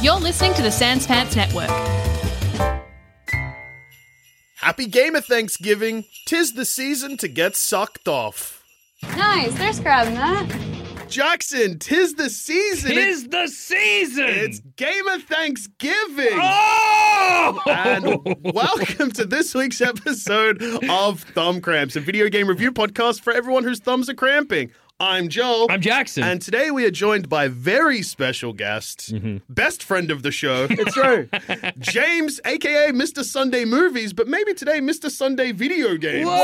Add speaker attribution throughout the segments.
Speaker 1: You're listening to the Sans Pants Network.
Speaker 2: Happy game of Thanksgiving! Tis the season to get sucked off.
Speaker 3: Nice, there's grabbing that.
Speaker 2: Jackson, tis the season!
Speaker 4: Tis the season!
Speaker 2: It's game of Thanksgiving!
Speaker 4: oh!
Speaker 2: And welcome to this week's episode of Thumb Cramps, a video game review podcast for everyone whose thumbs are cramping. I'm Joel.
Speaker 4: I'm Jackson.
Speaker 2: And today we are joined by very special guest, best friend of the show. It's true. James, aka Mr. Sunday Movies, but maybe today Mr. Sunday Video Games.
Speaker 4: Whoa!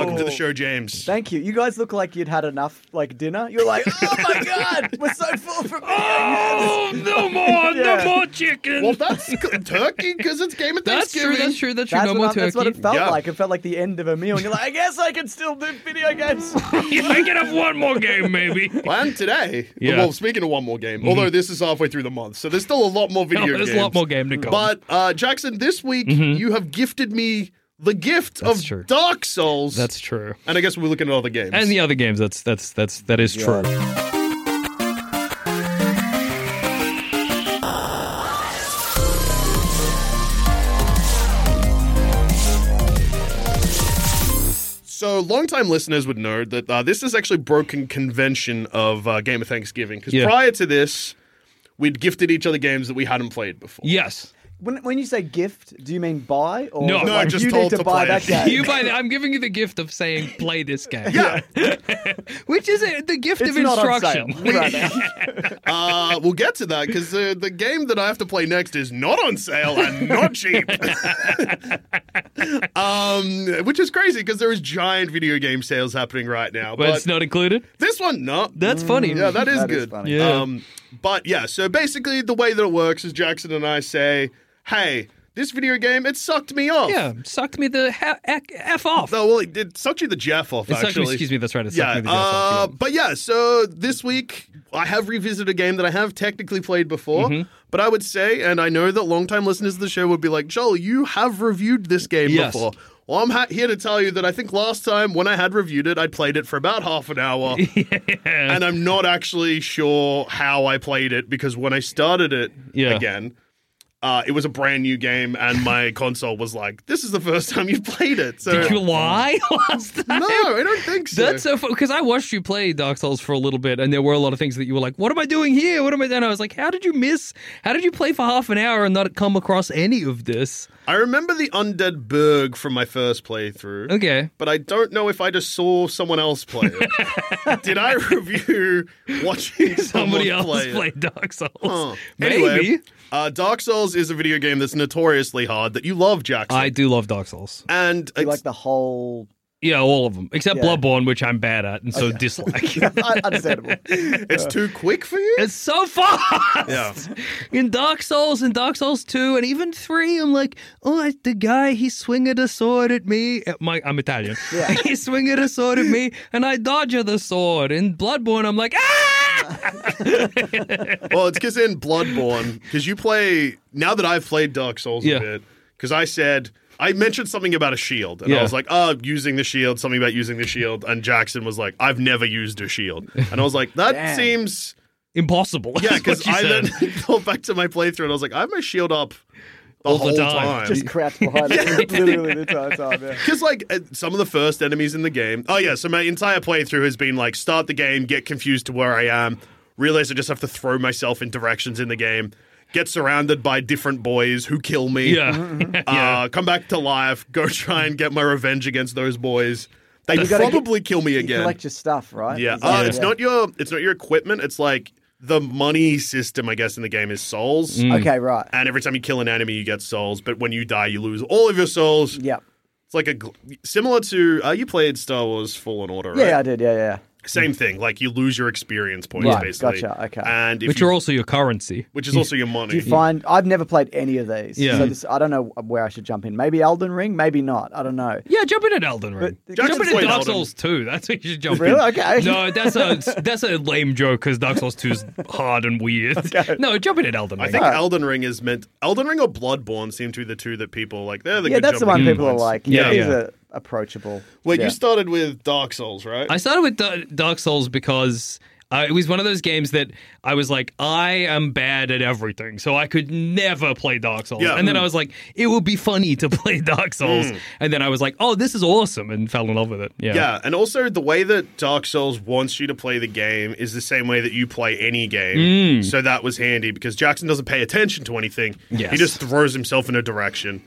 Speaker 2: Welcome to the show, James.
Speaker 5: Thank you. You guys look like you'd had enough like dinner. You're like, oh my god, we're so full from
Speaker 4: Oh, no more, no
Speaker 5: Yeah.
Speaker 4: more chicken.
Speaker 2: well, that's c- turkey because it's game of
Speaker 6: That's true.
Speaker 2: Thanksgiving.
Speaker 6: That's true. That's true.
Speaker 5: That's,
Speaker 6: no
Speaker 5: what
Speaker 6: more
Speaker 5: I- that's what it
Speaker 6: turkey.
Speaker 5: felt
Speaker 2: Yeah.
Speaker 5: like. It felt like the end of a meal, and you're like, I guess I can still do video games.
Speaker 4: I can have one more game, maybe.
Speaker 2: Planned today.
Speaker 4: Yeah.
Speaker 2: Well, speaking of one more game, although this is halfway through the month, so there's still a lot more video
Speaker 6: No, Mm-hmm. there's
Speaker 2: games.
Speaker 6: a lot more game to come.
Speaker 2: But uh, Jackson, this week you have gifted me the gift of
Speaker 6: true.
Speaker 2: Dark Souls.
Speaker 6: That's true.
Speaker 2: And I guess we're looking at other games.
Speaker 6: And the other games. That's that's that's that is true.
Speaker 2: So, long-time listeners would know that uh, this is actually broken convention of uh, Game of Thanksgiving because
Speaker 6: Yeah.
Speaker 2: prior to this, we'd gifted each other games that we hadn't played before.
Speaker 6: Yes.
Speaker 5: when, when you say gift, do you mean buy or
Speaker 6: No. No,
Speaker 5: like,
Speaker 2: just
Speaker 5: you
Speaker 2: told
Speaker 5: need to,
Speaker 2: to
Speaker 5: buy
Speaker 2: play
Speaker 5: that
Speaker 2: it.
Speaker 5: game?
Speaker 6: You by the, I'm giving you the gift of saying play this game. Yeah. Which is it, the gift
Speaker 5: it's
Speaker 6: of
Speaker 5: not on
Speaker 6: instruction.
Speaker 5: sale right now.
Speaker 2: Uh, we'll get to that because the, the game that I have to play next is not on sale and not cheap. um, which is crazy because there is giant video game sales happening right now.
Speaker 6: but
Speaker 2: But
Speaker 6: it's not included.
Speaker 2: this one, no.
Speaker 6: That's funny.
Speaker 2: yeah, that is
Speaker 5: That is
Speaker 2: good.
Speaker 5: funny.
Speaker 6: Yeah.
Speaker 2: Um, but yeah, so basically the way that it works is Jackson and I say, hey, this video game, it sucked me off.
Speaker 6: yeah, sucked me the ha- ac- f off.
Speaker 2: No, well, it, it sucked you the Jeff off,
Speaker 6: It sucked me-
Speaker 2: actually.
Speaker 6: excuse me, that's right, it sucked
Speaker 2: yeah,
Speaker 6: me the Jeff
Speaker 2: uh,
Speaker 6: off, yeah.
Speaker 2: But yeah, so this week I have revisited a game that I have technically played before,
Speaker 6: Mm-hmm.
Speaker 2: but I would say, and I know that longtime listeners of the show would be like, Joel, you have reviewed this game
Speaker 6: Yes.
Speaker 2: before. Well, I'm ha- here to tell you that I think last time when I had reviewed it, I played it for about half an hour. And I'm not actually sure how I played it because when I started it
Speaker 6: Yeah.
Speaker 2: again, uh, it was a brand new game, and my console was like, "This is the first time you've played it." So
Speaker 6: Did you lie last time?
Speaker 2: no, I don't think so.
Speaker 6: That's so funny because I watched you play Dark Souls for a little bit, and there were a lot of things that you were like, "What am I doing here? What am I?" doing?" And I was like, "How did you miss? How did you play for half an hour and not come across any of this?"
Speaker 2: I remember the undead Berg from my first playthrough,
Speaker 6: Okay,
Speaker 2: but I don't know if I just saw someone else play it. Did I review watching someone
Speaker 6: somebody else
Speaker 2: play it?
Speaker 6: played Dark Souls.
Speaker 2: Huh.
Speaker 6: Maybe
Speaker 2: Anyway, uh, Dark Souls is a video game that's notoriously hard that you love, Jackson.
Speaker 6: I do love Dark Souls.
Speaker 2: and
Speaker 5: You
Speaker 2: it's-
Speaker 5: like the whole.
Speaker 6: Yeah, all of them except
Speaker 5: Yeah.
Speaker 6: Bloodborne, which I'm bad at and so dislike.
Speaker 5: I- Understandable. uh,
Speaker 2: it's too quick for you.
Speaker 6: It's so fast.
Speaker 2: Yeah.
Speaker 6: In Dark Souls and Dark Souls 2 and even 3, I'm like, oh, I- the guy, he swinged a sword at me. At my, I'm Italian.
Speaker 5: Yeah.
Speaker 6: he swinged a sword at me and I dodge the sword. In Bloodborne, I'm like, ah!
Speaker 2: well, it's because in Bloodborne, because you play now that I've played Dark Souls
Speaker 6: Yeah.
Speaker 2: a bit, because I said I mentioned something about a shield, and
Speaker 6: Yeah.
Speaker 2: I was like, "Oh, using the shield." Something about using the shield, and Jackson was like, "I've never used a shield," and I was like, "That
Speaker 5: Damn.
Speaker 2: seems
Speaker 6: Impossible.
Speaker 2: yeah."
Speaker 6: is what
Speaker 2: Because
Speaker 6: you
Speaker 2: I
Speaker 6: said.
Speaker 2: then thought back to my playthrough, and I was like, "I have my shield up the
Speaker 6: All the
Speaker 2: whole
Speaker 6: time.
Speaker 2: time."
Speaker 5: Just crouched behind it literally the entire time. Yeah.
Speaker 2: Because like uh, some of the first enemies in the game. Oh yeah, so my entire playthrough has been like start the game, get confused to where I am, realize I just have to throw myself in directions in the game, get surrounded by different boys who kill me.
Speaker 6: Yeah.
Speaker 2: Uh, come back to life. Go try and get my revenge against those boys. They
Speaker 5: gotta get-
Speaker 2: probably kill me
Speaker 5: You
Speaker 2: again.
Speaker 5: collect your stuff, right?
Speaker 2: Yeah,
Speaker 5: Is
Speaker 2: uh,
Speaker 5: that-
Speaker 2: it's not your it's not your equipment. It's like the money system, I guess, in the game is souls.
Speaker 6: Mm.
Speaker 5: Okay, right.
Speaker 2: And every time you kill an enemy, you get souls. But when you die, you lose all of your souls.
Speaker 5: Yeah.
Speaker 2: It's like a gl- similar to uh, you played Star Wars Fallen Order, right?
Speaker 5: Yeah, I did. Yeah, yeah.
Speaker 2: Same thing. Like you lose your experience points,
Speaker 5: Right,
Speaker 2: basically.
Speaker 5: gotcha, okay.
Speaker 2: And if
Speaker 6: Which
Speaker 2: you,
Speaker 6: are also your currency.
Speaker 2: which is also your money.
Speaker 5: Do you find I've never played any of these?
Speaker 6: Yeah.
Speaker 5: So this, I don't know where I should jump in. Maybe Elden Ring, maybe not. I don't know.
Speaker 6: Yeah, jump in at Elden Ring. jump
Speaker 2: Jackson's
Speaker 6: in at
Speaker 2: played
Speaker 6: Dark
Speaker 2: Elden.
Speaker 6: Souls 2. That's what you should jump
Speaker 5: Really?
Speaker 6: in.
Speaker 5: Okay.
Speaker 6: No, that's a that's a lame joke because Dark Souls 2 is hard and weird. No, jump in at Elden Ring.
Speaker 2: I think Elden Ring is meant. Elden Ring or Bloodborne seem to be the two that people like. They're the
Speaker 5: yeah,
Speaker 2: good
Speaker 5: that's the one
Speaker 2: jumping
Speaker 5: people are
Speaker 2: points.
Speaker 5: like. Yeah,
Speaker 6: Yeah,
Speaker 5: these
Speaker 6: yeah.
Speaker 5: are approachable.
Speaker 2: Wait,
Speaker 5: yeah.
Speaker 2: you started with Dark Souls, right?
Speaker 6: I started with Da- Dark Souls because uh, it was one of those games that I was like, I am bad at everything, so I could never play Dark Souls.
Speaker 2: Yeah. Hmm.
Speaker 6: And then I was like, it would be funny to play Dark Souls. And then I was like, oh, this is awesome, and fell in love with it. Yeah.
Speaker 2: Yeah, and also the way that Dark Souls wants you to play the game is the same way that you play any game.
Speaker 6: Mm.
Speaker 2: So that was handy because Jackson doesn't pay attention to anything.
Speaker 6: Yes.
Speaker 2: He just throws himself in a direction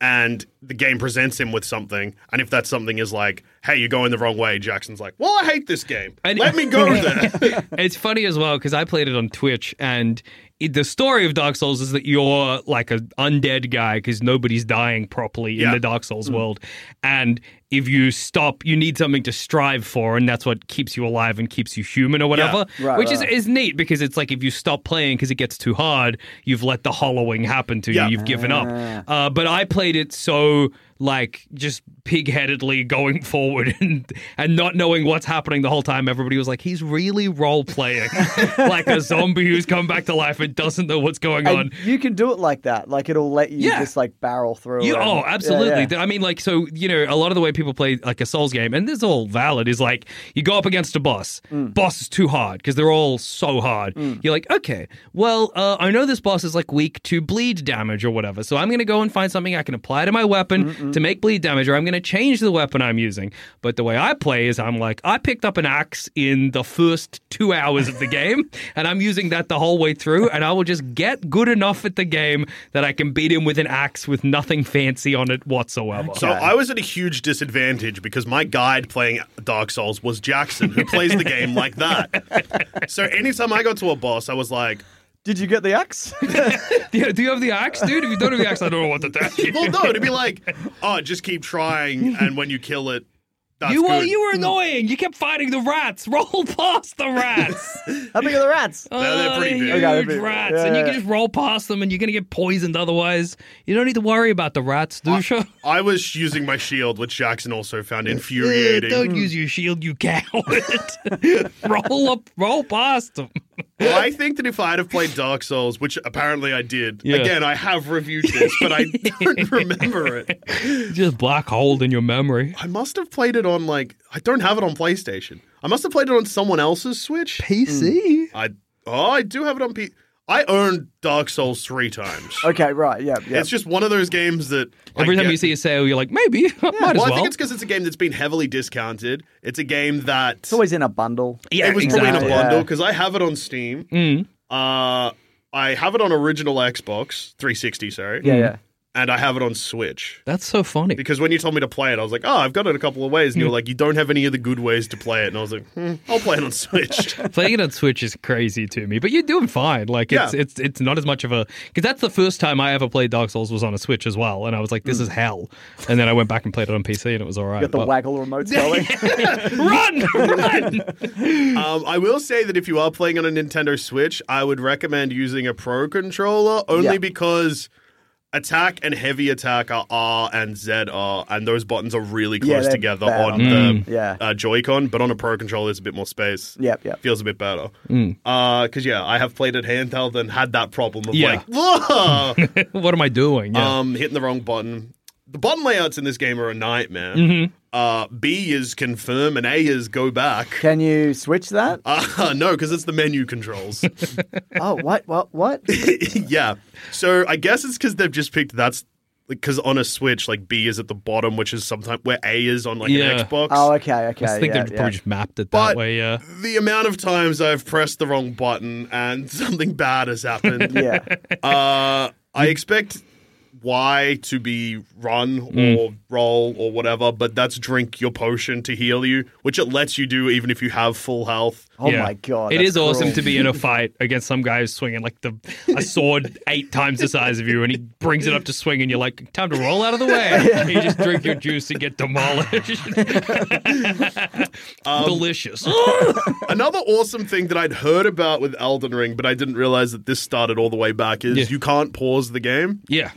Speaker 2: and the game presents him with something. And if that something is like, hey, you're going the wrong way, Jackson's like, well, I hate this game.
Speaker 6: And-
Speaker 2: Let me go there.
Speaker 6: It's funny as well because I played it on Twitch, and it, the story of Dark Souls is that you're like an undead guy because nobody's dying properly in
Speaker 2: Yeah. Mm.
Speaker 6: the Dark Souls world. And if you stop, you need something to strive for, and that's what keeps you alive and keeps you human or whatever.
Speaker 5: Right,
Speaker 6: which
Speaker 5: right,
Speaker 6: is,
Speaker 5: right.
Speaker 6: is neat because it's like if you stop playing because it gets too hard, you've let the hollowing happen to
Speaker 2: Yeah.
Speaker 6: you, you've given up. Uh, but I played it so like just pig-headedly going forward and and not knowing what's happening the whole time everybody was like he's really role playing like a zombie who's come back to life and doesn't know what's going on
Speaker 5: And you can do it like that. Like it'll let you
Speaker 6: Yeah.
Speaker 5: just like barrel through.
Speaker 6: you,
Speaker 5: and-
Speaker 6: oh,
Speaker 5: Yeah,
Speaker 6: absolutely.
Speaker 5: yeah.
Speaker 6: Th- I mean, like, so you know, a lot of the way people play like a Souls game, and this is all valid, is like you go up against a boss.
Speaker 5: Mm.
Speaker 6: Boss is too hard because they're all so hard. You're like, okay, well, uh, I know this boss is like weak to bleed damage or whatever, so I'm gonna go and find something I can apply to my weapon to make bleed damage, or I'm gonna change the weapon I'm using. But the way I play is, I'm like, I picked up an axe in the first two hours of the game, and I'm using that the whole way through, and I will just get good enough at the game that I can beat him with an axe with nothing fancy on it whatsoever.
Speaker 2: So I was at a huge disadvantage because my guide playing Dark Souls was Jackson, who plays the game like that. So anytime I got to a boss, I was like,
Speaker 5: Did you get the axe?
Speaker 6: do, you, do you have the axe, dude? If you don't have the axe, I don't know what to tell you.
Speaker 2: Well, no, it'd be like, oh, just keep trying, and when you kill it, that's
Speaker 6: You were,
Speaker 2: good.
Speaker 6: you were annoying. You kept fighting the rats. Roll past the rats.
Speaker 5: How big are the rats?
Speaker 2: No, they're
Speaker 6: Oh,
Speaker 2: pretty
Speaker 6: huge
Speaker 2: big.
Speaker 5: Okay, they're big.
Speaker 6: rats.
Speaker 5: Yeah,
Speaker 6: and you
Speaker 5: yeah.
Speaker 6: can just roll past them and you're going to get poisoned otherwise. You don't need to worry about the rats, Dusha.
Speaker 2: I was using my shield, which Jackson also found
Speaker 6: Uh,
Speaker 2: infuriating.
Speaker 6: don't use your shield, you coward. roll up, roll past them.
Speaker 2: Well, I think that if I'd have played Dark Souls, which apparently I did,
Speaker 6: Yeah.
Speaker 2: again, I have reviewed this, but I don't remember it.
Speaker 6: Just black hole in your memory.
Speaker 2: I must have played it on, like, I don't have it on PlayStation. I must have played it on someone else's Switch.
Speaker 6: PC.
Speaker 2: I, oh, I do have it on P. I owned Dark Souls three times.
Speaker 5: Okay, right. Yeah, yeah.
Speaker 2: It's just one of those games that I
Speaker 6: Every time
Speaker 2: get-
Speaker 6: you see a sale, you're like, maybe, might as
Speaker 2: well,
Speaker 6: well.
Speaker 2: I think it's because it's a game that's been heavily discounted. It's a game that
Speaker 5: It's always in a bundle.
Speaker 6: yeah, Mm.
Speaker 2: it was probably
Speaker 6: exactly.
Speaker 2: in a bundle
Speaker 5: Yeah.
Speaker 2: because I have it on Steam. Uh, I have it on original Xbox 360, sorry.
Speaker 5: Yeah, yeah.
Speaker 2: And I have it on Switch.
Speaker 6: That's so funny.
Speaker 2: Because when you told me to play it, I was like, oh, I've got it a couple of ways. And
Speaker 6: Mm.
Speaker 2: you were like, you don't have any of the good ways to play it. And I was like, hmm, I'll play it on Switch.
Speaker 6: Playing it on Switch is crazy to me, but you're doing fine. Like it's
Speaker 2: Yeah.
Speaker 6: it's it's not as much of a because that's the first time I ever played Dark Souls was on a Switch as well, and I was like,
Speaker 2: Mm.
Speaker 6: this is hell. And then I went back and played it on PC, and it was all right.
Speaker 5: Got the
Speaker 6: but-
Speaker 5: waggle remotes going.
Speaker 6: run, run!
Speaker 2: um, I will say that if you are playing on a Nintendo Switch, I would recommend using a Pro controller only
Speaker 5: Yeah.
Speaker 2: because. Attack and heavy attack are R and Z are, and those buttons are really
Speaker 5: Yeah,
Speaker 2: close
Speaker 5: they're
Speaker 2: together
Speaker 5: bad
Speaker 2: on
Speaker 5: on
Speaker 2: the
Speaker 6: Mm.
Speaker 5: yeah.
Speaker 2: uh, Joy-Con, but on a Pro controller, there's a bit more space.
Speaker 5: Yep, yep.
Speaker 2: feels a bit better.
Speaker 6: Mm.
Speaker 2: Uh, because yeah, I have played it handheld and had that problem of
Speaker 6: Yeah.
Speaker 2: like, "Whoa!"
Speaker 6: what am I doing? Yeah.
Speaker 5: Oh,
Speaker 2: um, hitting the wrong button. the bottom layouts in this game are a nightmare.
Speaker 6: Mm-hmm.
Speaker 2: Uh, B is confirm and A is go back.
Speaker 5: Can you switch that?
Speaker 2: Uh, no, because it's the menu controls.
Speaker 5: oh, what? What? What?
Speaker 2: yeah. So I guess it's because they've just picked that's because on a Switch, like B is at the bottom, which is sometimes where A is on like
Speaker 6: Yeah.
Speaker 2: an Xbox.
Speaker 5: Oh, okay, okay.
Speaker 6: I think
Speaker 5: yeah,
Speaker 6: they've
Speaker 5: yeah.
Speaker 6: probably just mapped it that
Speaker 2: But
Speaker 6: way. Yeah.
Speaker 2: the amount of times I've pressed the wrong button and something bad has happened.
Speaker 5: yeah.
Speaker 2: Uh, I expect Y to be run or roll or whatever, but that's drink your potion to heal you, which it lets you do even if you have full health.
Speaker 5: Oh
Speaker 6: Yeah.
Speaker 5: my god.
Speaker 6: It
Speaker 5: that's
Speaker 6: is awesome
Speaker 5: cruel.
Speaker 6: to be in a fight against some guy who's swinging like the a sword eight times the size of you, and he brings it up to swing, and you're like, "Time to roll out of the way." And you just drink your juice and get demolished.
Speaker 2: Um,
Speaker 6: Delicious.
Speaker 2: Another awesome thing that I'd heard about with Elden Ring, but I didn't realize that this started all the way back, is
Speaker 6: Yeah.
Speaker 2: you can't pause the game.
Speaker 6: yeah.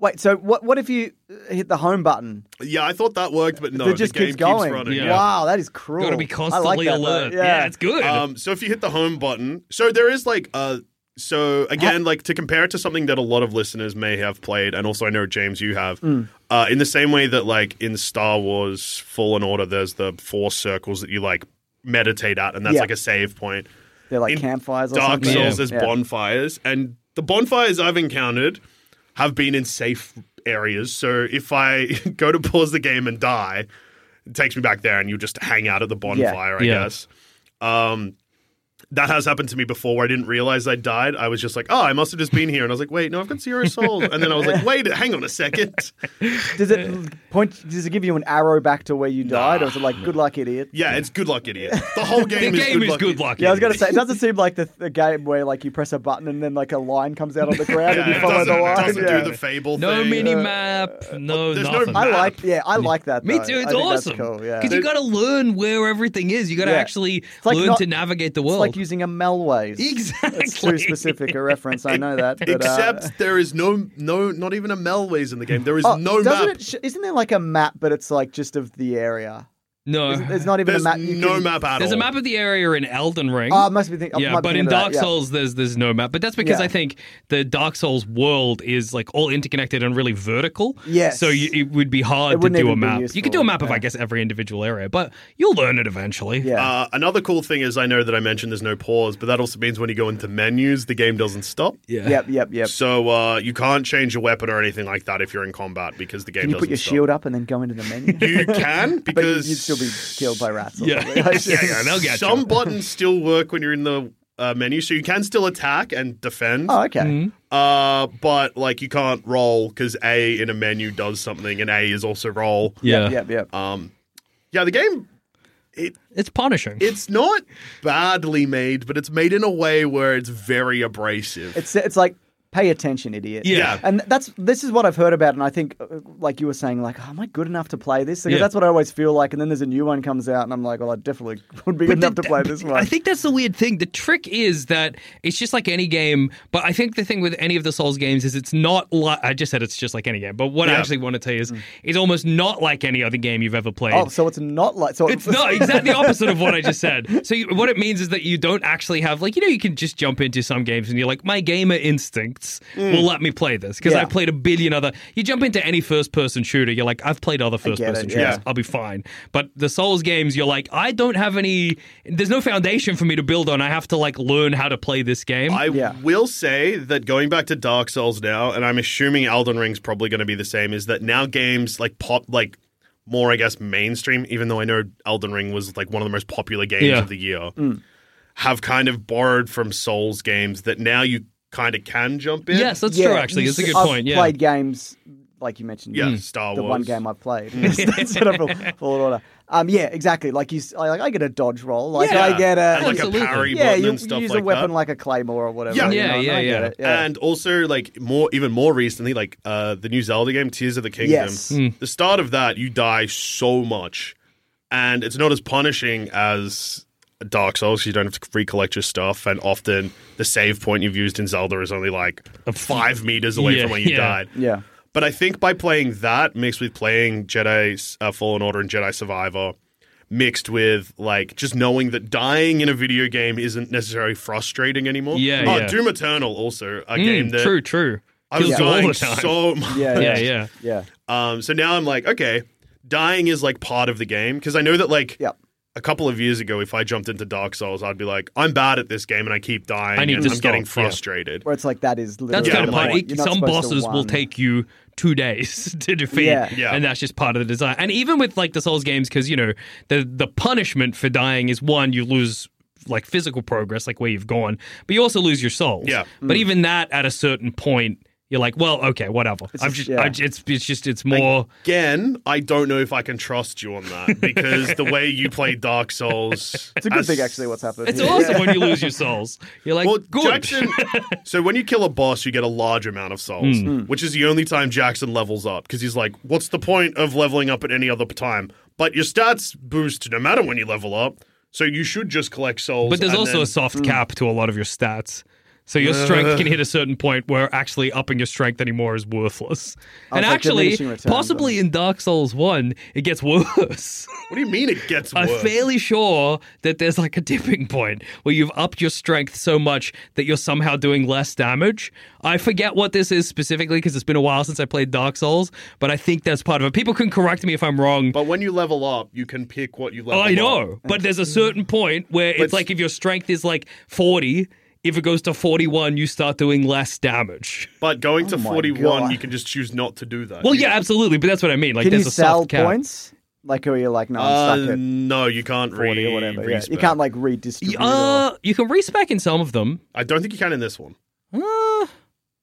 Speaker 5: Wait, so what? What if you hit the home button?
Speaker 2: Yeah, I thought that worked, but no,
Speaker 5: it just
Speaker 2: the game
Speaker 5: keeps going.
Speaker 2: running.
Speaker 6: Yeah.
Speaker 5: Wow, that is cruel.
Speaker 6: Got to be
Speaker 5: I like
Speaker 6: constantly
Speaker 5: that, though.
Speaker 6: alert.
Speaker 5: Yeah.
Speaker 6: Yeah. it's good.
Speaker 2: Um, so if you hit the home button, so there is like uh so again, like to compare it to something that a lot of listeners may have played, and also I know James, you have.
Speaker 5: Mm.
Speaker 2: Uh, in the same way that like in Star Wars Fallen Order, there's the four circles that you like meditate at, and that's
Speaker 5: Yeah.
Speaker 2: like a save point.
Speaker 5: They're like
Speaker 2: In
Speaker 5: campfires or
Speaker 2: Dark
Speaker 5: something.
Speaker 2: Souls,
Speaker 6: Yeah.
Speaker 2: there's
Speaker 5: Yeah.
Speaker 2: bonfires, and the bonfires I've encountered have been in safe areas. So if I go to pause the game and die, it takes me back there, and you just hang out at the bonfire, I
Speaker 6: Yeah.
Speaker 2: guess. Um, that has happened to me before where I didn't realize I died. I was just like, oh, I must have just been here. And I was like, wait, no, I've got zero souls. And then I was like, wait, hang on a second.
Speaker 5: Does it l- point? Does it give you an arrow back to where you died, or is it like good luck, idiot?
Speaker 2: Yeah, it's good luck, idiot. The whole
Speaker 6: the
Speaker 2: game is
Speaker 6: game
Speaker 2: good
Speaker 6: is
Speaker 2: luck.
Speaker 6: good luck.
Speaker 5: Yeah, I was
Speaker 6: isn't
Speaker 5: gonna
Speaker 6: it?
Speaker 5: say it doesn't seem like the, the game where like you press a button and then like a line comes out on the ground
Speaker 2: Yeah,
Speaker 5: and you
Speaker 2: it
Speaker 5: follow
Speaker 2: doesn't,
Speaker 5: the
Speaker 2: it
Speaker 5: line.
Speaker 2: doesn't
Speaker 5: yeah.
Speaker 2: do the fable
Speaker 6: No
Speaker 2: thing.
Speaker 6: mini map. No
Speaker 2: Oh, there's no
Speaker 6: nothing.
Speaker 2: map.
Speaker 5: Uh, I like, yeah, I like that.
Speaker 6: Me
Speaker 5: though.
Speaker 6: too.
Speaker 5: I
Speaker 6: It's
Speaker 5: think
Speaker 6: awesome.
Speaker 5: That's cool. Yeah,
Speaker 6: Because you got to learn where everything is. You got to
Speaker 5: Yeah.
Speaker 6: actually
Speaker 5: It's like
Speaker 6: learn
Speaker 5: not-
Speaker 6: to navigate the
Speaker 5: it's
Speaker 6: world.
Speaker 5: like using a Melways.
Speaker 6: exactly.
Speaker 5: It's too specific a reference. I know that. But, uh,
Speaker 2: Except there is no, no, not even a Melways in the game. There is
Speaker 5: oh,
Speaker 2: no
Speaker 5: doesn't
Speaker 2: map.
Speaker 5: It sh- isn't there like a map, but it's like just of the area?
Speaker 6: No.
Speaker 5: Isn't- There's not even
Speaker 2: Uh, There's
Speaker 5: a map. you
Speaker 2: no
Speaker 5: can-
Speaker 2: map at
Speaker 6: There's
Speaker 2: all.
Speaker 6: a map of the area in Elden Ring.
Speaker 5: Oh, I must be thinking.
Speaker 6: yeah, but in Dark
Speaker 5: yeah.
Speaker 6: Souls, there's there's no map. But that's because
Speaker 5: Yeah.
Speaker 6: I think the Dark Souls world is like all interconnected and really vertical.
Speaker 5: Yes.
Speaker 6: So you, it would be
Speaker 5: It
Speaker 6: hard to
Speaker 5: wouldn't
Speaker 6: do a
Speaker 5: even be
Speaker 6: map. You could do a
Speaker 5: useful,
Speaker 6: map of
Speaker 5: yeah.
Speaker 6: I guess every individual area, but you'll learn it eventually.
Speaker 5: Yeah.
Speaker 2: Uh, another cool thing is I know that I mentioned there's no pause, but that also means when you go into menus, the game doesn't stop.
Speaker 6: Yeah.
Speaker 5: yep, yep, yep.
Speaker 2: So uh, you can't change your weapon or anything like that if you're in combat because the game
Speaker 5: Can you
Speaker 2: doesn't
Speaker 5: put your
Speaker 2: stop.
Speaker 5: shield up and then go into the menu?
Speaker 2: You can
Speaker 5: but you-
Speaker 2: because
Speaker 5: you'd still be killed by rats. Or
Speaker 6: Yeah.
Speaker 5: something. Like,
Speaker 6: Yeah, yeah, they'll get
Speaker 2: some
Speaker 6: you.
Speaker 2: buttons still work when you're in the uh, menu, so you can still attack and defend.
Speaker 5: Oh, okay.
Speaker 6: Mm-hmm.
Speaker 2: Uh, but like you can't roll because A in a menu does something, and A is also roll.
Speaker 6: Yeah.
Speaker 5: Yep, yep.
Speaker 2: Um, yeah, the game
Speaker 6: It's punishing.
Speaker 2: it's not badly made, but it's made in a way where it's very abrasive.
Speaker 5: It's it's like pay attention, idiot.
Speaker 6: Yeah.
Speaker 5: And that's this is what I've heard about, and I think, uh, like you were saying, like, oh, am I good enough to play this? Because
Speaker 6: Yeah.
Speaker 5: that's what I always feel like. And then there's a new one comes out, and I'm like, well, I definitely would be good
Speaker 6: But
Speaker 5: enough to
Speaker 6: the-
Speaker 5: play this one.
Speaker 6: I think that's the weird thing. The trick is that it's just like any game, but I think the thing with any of the Souls games is it's not like I just said it's just like any game, but what I
Speaker 2: Yeah.
Speaker 6: actually want to tell you is it's almost not like any other game you've ever played.
Speaker 5: Mm. Oh, so it's not like so.
Speaker 6: It's not exactly the opposite of what I just said. So you, what it means is that you don't actually have like you know you can just jump into some games and you're like my gamer instincts
Speaker 2: Hmm.
Speaker 6: will let me play this because
Speaker 5: Yeah.
Speaker 6: I played a billion other. You jump into any first person shooter, you're like I've played other first person
Speaker 5: it,
Speaker 6: shooters,
Speaker 5: yeah.
Speaker 6: I'll be fine. But the Souls games, you're like I don't have any. There's no foundation for me to build on. I have to like learn how to play this game.
Speaker 2: I
Speaker 5: Yeah.
Speaker 2: will say that going back to Dark Souls now, and I'm assuming Elden Ring's probably going to be the same, is that now games like pop like more, I guess, mainstream. Even though I know Elden Ring was like one of the most popular games
Speaker 6: Yeah.
Speaker 2: of the year,
Speaker 5: Mm.
Speaker 2: have kind of borrowed from Souls games that now you kind of can jump in.
Speaker 6: yes, that's true. Actually,
Speaker 5: you
Speaker 6: it's a
Speaker 5: s-
Speaker 6: good
Speaker 5: I've
Speaker 6: point. Yeah.
Speaker 5: played games like you mentioned.
Speaker 2: yeah,
Speaker 5: the
Speaker 2: Star Wars.
Speaker 5: one game I've played. That's sort of a- Fallen Order. Um, yeah, exactly. Like you, s- I, like I get a dodge roll. Like
Speaker 2: Yeah.
Speaker 5: I get a
Speaker 2: and like
Speaker 6: Absolutely.
Speaker 2: a parry
Speaker 5: yeah.
Speaker 2: button
Speaker 5: You,
Speaker 2: and stuff
Speaker 5: use
Speaker 2: like
Speaker 5: a weapon
Speaker 2: that.
Speaker 5: like a claymore or whatever.
Speaker 2: Yeah.
Speaker 5: you
Speaker 6: Yeah,
Speaker 5: know, and I
Speaker 6: yeah,
Speaker 5: get
Speaker 6: yeah.
Speaker 5: it, yeah.
Speaker 2: And also, like more, even more recently, like uh, the new Zelda game, Tears of the Kingdom.
Speaker 5: Yes.
Speaker 6: Hmm.
Speaker 2: The start of that, you die so much, and it's not as punishing as Dark Souls. You don't have to recollect your stuff, and often the save point you've used in Zelda is only like five meters away
Speaker 6: Yeah,
Speaker 2: from where you
Speaker 6: yeah.
Speaker 2: died.
Speaker 5: yeah.
Speaker 2: But I think by playing that mixed with playing Jedi uh, Fallen Order and Jedi Survivor, mixed with like just knowing that dying in a video game isn't necessarily frustrating anymore.
Speaker 6: Yeah,
Speaker 2: oh,
Speaker 6: yeah.
Speaker 2: Doom Eternal also a
Speaker 6: Mm,
Speaker 2: game that
Speaker 6: true, true.
Speaker 2: I was
Speaker 6: Kills you all
Speaker 2: dying
Speaker 6: the time.
Speaker 2: so much.
Speaker 5: Yeah,
Speaker 6: yeah,
Speaker 5: yeah,
Speaker 6: yeah.
Speaker 5: yeah.
Speaker 2: Um, so now I'm like, okay, dying is like part of the game because I know that like
Speaker 5: Yep.
Speaker 2: a couple of years ago, if I jumped into Dark Souls, I'd be like, I'm bad at this game and I keep dying.
Speaker 6: I need
Speaker 2: and
Speaker 6: to
Speaker 2: I'm
Speaker 6: stop,
Speaker 2: getting
Speaker 6: yeah.
Speaker 2: frustrated.
Speaker 5: Where it's like that is literally
Speaker 6: That's
Speaker 2: Yeah,
Speaker 6: kind
Speaker 2: I'm
Speaker 6: of
Speaker 5: the
Speaker 6: part.
Speaker 2: like-
Speaker 5: point.
Speaker 6: It,
Speaker 5: You're not
Speaker 6: some
Speaker 5: supposed to
Speaker 6: bosses will
Speaker 5: one.
Speaker 6: take you two days to defeat,
Speaker 5: Yeah.
Speaker 2: Yeah.
Speaker 6: and that's just part of the design. And even with like the Souls games, because you know the the punishment for dying is one you lose like physical progress, like where you've gone, but you also lose your souls.
Speaker 2: Yeah.
Speaker 6: But
Speaker 5: Hmm.
Speaker 6: even that, at a certain point, you're like, well, okay, whatever.
Speaker 5: It's
Speaker 6: I've just,
Speaker 5: just-
Speaker 6: I
Speaker 5: yeah.
Speaker 6: j- it's it's just it's more.
Speaker 2: Again, I don't know if I can trust you on that because the way you play Dark Souls.
Speaker 5: It's a good thing, actually, what's happened.
Speaker 6: It's
Speaker 5: here.
Speaker 6: awesome when you lose your souls. You're like,
Speaker 2: Well,
Speaker 6: good.
Speaker 2: Jackson. so when you kill a boss, you get a large amount of souls,
Speaker 6: Hmm.
Speaker 2: which is the only time Jackson levels up because he's like, "What's the point of leveling up at any other time?" But your stats boost no matter when you level up, so you should just collect souls.
Speaker 6: But there's
Speaker 2: and
Speaker 6: also
Speaker 2: then-
Speaker 6: a soft cap to a lot of your stats. So your strength can hit a certain point where actually upping your strength anymore is worthless. And
Speaker 5: like
Speaker 6: actually,
Speaker 5: diminishing returns,
Speaker 6: possibly in Dark Souls 1, it gets worse.
Speaker 2: What do you mean it gets
Speaker 6: I'm
Speaker 2: worse?
Speaker 6: fairly sure that there's like a tipping point where you've upped your strength so much that you're somehow doing less damage. I forget what this is specifically because it's been a while since I played Dark Souls, but I think that's part of it. People can correct me if I'm wrong.
Speaker 2: But when you level up, you can pick what you level.
Speaker 6: Oh, I know,
Speaker 2: up.
Speaker 6: but there's a certain point where it's
Speaker 2: But-
Speaker 6: like if your strength is like 40, if it goes to 41, you start doing less damage.
Speaker 2: But going to
Speaker 5: Oh my
Speaker 2: 41,
Speaker 5: God.
Speaker 2: you can just choose not to do that.
Speaker 6: Well,
Speaker 2: You-
Speaker 6: yeah, absolutely, but that's what I mean. Like,
Speaker 5: Can you
Speaker 6: there's a
Speaker 5: sell
Speaker 6: soft cap.
Speaker 5: points? Like, or you're like, no,
Speaker 2: Uh,
Speaker 5: I'm stuck at
Speaker 2: no, you can't
Speaker 5: 40
Speaker 2: re-
Speaker 5: or whatever. Yeah. You
Speaker 2: respec.
Speaker 5: can't, like, redistribute. or-
Speaker 6: Uh, you can respec in some of them.
Speaker 2: I don't think you can in this one.
Speaker 6: Uh,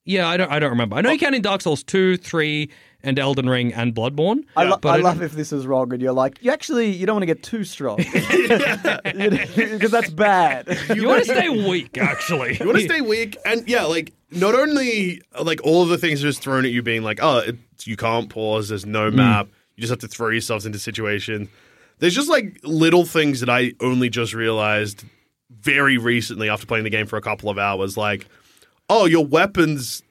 Speaker 6: yeah, I don't. I don't remember. I know you can in Dark Souls two, three, and Elden Ring and Bloodborne.
Speaker 5: I, lo-
Speaker 6: but
Speaker 5: I
Speaker 6: it-
Speaker 5: love if this is wrong and you're like, you actually, you don't want to get too strong. Because that's bad.
Speaker 6: You want to stay weak, actually.
Speaker 2: You want to stay weak, and yeah, like not only like all of the things are just thrown at you, being like, oh, it, you can't pause. There's no
Speaker 5: Mm.
Speaker 2: map. You just have to throw yourselves into situations. There's just like little things that I only just realized very recently after playing the game for a couple of hours. Like, oh, your weapons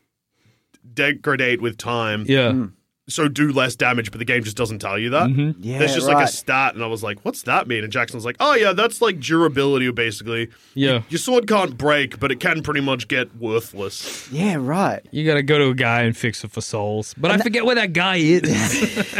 Speaker 2: degrade with time,
Speaker 6: Yeah.
Speaker 2: so do less damage, but the game just doesn't tell you that.
Speaker 6: Mm-hmm.
Speaker 5: Yeah,
Speaker 2: There's just like a
Speaker 5: right.
Speaker 2: stat, and I was like, what's that mean? And Jackson was like, oh yeah, that's like durability, basically.
Speaker 6: Yeah.
Speaker 2: Your sword can't break, but it can pretty much get worthless.
Speaker 5: yeah, right.
Speaker 6: You gotta go to a guy and fix it for souls, but I forget where that guy is.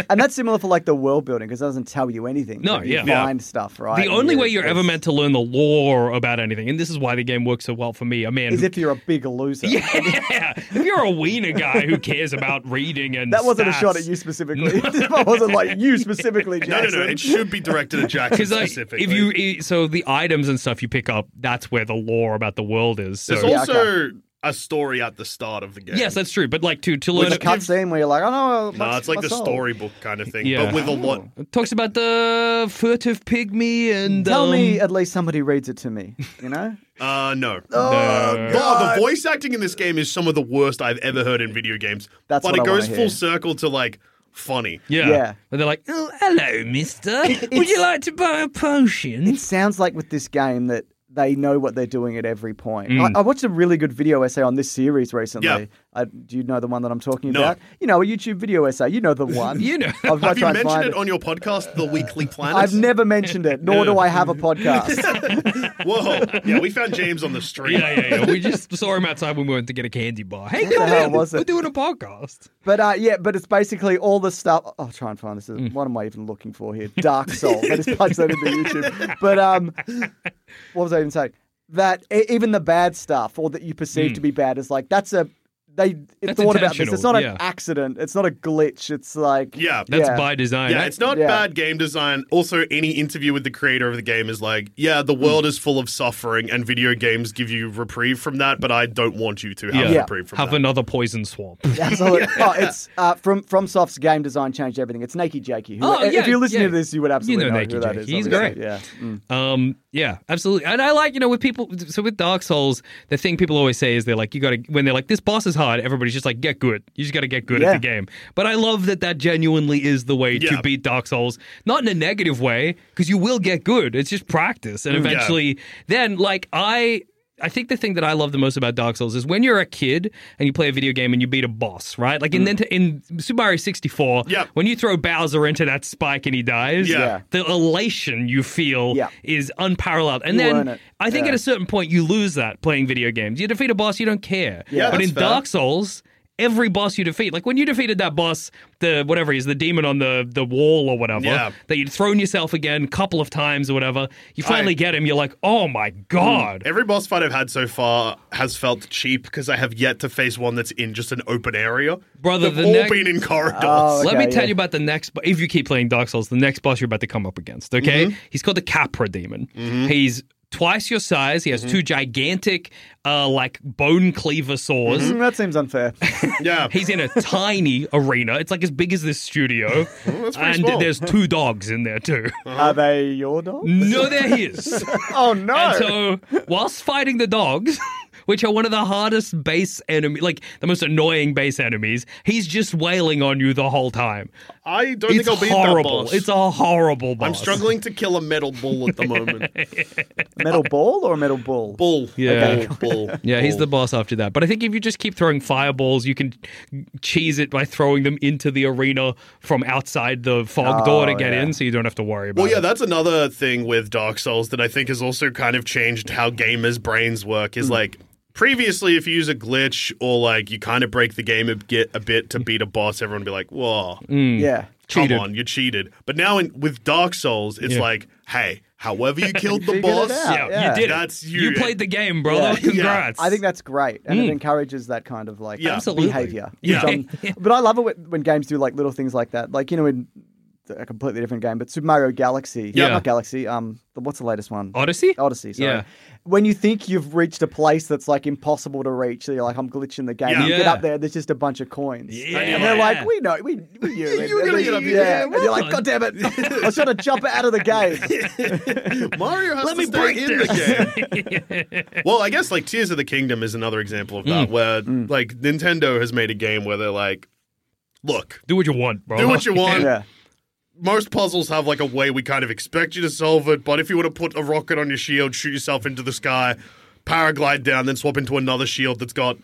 Speaker 5: And that's similar for like the world building because it doesn't tell you anything.
Speaker 6: No,
Speaker 5: Like, you
Speaker 6: yeah.
Speaker 5: find stuff, right?
Speaker 6: The
Speaker 5: And
Speaker 6: only way you're
Speaker 5: it's-
Speaker 6: ever meant to learn the lore about anything, and this is why the game works so well for me, a man.
Speaker 5: is
Speaker 6: who-
Speaker 5: if you're a big loser.
Speaker 6: yeah, if you're a wiener guy who cares about reading and
Speaker 5: That wasn't a shot at
Speaker 6: stats.
Speaker 5: you specifically. that wasn't like you specifically,
Speaker 2: No, no,
Speaker 5: Jackson.
Speaker 2: no. It should be directed at Jackson
Speaker 6: Because like,
Speaker 2: specifically.
Speaker 6: if you i- so the items and stuff you pick up, that's where the lore about the world is. So
Speaker 2: there's
Speaker 5: Yeah,
Speaker 2: also a story at the start of the game.
Speaker 6: yes, that's true. But like to to learn
Speaker 5: There's a cutscene where you're like, oh no,
Speaker 2: no,
Speaker 5: my-
Speaker 2: it's like
Speaker 5: my
Speaker 2: the
Speaker 5: soul.
Speaker 2: storybook kind of thing,
Speaker 6: Yeah.
Speaker 2: but with a lot.
Speaker 6: it talks about the furtive pygmy and
Speaker 5: Mm, Tell
Speaker 6: um,
Speaker 5: me, at least somebody reads it to me. You know,
Speaker 2: Uh, no.
Speaker 6: uh,
Speaker 2: Oh, the voice acting in this game is some of the worst I've ever heard in video games.
Speaker 5: That's
Speaker 2: but
Speaker 5: what
Speaker 2: it
Speaker 5: I wanna
Speaker 2: goes full
Speaker 5: hear.
Speaker 2: circle to like funny.
Speaker 6: yeah.
Speaker 5: Yeah.
Speaker 6: And they're like, oh, hello, Mister. Would you like to buy a potion?
Speaker 5: it sounds like with this game that they know what they're doing at every point. I, I watched a really good video essay on this series recently.
Speaker 2: Mm. Yeah.
Speaker 5: I, do you know the one that I'm talking
Speaker 2: No.
Speaker 5: about? You know, a YouTube video essay. You know the one.
Speaker 6: You know.
Speaker 5: I'll try
Speaker 2: Have
Speaker 5: to
Speaker 2: you
Speaker 5: find
Speaker 2: mentioned it
Speaker 5: it.
Speaker 2: on your podcast, The Weekly Planet?
Speaker 5: I've never mentioned it, nor do I have a podcast.
Speaker 2: Whoa. Yeah, we found James on the street.
Speaker 6: Yeah, yeah, yeah. We just saw him outside when we went to get a candy bar. Hey,
Speaker 5: the
Speaker 6: come
Speaker 5: hell
Speaker 6: in.
Speaker 5: was it?
Speaker 6: We're doing a podcast.
Speaker 5: But uh, yeah, but it's basically all the stuff. I'll try and find this.
Speaker 6: Mm.
Speaker 5: What am I even looking for here? Dark Soul. I just punched that into YouTube. But um, what was I even saying? That e- even the bad stuff, or that you perceive to be bad, is like that's a they it
Speaker 6: Mm. That's
Speaker 5: thought about this. It's
Speaker 6: intentional,
Speaker 5: not
Speaker 6: yeah.
Speaker 5: an accident. It's not a glitch. It's like
Speaker 2: Yeah.
Speaker 6: That's
Speaker 5: Yeah.
Speaker 6: by design.
Speaker 2: Yeah,
Speaker 6: That-
Speaker 2: it's not
Speaker 5: yeah.
Speaker 2: bad game design. Also, any interview with the creator of the game is like, yeah,
Speaker 5: Hmm.
Speaker 2: the world is full of suffering, and video games give you reprieve from that. But I don't want you to have
Speaker 6: Yeah.
Speaker 2: reprieve from
Speaker 6: have
Speaker 2: that.
Speaker 6: another poison swamp.
Speaker 5: absolutely. Oh, it's uh, from from Soft's game design changed everything. It's Nakey Jakey. Who,
Speaker 6: Oh,
Speaker 5: if
Speaker 6: yeah,
Speaker 5: you're listening
Speaker 6: yeah.
Speaker 5: to this, you would absolutely
Speaker 6: You know
Speaker 5: know, who
Speaker 6: Nakey
Speaker 5: that
Speaker 6: Jakey.
Speaker 5: is.
Speaker 6: He's
Speaker 5: obviously.
Speaker 6: great.
Speaker 5: Yeah. Mm.
Speaker 6: Um, yeah, absolutely. And I like, you know, with people, so with Dark Souls, the thing people always say is they're like, you gotta, when they're like, this boss is hard, everybody's just like, get good. You just gotta get good at
Speaker 5: Yeah.
Speaker 6: the game. But I love that that genuinely is the way
Speaker 2: Yeah.
Speaker 6: to beat Dark Souls, not in a negative way, because you will get good. It's just practice.
Speaker 2: Mm,
Speaker 6: And eventually, then, like, I. I think the thing that I love the most about Dark Souls is when you're a kid and you play a video game and you beat a boss, right? Like
Speaker 2: Mm.
Speaker 6: in Nint- in Super Mario 64,
Speaker 2: Yep.
Speaker 6: when you throw Bowser into that spike and he dies,
Speaker 2: Yeah.
Speaker 5: Yeah.
Speaker 6: the elation you feel
Speaker 5: Yeah.
Speaker 6: is unparalleled. And
Speaker 5: You
Speaker 6: then
Speaker 5: earn it.
Speaker 6: I think
Speaker 5: Yeah.
Speaker 6: at a certain point you lose that playing video games. You defeat a boss, you don't care.
Speaker 2: Yeah,
Speaker 6: but
Speaker 2: that's
Speaker 6: in
Speaker 2: fair.
Speaker 6: Dark Souls, every boss you defeat. Like when you defeated that boss, the whatever he is, the demon on the, the wall or whatever,
Speaker 2: Yeah.
Speaker 6: that you'd thrown yourself again a couple of times or whatever, you finally
Speaker 2: I-
Speaker 6: get him, you're like, oh my god.
Speaker 2: Every boss fight I've had so far has felt cheap because I have yet to face one that's in just an open area.
Speaker 6: Brother,
Speaker 2: They've
Speaker 6: the
Speaker 2: all
Speaker 6: next-
Speaker 2: been in corridors.
Speaker 5: Oh,
Speaker 6: Let me
Speaker 5: Okay,
Speaker 6: tell
Speaker 5: yeah.
Speaker 6: you about the next. But if you keep playing Dark Souls, the next boss you're about to come up against. Okay, he's called the Capra Demon. He's twice your size. He has two gigantic, uh, like bone cleaver saws.
Speaker 5: Mm, that seems unfair.
Speaker 2: yeah.
Speaker 6: He's in a tiny arena. It's like as big as this studio.
Speaker 2: that's pretty
Speaker 6: and
Speaker 2: small.
Speaker 6: there's two dogs in there too.
Speaker 5: Are they your dogs?
Speaker 6: no, they're his.
Speaker 5: Oh no!
Speaker 6: And so, whilst fighting the dogs, which are one of the hardest base enemy, like the most annoying base enemies, he's just wailing on you the whole time.
Speaker 2: I don't think
Speaker 6: It's
Speaker 2: I'll beat
Speaker 6: horrible.
Speaker 2: that boss.
Speaker 6: It's a horrible boss.
Speaker 2: I'm struggling to kill a metal bull at the moment.
Speaker 5: metal ball or metal bull?
Speaker 2: bull.
Speaker 6: Yeah.
Speaker 2: Bull. bull,
Speaker 6: Yeah, he's
Speaker 2: bull.
Speaker 6: the boss after that. But I think if you just keep throwing fireballs, you can cheese it by throwing them into the arena from outside the fog door to get in, so you don't have to worry about
Speaker 2: Well, yeah,
Speaker 6: it.
Speaker 2: that's another thing with Dark Souls that I think has also kind of changed how gamers' brains work. Is like previously, if you use a glitch or like you kind of break the game a bit, a bit to beat a boss, everyone would be like, "Whoa,
Speaker 5: Yeah.
Speaker 2: come
Speaker 6: Mm, Cheated.
Speaker 2: on, you cheated." But now in, with Dark Souls, it's
Speaker 6: Yeah.
Speaker 2: like, "Hey, however you killed the
Speaker 5: Figured it
Speaker 2: boss,
Speaker 5: out.
Speaker 6: Yeah,
Speaker 5: Yeah.
Speaker 6: you did. it.
Speaker 2: That's you.
Speaker 6: you. played the game, brother.
Speaker 5: Yeah.
Speaker 6: Congrats.
Speaker 5: I think that's great, and it encourages that kind of like
Speaker 2: Hmm. Yeah.
Speaker 6: Absolutely.
Speaker 5: behavior.
Speaker 2: Yeah.
Speaker 5: which I'm- but I love it when, when games do like little things like that. Like you know, in a completely different game, but Super Mario Galaxy,
Speaker 6: Yeah.
Speaker 5: not Galaxy. Um, the- what's the latest one?
Speaker 6: Odyssey.
Speaker 5: Odyssey. Sorry.
Speaker 6: Yeah.
Speaker 5: When you think you've reached a place that's like impossible to reach, so you're like, I'm glitching the game.
Speaker 2: Yeah.
Speaker 5: You get
Speaker 6: Yeah.
Speaker 5: up there, there's just a bunch of coins.
Speaker 6: Yeah.
Speaker 5: And they're like, we know, we, we knew it.
Speaker 2: You were gonna
Speaker 5: And
Speaker 2: get up
Speaker 5: you-
Speaker 2: there.
Speaker 5: Yeah. And you're like,
Speaker 6: Well
Speaker 5: God damn it. I was trying to jump it out of the game.
Speaker 2: Mario has
Speaker 6: Let
Speaker 2: to
Speaker 6: me
Speaker 2: stay
Speaker 6: break
Speaker 2: in the game. well, I guess like Tears of the Kingdom is another example of
Speaker 6: Mm.
Speaker 2: that, where like Nintendo has made a game where they're like, "Look,
Speaker 6: Do what you want, bro.
Speaker 2: do what you want."
Speaker 5: Yeah.
Speaker 2: most puzzles have like a way we kind of expect you to solve it, but if you were to put a rocket on your shield, shoot yourself into the sky, paraglide down, then swap into another shield that's got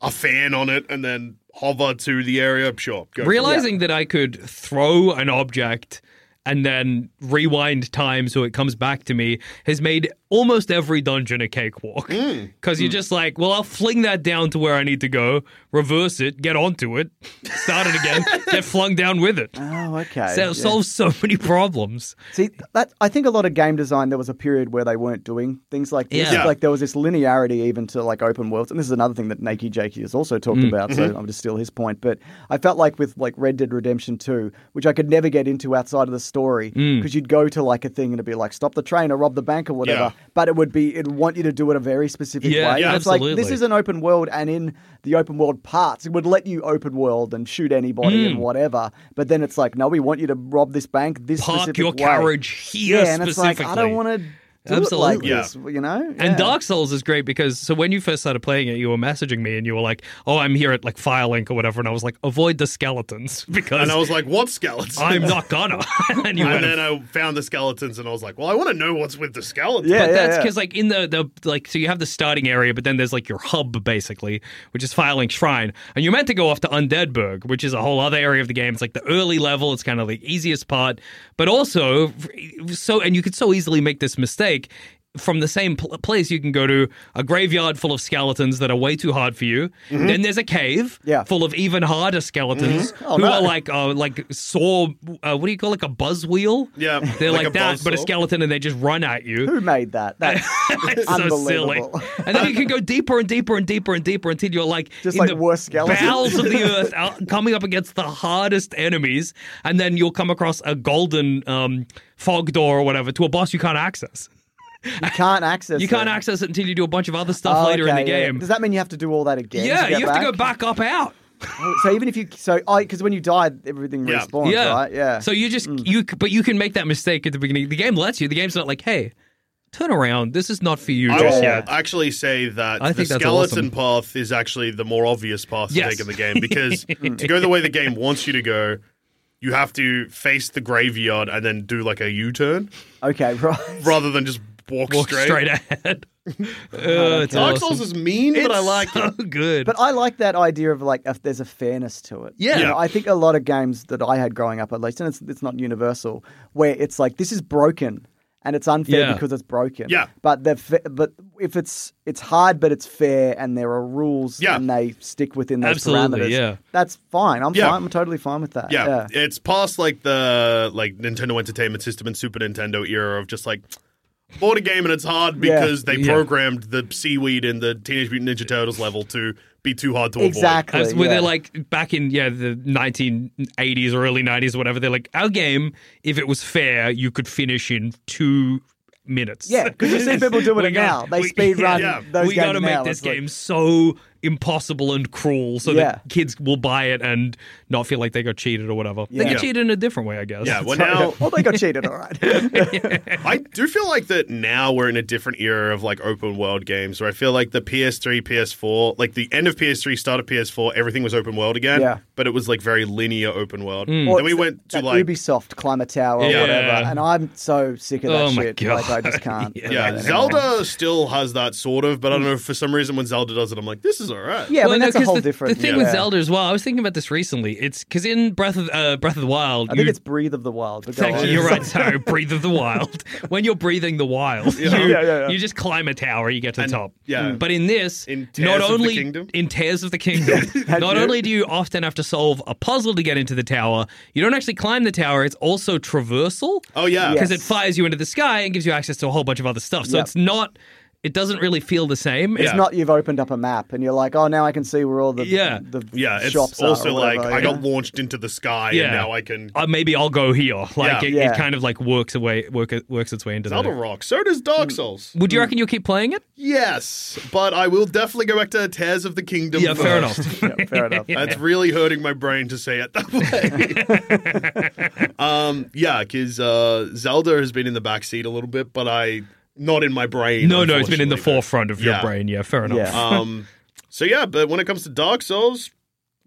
Speaker 2: a fan on it, and then hover to the area, sure. Go for it.
Speaker 6: Realizing that I could throw an object and then rewind time so it comes back to me has made almost every dungeon a cakewalk.
Speaker 5: Mm.
Speaker 6: Because you're
Speaker 2: Mm.
Speaker 6: just like, well, I'll fling that down to where I need to go, reverse it, get onto it, start it again, get flung down with it.
Speaker 5: Oh, okay.
Speaker 6: So
Speaker 5: Yeah.
Speaker 6: it solves so many problems.
Speaker 5: See, th- that I think a lot of game design there was a period where they weren't doing things like this.
Speaker 6: Yeah. Yeah.
Speaker 5: Like there was this linearity even to like open worlds, and this is another thing that Nakey Jakey has also
Speaker 6: Mm-hmm.
Speaker 5: talked about. So I'm just steal his point, but I felt like with like Red Dead Redemption 2, which I could never get into outside of the story,
Speaker 6: Mm.
Speaker 5: because you'd go to like a thing and it'd be like stop the train or rob the bank or whatever,
Speaker 2: Yeah.
Speaker 5: but it would be it'd want you to do it a very specific
Speaker 6: Yeah,
Speaker 5: way.
Speaker 6: yeah,
Speaker 5: And it's like this
Speaker 6: absolutely.
Speaker 5: is an open world, and in the open world parts, it would let you open world and shoot anybody
Speaker 6: Mm.
Speaker 5: and whatever, but then it's like no, we want you to rob this bank this
Speaker 6: Park
Speaker 5: specific
Speaker 6: your
Speaker 5: way.
Speaker 6: carriage here
Speaker 5: Yeah, and it's like
Speaker 6: specifically.
Speaker 5: I don't want to do it like
Speaker 6: Absolutely.
Speaker 5: this, you know.
Speaker 6: And
Speaker 5: Yeah.
Speaker 6: Dark Souls is great because so when you first started playing it, you were messaging me and you were like, "Oh, I'm here at like Firelink or whatever," and I was like, "Avoid the skeletons because
Speaker 2: and I was like, "What skeletons?"
Speaker 6: I'm not gonna." and you
Speaker 2: and
Speaker 6: went,
Speaker 2: then I found the skeletons, and I was like, "Well, I want to know what's with the skeletons."
Speaker 5: Yeah,
Speaker 6: but
Speaker 5: yeah,
Speaker 6: that's
Speaker 5: yeah.
Speaker 6: because like in the the like so you have the starting area, but then there's like your hub basically, which is Firelink Shrine, and you're meant to go off to Undeadburg, which is a whole other area of the game. It's like the early level; it's kind of the easiest part, but also so and you could so easily make this mistake. From the same pl- place, you can go to a graveyard full of skeletons that are way too hard for you. Then there's a cave
Speaker 5: Mm-hmm. Yeah. Mm-hmm. Oh,
Speaker 6: full of even harder skeletons who
Speaker 5: no.
Speaker 6: are like uh, like saw uh, what do you call it, like a buzz wheel?
Speaker 2: Yeah,
Speaker 6: they're
Speaker 2: like
Speaker 6: like,
Speaker 2: a
Speaker 6: that, but a
Speaker 2: buzzsaw.
Speaker 6: skeleton, and they just run at you.
Speaker 5: who made that? That's
Speaker 6: It's so silly.
Speaker 5: unbelievable.
Speaker 6: And then you can go deeper and deeper and deeper and deeper until you're like
Speaker 5: Just
Speaker 6: in
Speaker 5: like
Speaker 6: the
Speaker 5: worse skeletons.
Speaker 6: bowels of the earth, out, coming up against the hardest enemies, and then you'll come across a golden um, fog door or whatever to a boss you can't access.
Speaker 5: You can't access.
Speaker 6: You can't
Speaker 5: it.
Speaker 6: access it until you do a bunch of other stuff
Speaker 5: Oh,
Speaker 6: later in the
Speaker 5: okay, yeah.
Speaker 6: game.
Speaker 5: Does that mean you have to do all that again?
Speaker 6: yeah,
Speaker 5: get
Speaker 6: you have to go back up out.
Speaker 5: Oh, So even if you so, I because when you die, everything
Speaker 2: Yeah.
Speaker 5: respawns, Oh, right? Yeah. Mm.
Speaker 6: So you just you, c- but you can make that mistake at the beginning. The game lets you. The game's not like, hey, turn around. This is not for you
Speaker 2: I
Speaker 6: just
Speaker 2: would
Speaker 6: yet.
Speaker 2: actually say that
Speaker 6: I
Speaker 2: the
Speaker 6: think that's
Speaker 2: skeleton
Speaker 6: awesome.
Speaker 2: path is actually the more obvious path to
Speaker 6: Yes.
Speaker 2: take in the game because to go the way the game wants you to go, you have to face the graveyard and then do like a U turn
Speaker 5: okay, right.
Speaker 2: rather than just walk,
Speaker 6: Walk
Speaker 2: straight.
Speaker 6: straight, ahead. Uh, it's
Speaker 2: Dark
Speaker 6: awesome.
Speaker 2: Souls is mean, but I like
Speaker 6: so
Speaker 2: it.
Speaker 6: good.
Speaker 5: But I like that idea of like if there's a fairness to it.
Speaker 6: Yeah.
Speaker 5: You know, I think a lot of games that I had growing up, at least, and it's it's not universal, where it's like this is broken. and it's unfair
Speaker 6: Yeah.
Speaker 5: because it's broken.
Speaker 2: Yeah.
Speaker 5: But the fa- but if it's it's hard, but it's fair, and there are rules,
Speaker 2: Yeah.
Speaker 5: and they stick within those
Speaker 6: Absolutely,
Speaker 5: parameters.
Speaker 6: yeah.
Speaker 5: That's fine. I'm
Speaker 2: Yeah.
Speaker 5: fine. I'm totally fine with that.
Speaker 2: Yeah, it's past like the like Nintendo Entertainment System and Super Nintendo era of just like bought a game and it's hard
Speaker 5: Yeah.
Speaker 2: because they
Speaker 6: Yeah.
Speaker 2: programmed the seaweed in the Teenage Mutant Ninja Turtles level to be too hard to avoid.
Speaker 5: Exactly.
Speaker 6: As where
Speaker 5: yeah.
Speaker 6: they're like back in yeah the 1980s or early 90s or whatever they're like our game if it was fair you could finish in two minutes
Speaker 5: Yeah, 'cause you see people doing
Speaker 6: We
Speaker 5: it
Speaker 6: gotta-
Speaker 5: now. They speed run those
Speaker 6: we gotta
Speaker 5: games
Speaker 6: make
Speaker 5: now.
Speaker 6: this
Speaker 5: It's like-
Speaker 6: game so impossible and cruel so that
Speaker 5: Yeah.
Speaker 6: kids will buy it and not feel like they got cheated or whatever they
Speaker 5: Yeah.
Speaker 6: get cheated in a different way I guess
Speaker 2: Yeah, well now
Speaker 5: Sorry. well, they got cheated, all
Speaker 6: Hmm.
Speaker 5: right.
Speaker 2: I do feel like that now we're in a different era of like open world games where I feel like the PS3, PS4, like the end of PS3, start of PS4, everything was open world again.
Speaker 5: Yeah.
Speaker 2: But it was like very linear open world.
Speaker 5: Or
Speaker 6: Hmm.
Speaker 2: Then we
Speaker 5: it's
Speaker 2: went to
Speaker 5: that
Speaker 2: like
Speaker 5: Ubisoft climb a tower or
Speaker 6: Yeah.
Speaker 5: whatever, and I'm so sick of that
Speaker 6: Oh my
Speaker 5: shit.
Speaker 6: God.
Speaker 5: Like, I just can't. do that
Speaker 2: Yeah,
Speaker 5: anymore.
Speaker 2: Zelda still has that sort of, but I don't know for some reason when Zelda does it, I'm like, this is all right.
Speaker 5: Yeah, I
Speaker 6: Well,
Speaker 5: mean
Speaker 6: no,
Speaker 5: that's a
Speaker 6: 'cause
Speaker 5: whole
Speaker 6: the,
Speaker 5: different.
Speaker 6: The thing
Speaker 5: yeah.
Speaker 6: with Zelda as well, I was thinking about this recently. It's because in Breath of uh, Breath of the Wild,
Speaker 5: I
Speaker 6: you
Speaker 5: think it's Breathe of the Wild. but go
Speaker 6: Thank
Speaker 5: on.
Speaker 6: you. You're right. Sorry. Breathe of the wild. When you're breathing the wild, You,
Speaker 5: Yeah, yeah, yeah.
Speaker 6: you just climb a tower, you get to the top.
Speaker 2: yeah.
Speaker 6: But in this,
Speaker 2: In Tears
Speaker 6: not
Speaker 2: of the
Speaker 6: only
Speaker 2: Kingdom?
Speaker 6: in Tears of the Kingdom, not
Speaker 5: you?
Speaker 6: only do you often have to solve a puzzle to get into the tower, you don't actually climb the tower. It's also traversal.
Speaker 2: Oh, yeah.
Speaker 6: Because
Speaker 5: Yes.
Speaker 6: it fires you into the sky and gives you access to a whole bunch of other stuff. So
Speaker 5: Yep.
Speaker 6: it's not. It doesn't really feel the same.
Speaker 2: Yeah.
Speaker 6: It's
Speaker 5: It's not you've opened up a map and you're like, oh, now I can see where all the
Speaker 6: Yeah.
Speaker 5: the
Speaker 2: Yeah, it's
Speaker 5: shops
Speaker 2: also
Speaker 5: are. or whatever,
Speaker 2: like I
Speaker 5: yeah.
Speaker 2: got launched into the sky
Speaker 6: Yeah.
Speaker 2: and now I can.
Speaker 6: Uh, maybe I'll go here. Like
Speaker 2: Yeah.
Speaker 6: It,
Speaker 5: Yeah.
Speaker 6: it kind of like works away, work, works its way into
Speaker 2: Zelda
Speaker 6: the.
Speaker 2: Rock. So does
Speaker 5: Hmm.
Speaker 2: Dark Souls.
Speaker 6: Would you reckon you'll keep playing it?
Speaker 2: Yes, but I will definitely go back to Tears of the Kingdom.
Speaker 6: Yeah, fair
Speaker 2: first.
Speaker 6: enough.
Speaker 5: Yeah, fair enough.
Speaker 2: That's really hurting my brain to say it that way. um, yeah, because uh, Zelda has been in the backseat a little bit, but I not in my brain.
Speaker 6: No, no, it's been in the
Speaker 2: unfortunately.
Speaker 6: forefront of
Speaker 2: Yeah.
Speaker 6: your brain. Yeah, fair enough.
Speaker 5: Yeah.
Speaker 2: Um, so yeah, but when it comes to Dark Souls,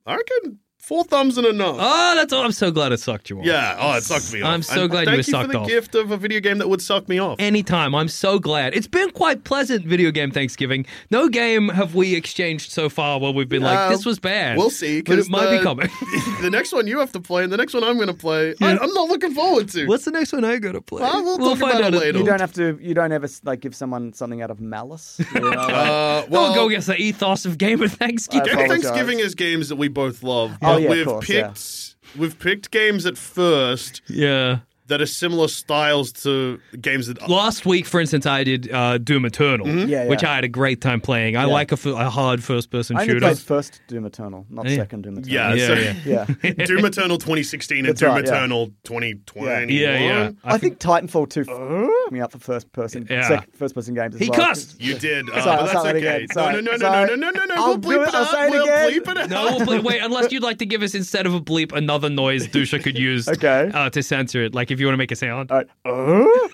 Speaker 2: I reckon four thumbs and enough.
Speaker 6: Oh, that's all. I'm so glad it sucked you off.
Speaker 2: Uh, Yeah. Oh, it sucked me off.
Speaker 6: I'm so
Speaker 2: And
Speaker 6: glad you
Speaker 2: thank
Speaker 6: were
Speaker 2: for
Speaker 6: sucked
Speaker 2: the
Speaker 6: off.
Speaker 2: gift of a video game that would suck me off.
Speaker 6: Anytime. I'm so glad. It's been quite pleasant video game Thanksgiving. No game have we exchanged so far where we've been
Speaker 2: Uh,
Speaker 6: like, this was bad.
Speaker 2: We'll see.
Speaker 6: But
Speaker 2: 'cause
Speaker 6: it might
Speaker 2: the,
Speaker 6: be coming.
Speaker 2: the next one you have to play, and the next one I'm going to play. I, I'm not looking forward to.
Speaker 6: What's the next one I gotta play?
Speaker 2: Well, we'll talk about it later.
Speaker 5: You don't have to. You don't ever like give someone something out of malice. you know, like-
Speaker 2: uh,
Speaker 6: Well,
Speaker 2: well,
Speaker 6: Oh, go against the ethos of Game of Thanksgiving.
Speaker 5: I
Speaker 2: Game
Speaker 5: apologize.
Speaker 2: Thanksgiving is games that we both love,
Speaker 5: Oh,
Speaker 2: but
Speaker 5: yeah, of
Speaker 2: we've
Speaker 5: course, yeah.
Speaker 2: picked we've picked games at first
Speaker 6: yeah.
Speaker 2: that are similar styles to games that
Speaker 6: Last week, for instance, I did uh, Doom Eternal,
Speaker 2: Mm-hmm.
Speaker 5: Yeah,
Speaker 6: which
Speaker 5: yeah.
Speaker 6: I had a great time playing. I like a f- a hard first person
Speaker 5: I only
Speaker 6: shooter.
Speaker 5: played first Doom Eternal, not second Doom Eternal.
Speaker 2: Yeah,
Speaker 6: Yeah,
Speaker 2: so
Speaker 6: yeah.
Speaker 5: yeah.
Speaker 2: Doom Eternal 2016 and
Speaker 5: That's
Speaker 2: Doom
Speaker 5: right, yeah.
Speaker 2: Eternal 2020.
Speaker 6: Yeah, yeah.
Speaker 5: I, think, Titanfall two f- me up for first person,
Speaker 6: Yeah.
Speaker 5: first person games. As
Speaker 6: He
Speaker 5: well.
Speaker 6: cussed!
Speaker 2: You did, uh,
Speaker 5: Sorry,
Speaker 2: but
Speaker 5: I'll
Speaker 2: that's
Speaker 5: say it
Speaker 2: okay.
Speaker 5: again. Sorry,
Speaker 2: no, no, no,
Speaker 5: sorry.
Speaker 2: no, no, no, no, no.
Speaker 5: I'll
Speaker 2: We'll
Speaker 5: do
Speaker 2: bleep
Speaker 5: it.
Speaker 2: it
Speaker 5: I'll
Speaker 2: out.
Speaker 5: say it
Speaker 2: we'll
Speaker 5: again.
Speaker 2: bleep it out.
Speaker 6: No, we'll bleep, wait, unless you'd like to give us, instead of a bleep, another noise Dusha could use
Speaker 5: Okay.
Speaker 6: uh, to censor it. Like if you want to make a sound.
Speaker 2: Uh,
Speaker 5: All right. Oh,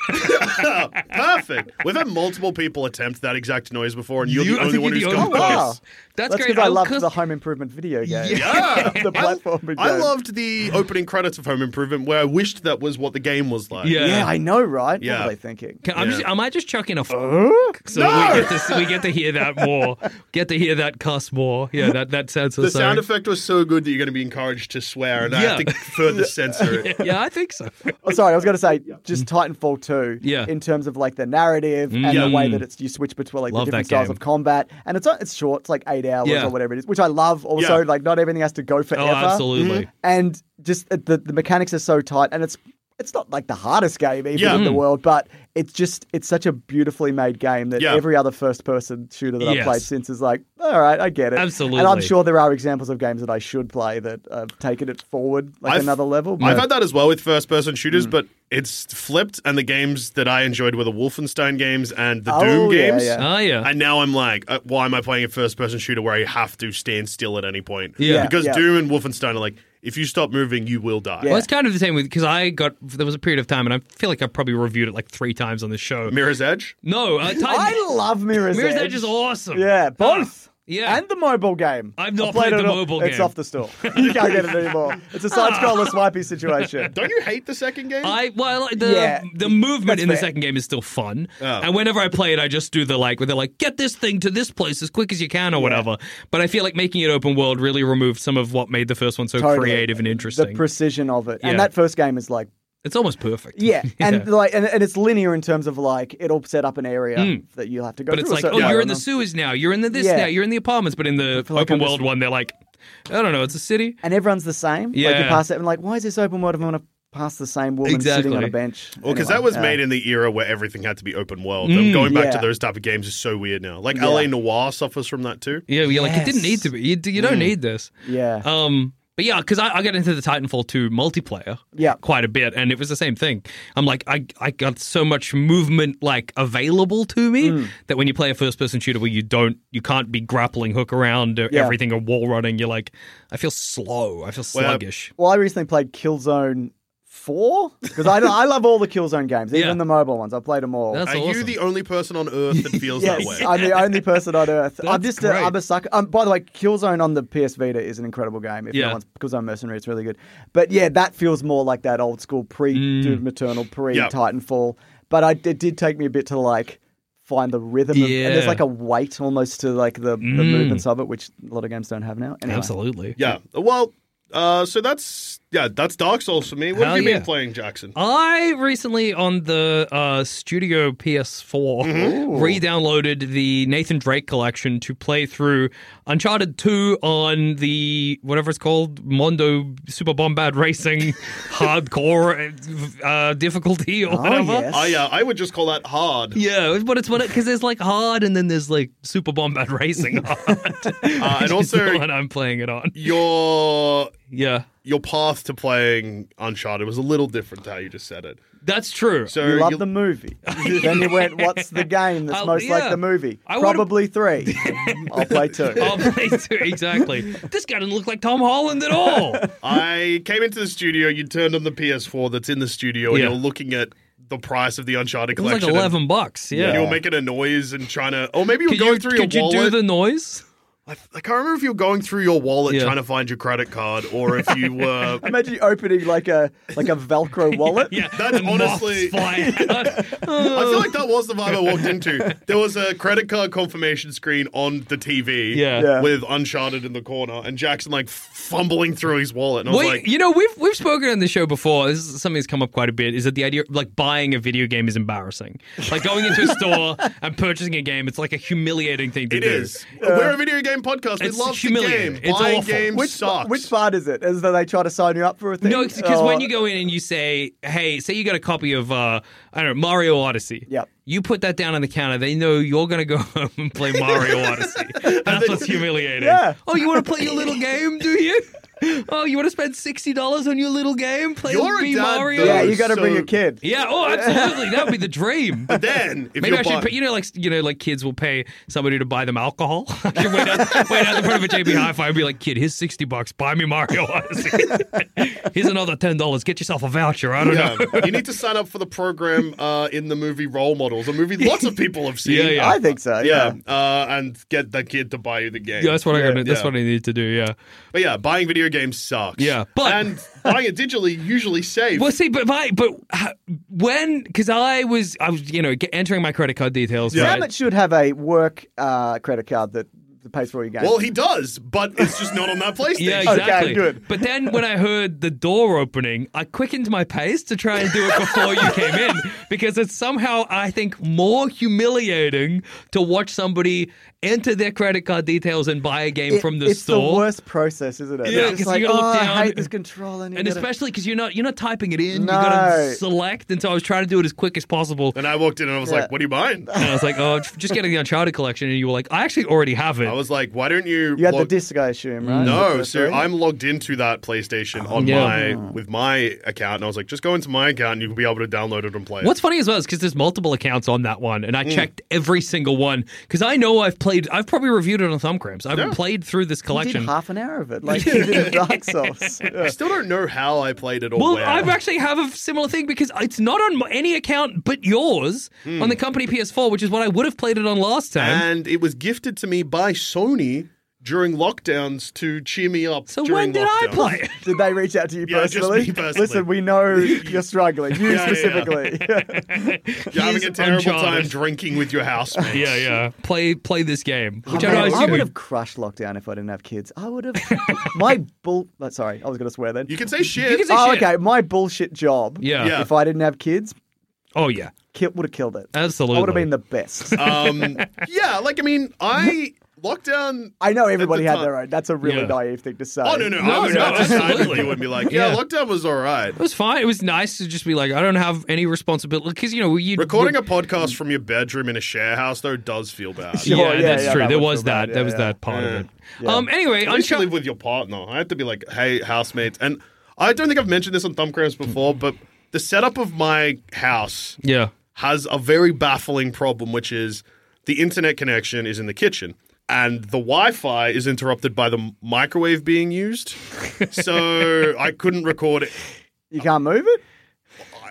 Speaker 2: Perfect. We've had multiple people attempt that exact noise before, and you're
Speaker 6: You-
Speaker 2: the
Speaker 6: I
Speaker 2: only
Speaker 6: think
Speaker 2: one
Speaker 6: you're
Speaker 2: who's
Speaker 6: the
Speaker 2: got
Speaker 6: only
Speaker 2: it.
Speaker 6: one.
Speaker 5: wow.
Speaker 6: course. That's
Speaker 5: That's
Speaker 6: great.
Speaker 5: because I
Speaker 6: I'll
Speaker 5: loved
Speaker 6: cuss-
Speaker 5: the home improvement video game.
Speaker 2: Yeah.
Speaker 5: Oh, the platforming
Speaker 2: I
Speaker 5: game.
Speaker 2: loved the opening credits of Home Improvement where I wished that was what the game was like.
Speaker 6: Yeah.
Speaker 5: Yeah, I know, right?
Speaker 2: Yeah.
Speaker 5: What were they thinking?
Speaker 6: Can, I'm
Speaker 2: Yeah.
Speaker 6: just, I might just chuck in a f-
Speaker 2: Uh,
Speaker 5: Oh,
Speaker 6: so we, get to, we get to hear that more. Get to hear that cuss more. Yeah, that, that censor.
Speaker 2: The
Speaker 6: so-
Speaker 2: sound effect was so good that you're going to be encouraged to swear, and I have
Speaker 6: Yeah.
Speaker 2: to further censor it.
Speaker 6: Yeah, I think so.
Speaker 5: Oh, sorry, I was going to say just Titanfall 2
Speaker 6: Yeah.
Speaker 5: in terms of like the narrative and the
Speaker 6: Yeah.
Speaker 5: way that it's you switch between like
Speaker 6: Love
Speaker 5: the different
Speaker 6: that
Speaker 5: styles
Speaker 6: game.
Speaker 5: of combat and it's it's short, it's like 8 hours
Speaker 6: Yeah.
Speaker 5: or whatever it is, which I love also
Speaker 2: Yeah.
Speaker 5: like not everything has to go forever. Mm-hmm.
Speaker 6: Oh, absolutely.
Speaker 5: And just uh, the the mechanics are so tight and it's it's not like the hardest game even
Speaker 2: Yeah.
Speaker 5: in the
Speaker 2: Mm.
Speaker 5: world, but it's just it's such a beautifully made game that
Speaker 2: Yeah.
Speaker 5: every other first person shooter that I've
Speaker 6: Yes.
Speaker 5: played since is like, all right, I get it. And I'm
Speaker 6: Absolutely.
Speaker 5: sure there are examples of games that I should play that have taken it forward like
Speaker 2: I've-
Speaker 5: another level.
Speaker 2: I've
Speaker 5: but-
Speaker 2: had that as well with first person shooters,
Speaker 6: Hmm.
Speaker 2: but it's flipped, and the games that I enjoyed were the Wolfenstein games and the
Speaker 5: Oh,
Speaker 2: Doom
Speaker 5: yeah,
Speaker 2: games.
Speaker 5: yeah.
Speaker 6: Oh, yeah.
Speaker 2: And now I'm like, uh, why am I playing a first person shooter where I have to stand still at any point?
Speaker 6: Yeah.
Speaker 2: Because
Speaker 5: Yeah.
Speaker 2: Doom and Wolfenstein are like, if you stop moving, you will die.
Speaker 5: Yeah.
Speaker 6: Well, it's kind of the same with because I got there was a period of time, and I feel like I probably reviewed it like three times on the show.
Speaker 2: Mirror's Edge?
Speaker 6: no, uh, Titan-
Speaker 5: I love Mirror's,
Speaker 6: Mirror's
Speaker 5: Edge.
Speaker 6: Edge is awesome. Ah.
Speaker 5: Yeah, both.
Speaker 6: yeah.
Speaker 5: And the mobile game.
Speaker 6: I've not
Speaker 5: I
Speaker 6: played the
Speaker 5: it all-
Speaker 6: mobile
Speaker 5: It's
Speaker 6: game.
Speaker 5: off the store. You can't get it anymore. It's a side scroller swipey situation.
Speaker 2: Don't you hate the second game?
Speaker 6: I well the
Speaker 5: Yeah,
Speaker 6: the movement
Speaker 5: that's
Speaker 6: in the
Speaker 5: fair.
Speaker 6: second game is still fun,
Speaker 2: Oh.
Speaker 6: and whenever I play it, I just do the like where they're like get this thing to this place as quick as you can or whatever. But I feel like making it open world really removed some of what made the first one so
Speaker 5: Totally.
Speaker 6: creative and
Speaker 5: The
Speaker 6: interesting.
Speaker 5: precision of it.
Speaker 6: Yeah.
Speaker 5: And that first game is like
Speaker 6: It's almost perfect.
Speaker 5: Yeah, and like, and, and it's linear in terms of like it'll set up an area that you have to go.
Speaker 6: Hmm. But
Speaker 5: through
Speaker 6: it's
Speaker 5: a
Speaker 6: like,
Speaker 5: certain
Speaker 6: oh,
Speaker 5: way
Speaker 6: you're
Speaker 5: or
Speaker 6: in the
Speaker 5: not.
Speaker 6: sewers now. You're in the this
Speaker 5: Yeah.
Speaker 6: now. You're in the apartments. But in the
Speaker 5: like
Speaker 6: open
Speaker 5: I'm
Speaker 6: world
Speaker 5: just-
Speaker 6: one, they're like, I don't know. It's a city.
Speaker 5: and everyone's the same. like you
Speaker 6: Yeah.
Speaker 5: pass it and like, why is this open world? if I'm gonna pass the same woman sitting on a
Speaker 6: Exactly.
Speaker 5: bench.
Speaker 2: Well, because
Speaker 5: Anyway,
Speaker 2: that was
Speaker 5: uh,
Speaker 2: made in the era where everything had to be open world.
Speaker 6: Hmm.
Speaker 2: And going back to
Speaker 5: Yeah.
Speaker 2: those type of games is so weird now. Like LA Noir suffers from that too.
Speaker 6: Yeah, you're like, it didn't need
Speaker 5: Yes. Mm.
Speaker 6: to be. You, you don't need this.
Speaker 5: Yeah.
Speaker 6: Um, but yeah, because I, I got into the Titanfall 2 multiplayer
Speaker 5: Yeah.
Speaker 6: quite a bit, and it was the same thing. I'm like, I, I got so much movement like available to me
Speaker 5: Mm.
Speaker 6: that when you play a first person shooter where you don't, you can't be grappling hook around or
Speaker 5: Yeah.
Speaker 6: everything or wall running, you're like, I feel slow. I feel
Speaker 2: Well,
Speaker 6: sluggish.
Speaker 5: Well, I recently played Killzone Four because I I love all the Killzone games, even
Speaker 6: Yeah.
Speaker 5: the mobile ones. I played them all.
Speaker 6: That's
Speaker 2: Are you
Speaker 6: awesome.
Speaker 2: the only person on Earth that feels that way?
Speaker 5: Yes, I'm the only person on earth. I'm
Speaker 6: That's
Speaker 5: just a,
Speaker 6: great.
Speaker 5: I'm a sucker. Um, by the way, Killzone on the PS Vita is an incredible game. If
Speaker 6: Yeah.
Speaker 5: no one's Killzone Mercenary, it's really good. But yeah, that feels more like that old school pre
Speaker 6: Mm.
Speaker 5: Doom Maternal, pre
Speaker 2: Yeah.
Speaker 5: Titanfall. But I, it did take me a bit to like find the rhythm. Of, and there's
Speaker 6: Yeah. Mm.
Speaker 5: like a weight almost to like the, the movements of it, which a lot of games don't have now. Anyway.
Speaker 6: Absolutely.
Speaker 2: Yeah. Well, uh, so that's yeah, that's Dark Souls for me. What
Speaker 6: Hell
Speaker 2: have you
Speaker 6: yeah.
Speaker 2: been playing, Jackson?
Speaker 6: I recently on the uh, Studio PS4 re-downloaded the Nathan Drake collection to play through Uncharted 2 on the whatever it's called Mondo Super Bombad Racing hardcore uh, difficulty or
Speaker 5: Oh,
Speaker 6: whatever.
Speaker 5: yes.
Speaker 2: I uh, I would just call that hard.
Speaker 6: Yeah, but it's what because there's like hard and then there's like Super Bombad Racing hard,
Speaker 2: Uh, and
Speaker 6: It's the
Speaker 2: also
Speaker 6: one I'm playing it on.
Speaker 2: your
Speaker 6: Yeah,
Speaker 2: your path to playing Uncharted was a little different to how you just said it.
Speaker 6: that's true.
Speaker 2: So
Speaker 5: You love
Speaker 2: you-
Speaker 5: the movie. then you went, what's the game that's
Speaker 6: Oh,
Speaker 5: most like
Speaker 6: yeah.
Speaker 5: the movie?
Speaker 6: I wanna-
Speaker 5: Probably three. I'll play two.
Speaker 6: I'll play too. Exactly. This guy doesn't look like Tom Holland at all.
Speaker 2: I came into the studio. You turned on the PS4 that's in the studio, and
Speaker 6: Yeah.
Speaker 2: you're looking at the price of the Uncharted
Speaker 6: It was like
Speaker 2: collection. and-
Speaker 6: eleven bucks. Yeah.
Speaker 2: And you were making a noise and trying to. Oh, maybe you were
Speaker 6: Could
Speaker 2: going
Speaker 6: you,
Speaker 2: through
Speaker 6: could
Speaker 2: your
Speaker 6: you
Speaker 2: wallet.
Speaker 6: do the noise?
Speaker 2: I, I can't remember if you were going through your wallet
Speaker 6: Yeah.
Speaker 2: trying to find your credit card, or if you were.
Speaker 5: Imagine you opening like a like a Velcro wallet.
Speaker 2: That's
Speaker 6: The moths
Speaker 2: honestly-
Speaker 6: flying out.
Speaker 2: I feel like that was the vibe I walked into. There was a credit card confirmation screen on the TV
Speaker 6: Yeah.
Speaker 5: Yeah.
Speaker 2: with Uncharted in the corner and Jackson like fumbling through his wallet. And I was
Speaker 6: Wait,
Speaker 2: like,
Speaker 6: you know we've we've spoken on the show before. This is something that's come up quite a bit. Is that the idea of, like buying a video game is embarrassing? Like going into a store and purchasing a game, it's like a humiliating thing to
Speaker 2: it
Speaker 6: do.
Speaker 2: is. We're a video game podcast. We
Speaker 6: it's
Speaker 2: love the
Speaker 6: humiliating.
Speaker 2: game.
Speaker 6: It's
Speaker 2: Buying
Speaker 6: awful.
Speaker 2: games
Speaker 5: Which
Speaker 2: sucks.
Speaker 5: which part is it? Is that they try to sign you up for a thing? Oh. Uh,
Speaker 6: No, because
Speaker 5: Or-
Speaker 6: when you go in and you say, "Hey, say you got a copy of uh, I don't know Mario Odyssey,"
Speaker 5: Yep.
Speaker 6: you put that down on the counter. They know you're going to go home and play Mario Odyssey. That's what's humiliating.
Speaker 5: Yeah.
Speaker 6: Oh, you want to play your little game, do you? Oh, you want to spend sixty dollars on your little game? Play
Speaker 2: You're a
Speaker 6: me
Speaker 2: dad,
Speaker 6: Mario.
Speaker 2: though.
Speaker 5: yeah, you got to
Speaker 2: So-
Speaker 5: bring a kid.
Speaker 6: Yeah, Oh, absolutely. That would be the dream.
Speaker 2: Then, if
Speaker 6: Maybe
Speaker 2: you're
Speaker 6: I should,
Speaker 2: buying-
Speaker 6: pay, you know, like you know, like kids will pay somebody to buy them alcohol. I should wait out, wait out the front of a JB Hi-Fi and be like, "Kid, here's sixty bucks. Buy me Mario Odyssey. here's another ten dollars. Get yourself a voucher. I don't know."
Speaker 2: Yeah. you need to sign up for the program uh, in the movie Role Models, a movie lots of people have seen.
Speaker 6: Yeah, yeah.
Speaker 5: I think so. Yeah.
Speaker 2: Yeah, uh, and get the kid to buy you the game.
Speaker 6: Yeah, that's what I gotta, that's
Speaker 2: yeah.
Speaker 6: what I need to do. Yeah.
Speaker 2: But yeah, buying video games sucks.
Speaker 6: Yeah, but-
Speaker 2: and buying it digitally usually saves.
Speaker 6: Well, see, but my, but h- when? Because I was, I was, you know, get, entering my credit card details.
Speaker 2: Yeah.
Speaker 6: right?
Speaker 5: Samet should have a work uh, credit card that that pays for all your games.
Speaker 2: Well, he does, but it's just not on that PlayStation.
Speaker 6: Yeah,
Speaker 5: Okay,
Speaker 6: exactly.
Speaker 5: good.
Speaker 6: But then when I heard the door opening, I quickened my pace to try and do it before you came in because it's somehow, I think, more humiliating to watch somebody enter their credit card details and buy a game
Speaker 5: It-
Speaker 6: from the
Speaker 5: it's
Speaker 6: store.
Speaker 5: the worst process, isn't it?
Speaker 6: Yeah,
Speaker 5: it's
Speaker 6: 'cause
Speaker 5: like,
Speaker 6: you gotta
Speaker 5: oh,
Speaker 6: look
Speaker 5: I
Speaker 6: down.
Speaker 5: hate this controller. And, you
Speaker 6: And
Speaker 5: gotta-
Speaker 6: especially because you're not you're not typing it in,
Speaker 5: No.
Speaker 6: you gotta select. And so I was trying to do it as quick as possible.
Speaker 2: And I walked in and I was
Speaker 5: Yeah.
Speaker 2: like, "What are you buying?"
Speaker 6: And I was like, oh, just getting the Uncharted collection. And you were like, I actually already have it.
Speaker 2: I was like, "Why don't you?"
Speaker 5: you had the
Speaker 2: log-
Speaker 5: disc, I assume, right?
Speaker 2: No,
Speaker 5: The
Speaker 2: so
Speaker 5: three?
Speaker 2: I'm logged into that PlayStation on
Speaker 6: Oh, Yeah.
Speaker 2: my with my account, and I was like, "Just go into my account, and you'll be able to download it and play." it."
Speaker 6: What's funny as well is because there's multiple accounts on that one, and I checked every single one because I know I've played. I've probably reviewed it on Thumb Cramps. I've played through this
Speaker 5: You did
Speaker 6: collection.
Speaker 5: half an hour of it, like you did in Dark Souls. Yeah.
Speaker 2: I still don't know how I played it or
Speaker 6: Well,
Speaker 2: where.
Speaker 6: I actually have a similar thing because it's not on my- any account but yours on the company PS4, which is what I would have played it on last time.
Speaker 2: and it was gifted to me by Sony during lockdowns to cheer me up.
Speaker 6: So
Speaker 2: during
Speaker 6: when did I
Speaker 2: lockdowns.
Speaker 6: play?
Speaker 5: Did they reach out to you
Speaker 2: Yeah, just
Speaker 5: personally?
Speaker 2: me personally.
Speaker 5: Listen, we know you're struggling. You
Speaker 2: Yeah, yeah, yeah.
Speaker 5: specifically.
Speaker 2: You're having a
Speaker 6: He's
Speaker 2: terrible time
Speaker 6: uncharted.
Speaker 2: drinking with your housemates.
Speaker 4: Yeah, yeah.
Speaker 6: play play this game, which I
Speaker 5: Oh, Man,
Speaker 6: know is
Speaker 5: I
Speaker 6: you.
Speaker 5: would have crushed lockdown if I didn't have kids. I would have. my bull. but Sorry, I was going to swear then.
Speaker 2: You can say shit.
Speaker 6: can say
Speaker 5: oh,
Speaker 6: shit.
Speaker 5: okay. My bullshit job.
Speaker 6: Yeah.
Speaker 2: Yeah.
Speaker 5: If I didn't have kids,
Speaker 6: Oh yeah.
Speaker 5: kill, would have killed it.
Speaker 6: Absolutely.
Speaker 5: I would have been the best.
Speaker 2: um, yeah, like I mean, I lockdown.
Speaker 5: I know everybody
Speaker 2: the
Speaker 5: had
Speaker 2: time-
Speaker 5: their own. That's a really
Speaker 6: Yeah.
Speaker 5: naive thing to say.
Speaker 2: Oh no, no, I would
Speaker 6: no,
Speaker 2: not just side with
Speaker 6: absolutely.
Speaker 2: you and be like, yeah,
Speaker 6: Yeah.
Speaker 2: lockdown was all right.
Speaker 6: It was fine. It was nice to just be like, I don't have any responsibility because you know you
Speaker 2: Recording a podcast from your bedroom in a share house though does feel bad.
Speaker 5: Sure,
Speaker 6: yeah,
Speaker 5: yeah,
Speaker 6: that's
Speaker 5: yeah,
Speaker 6: true.
Speaker 5: that
Speaker 6: there
Speaker 5: would
Speaker 6: was
Speaker 5: feel
Speaker 6: that.
Speaker 5: bad.
Speaker 6: there
Speaker 5: Yeah,
Speaker 6: was
Speaker 5: yeah.
Speaker 6: that part of it.
Speaker 5: Yeah.
Speaker 6: Um. Anyway,
Speaker 2: I used to
Speaker 6: Uncharted.
Speaker 2: live with your partner. I have to be like, hey, housemates. And I don't think I've mentioned this on Thumbcramps before, but the setup of my house
Speaker 6: yeah.
Speaker 2: has a very baffling problem, which is the internet connection is in the kitchen and the Wi Fi is interrupted by the microwave being used. so I couldn't record it.
Speaker 5: You can't move it.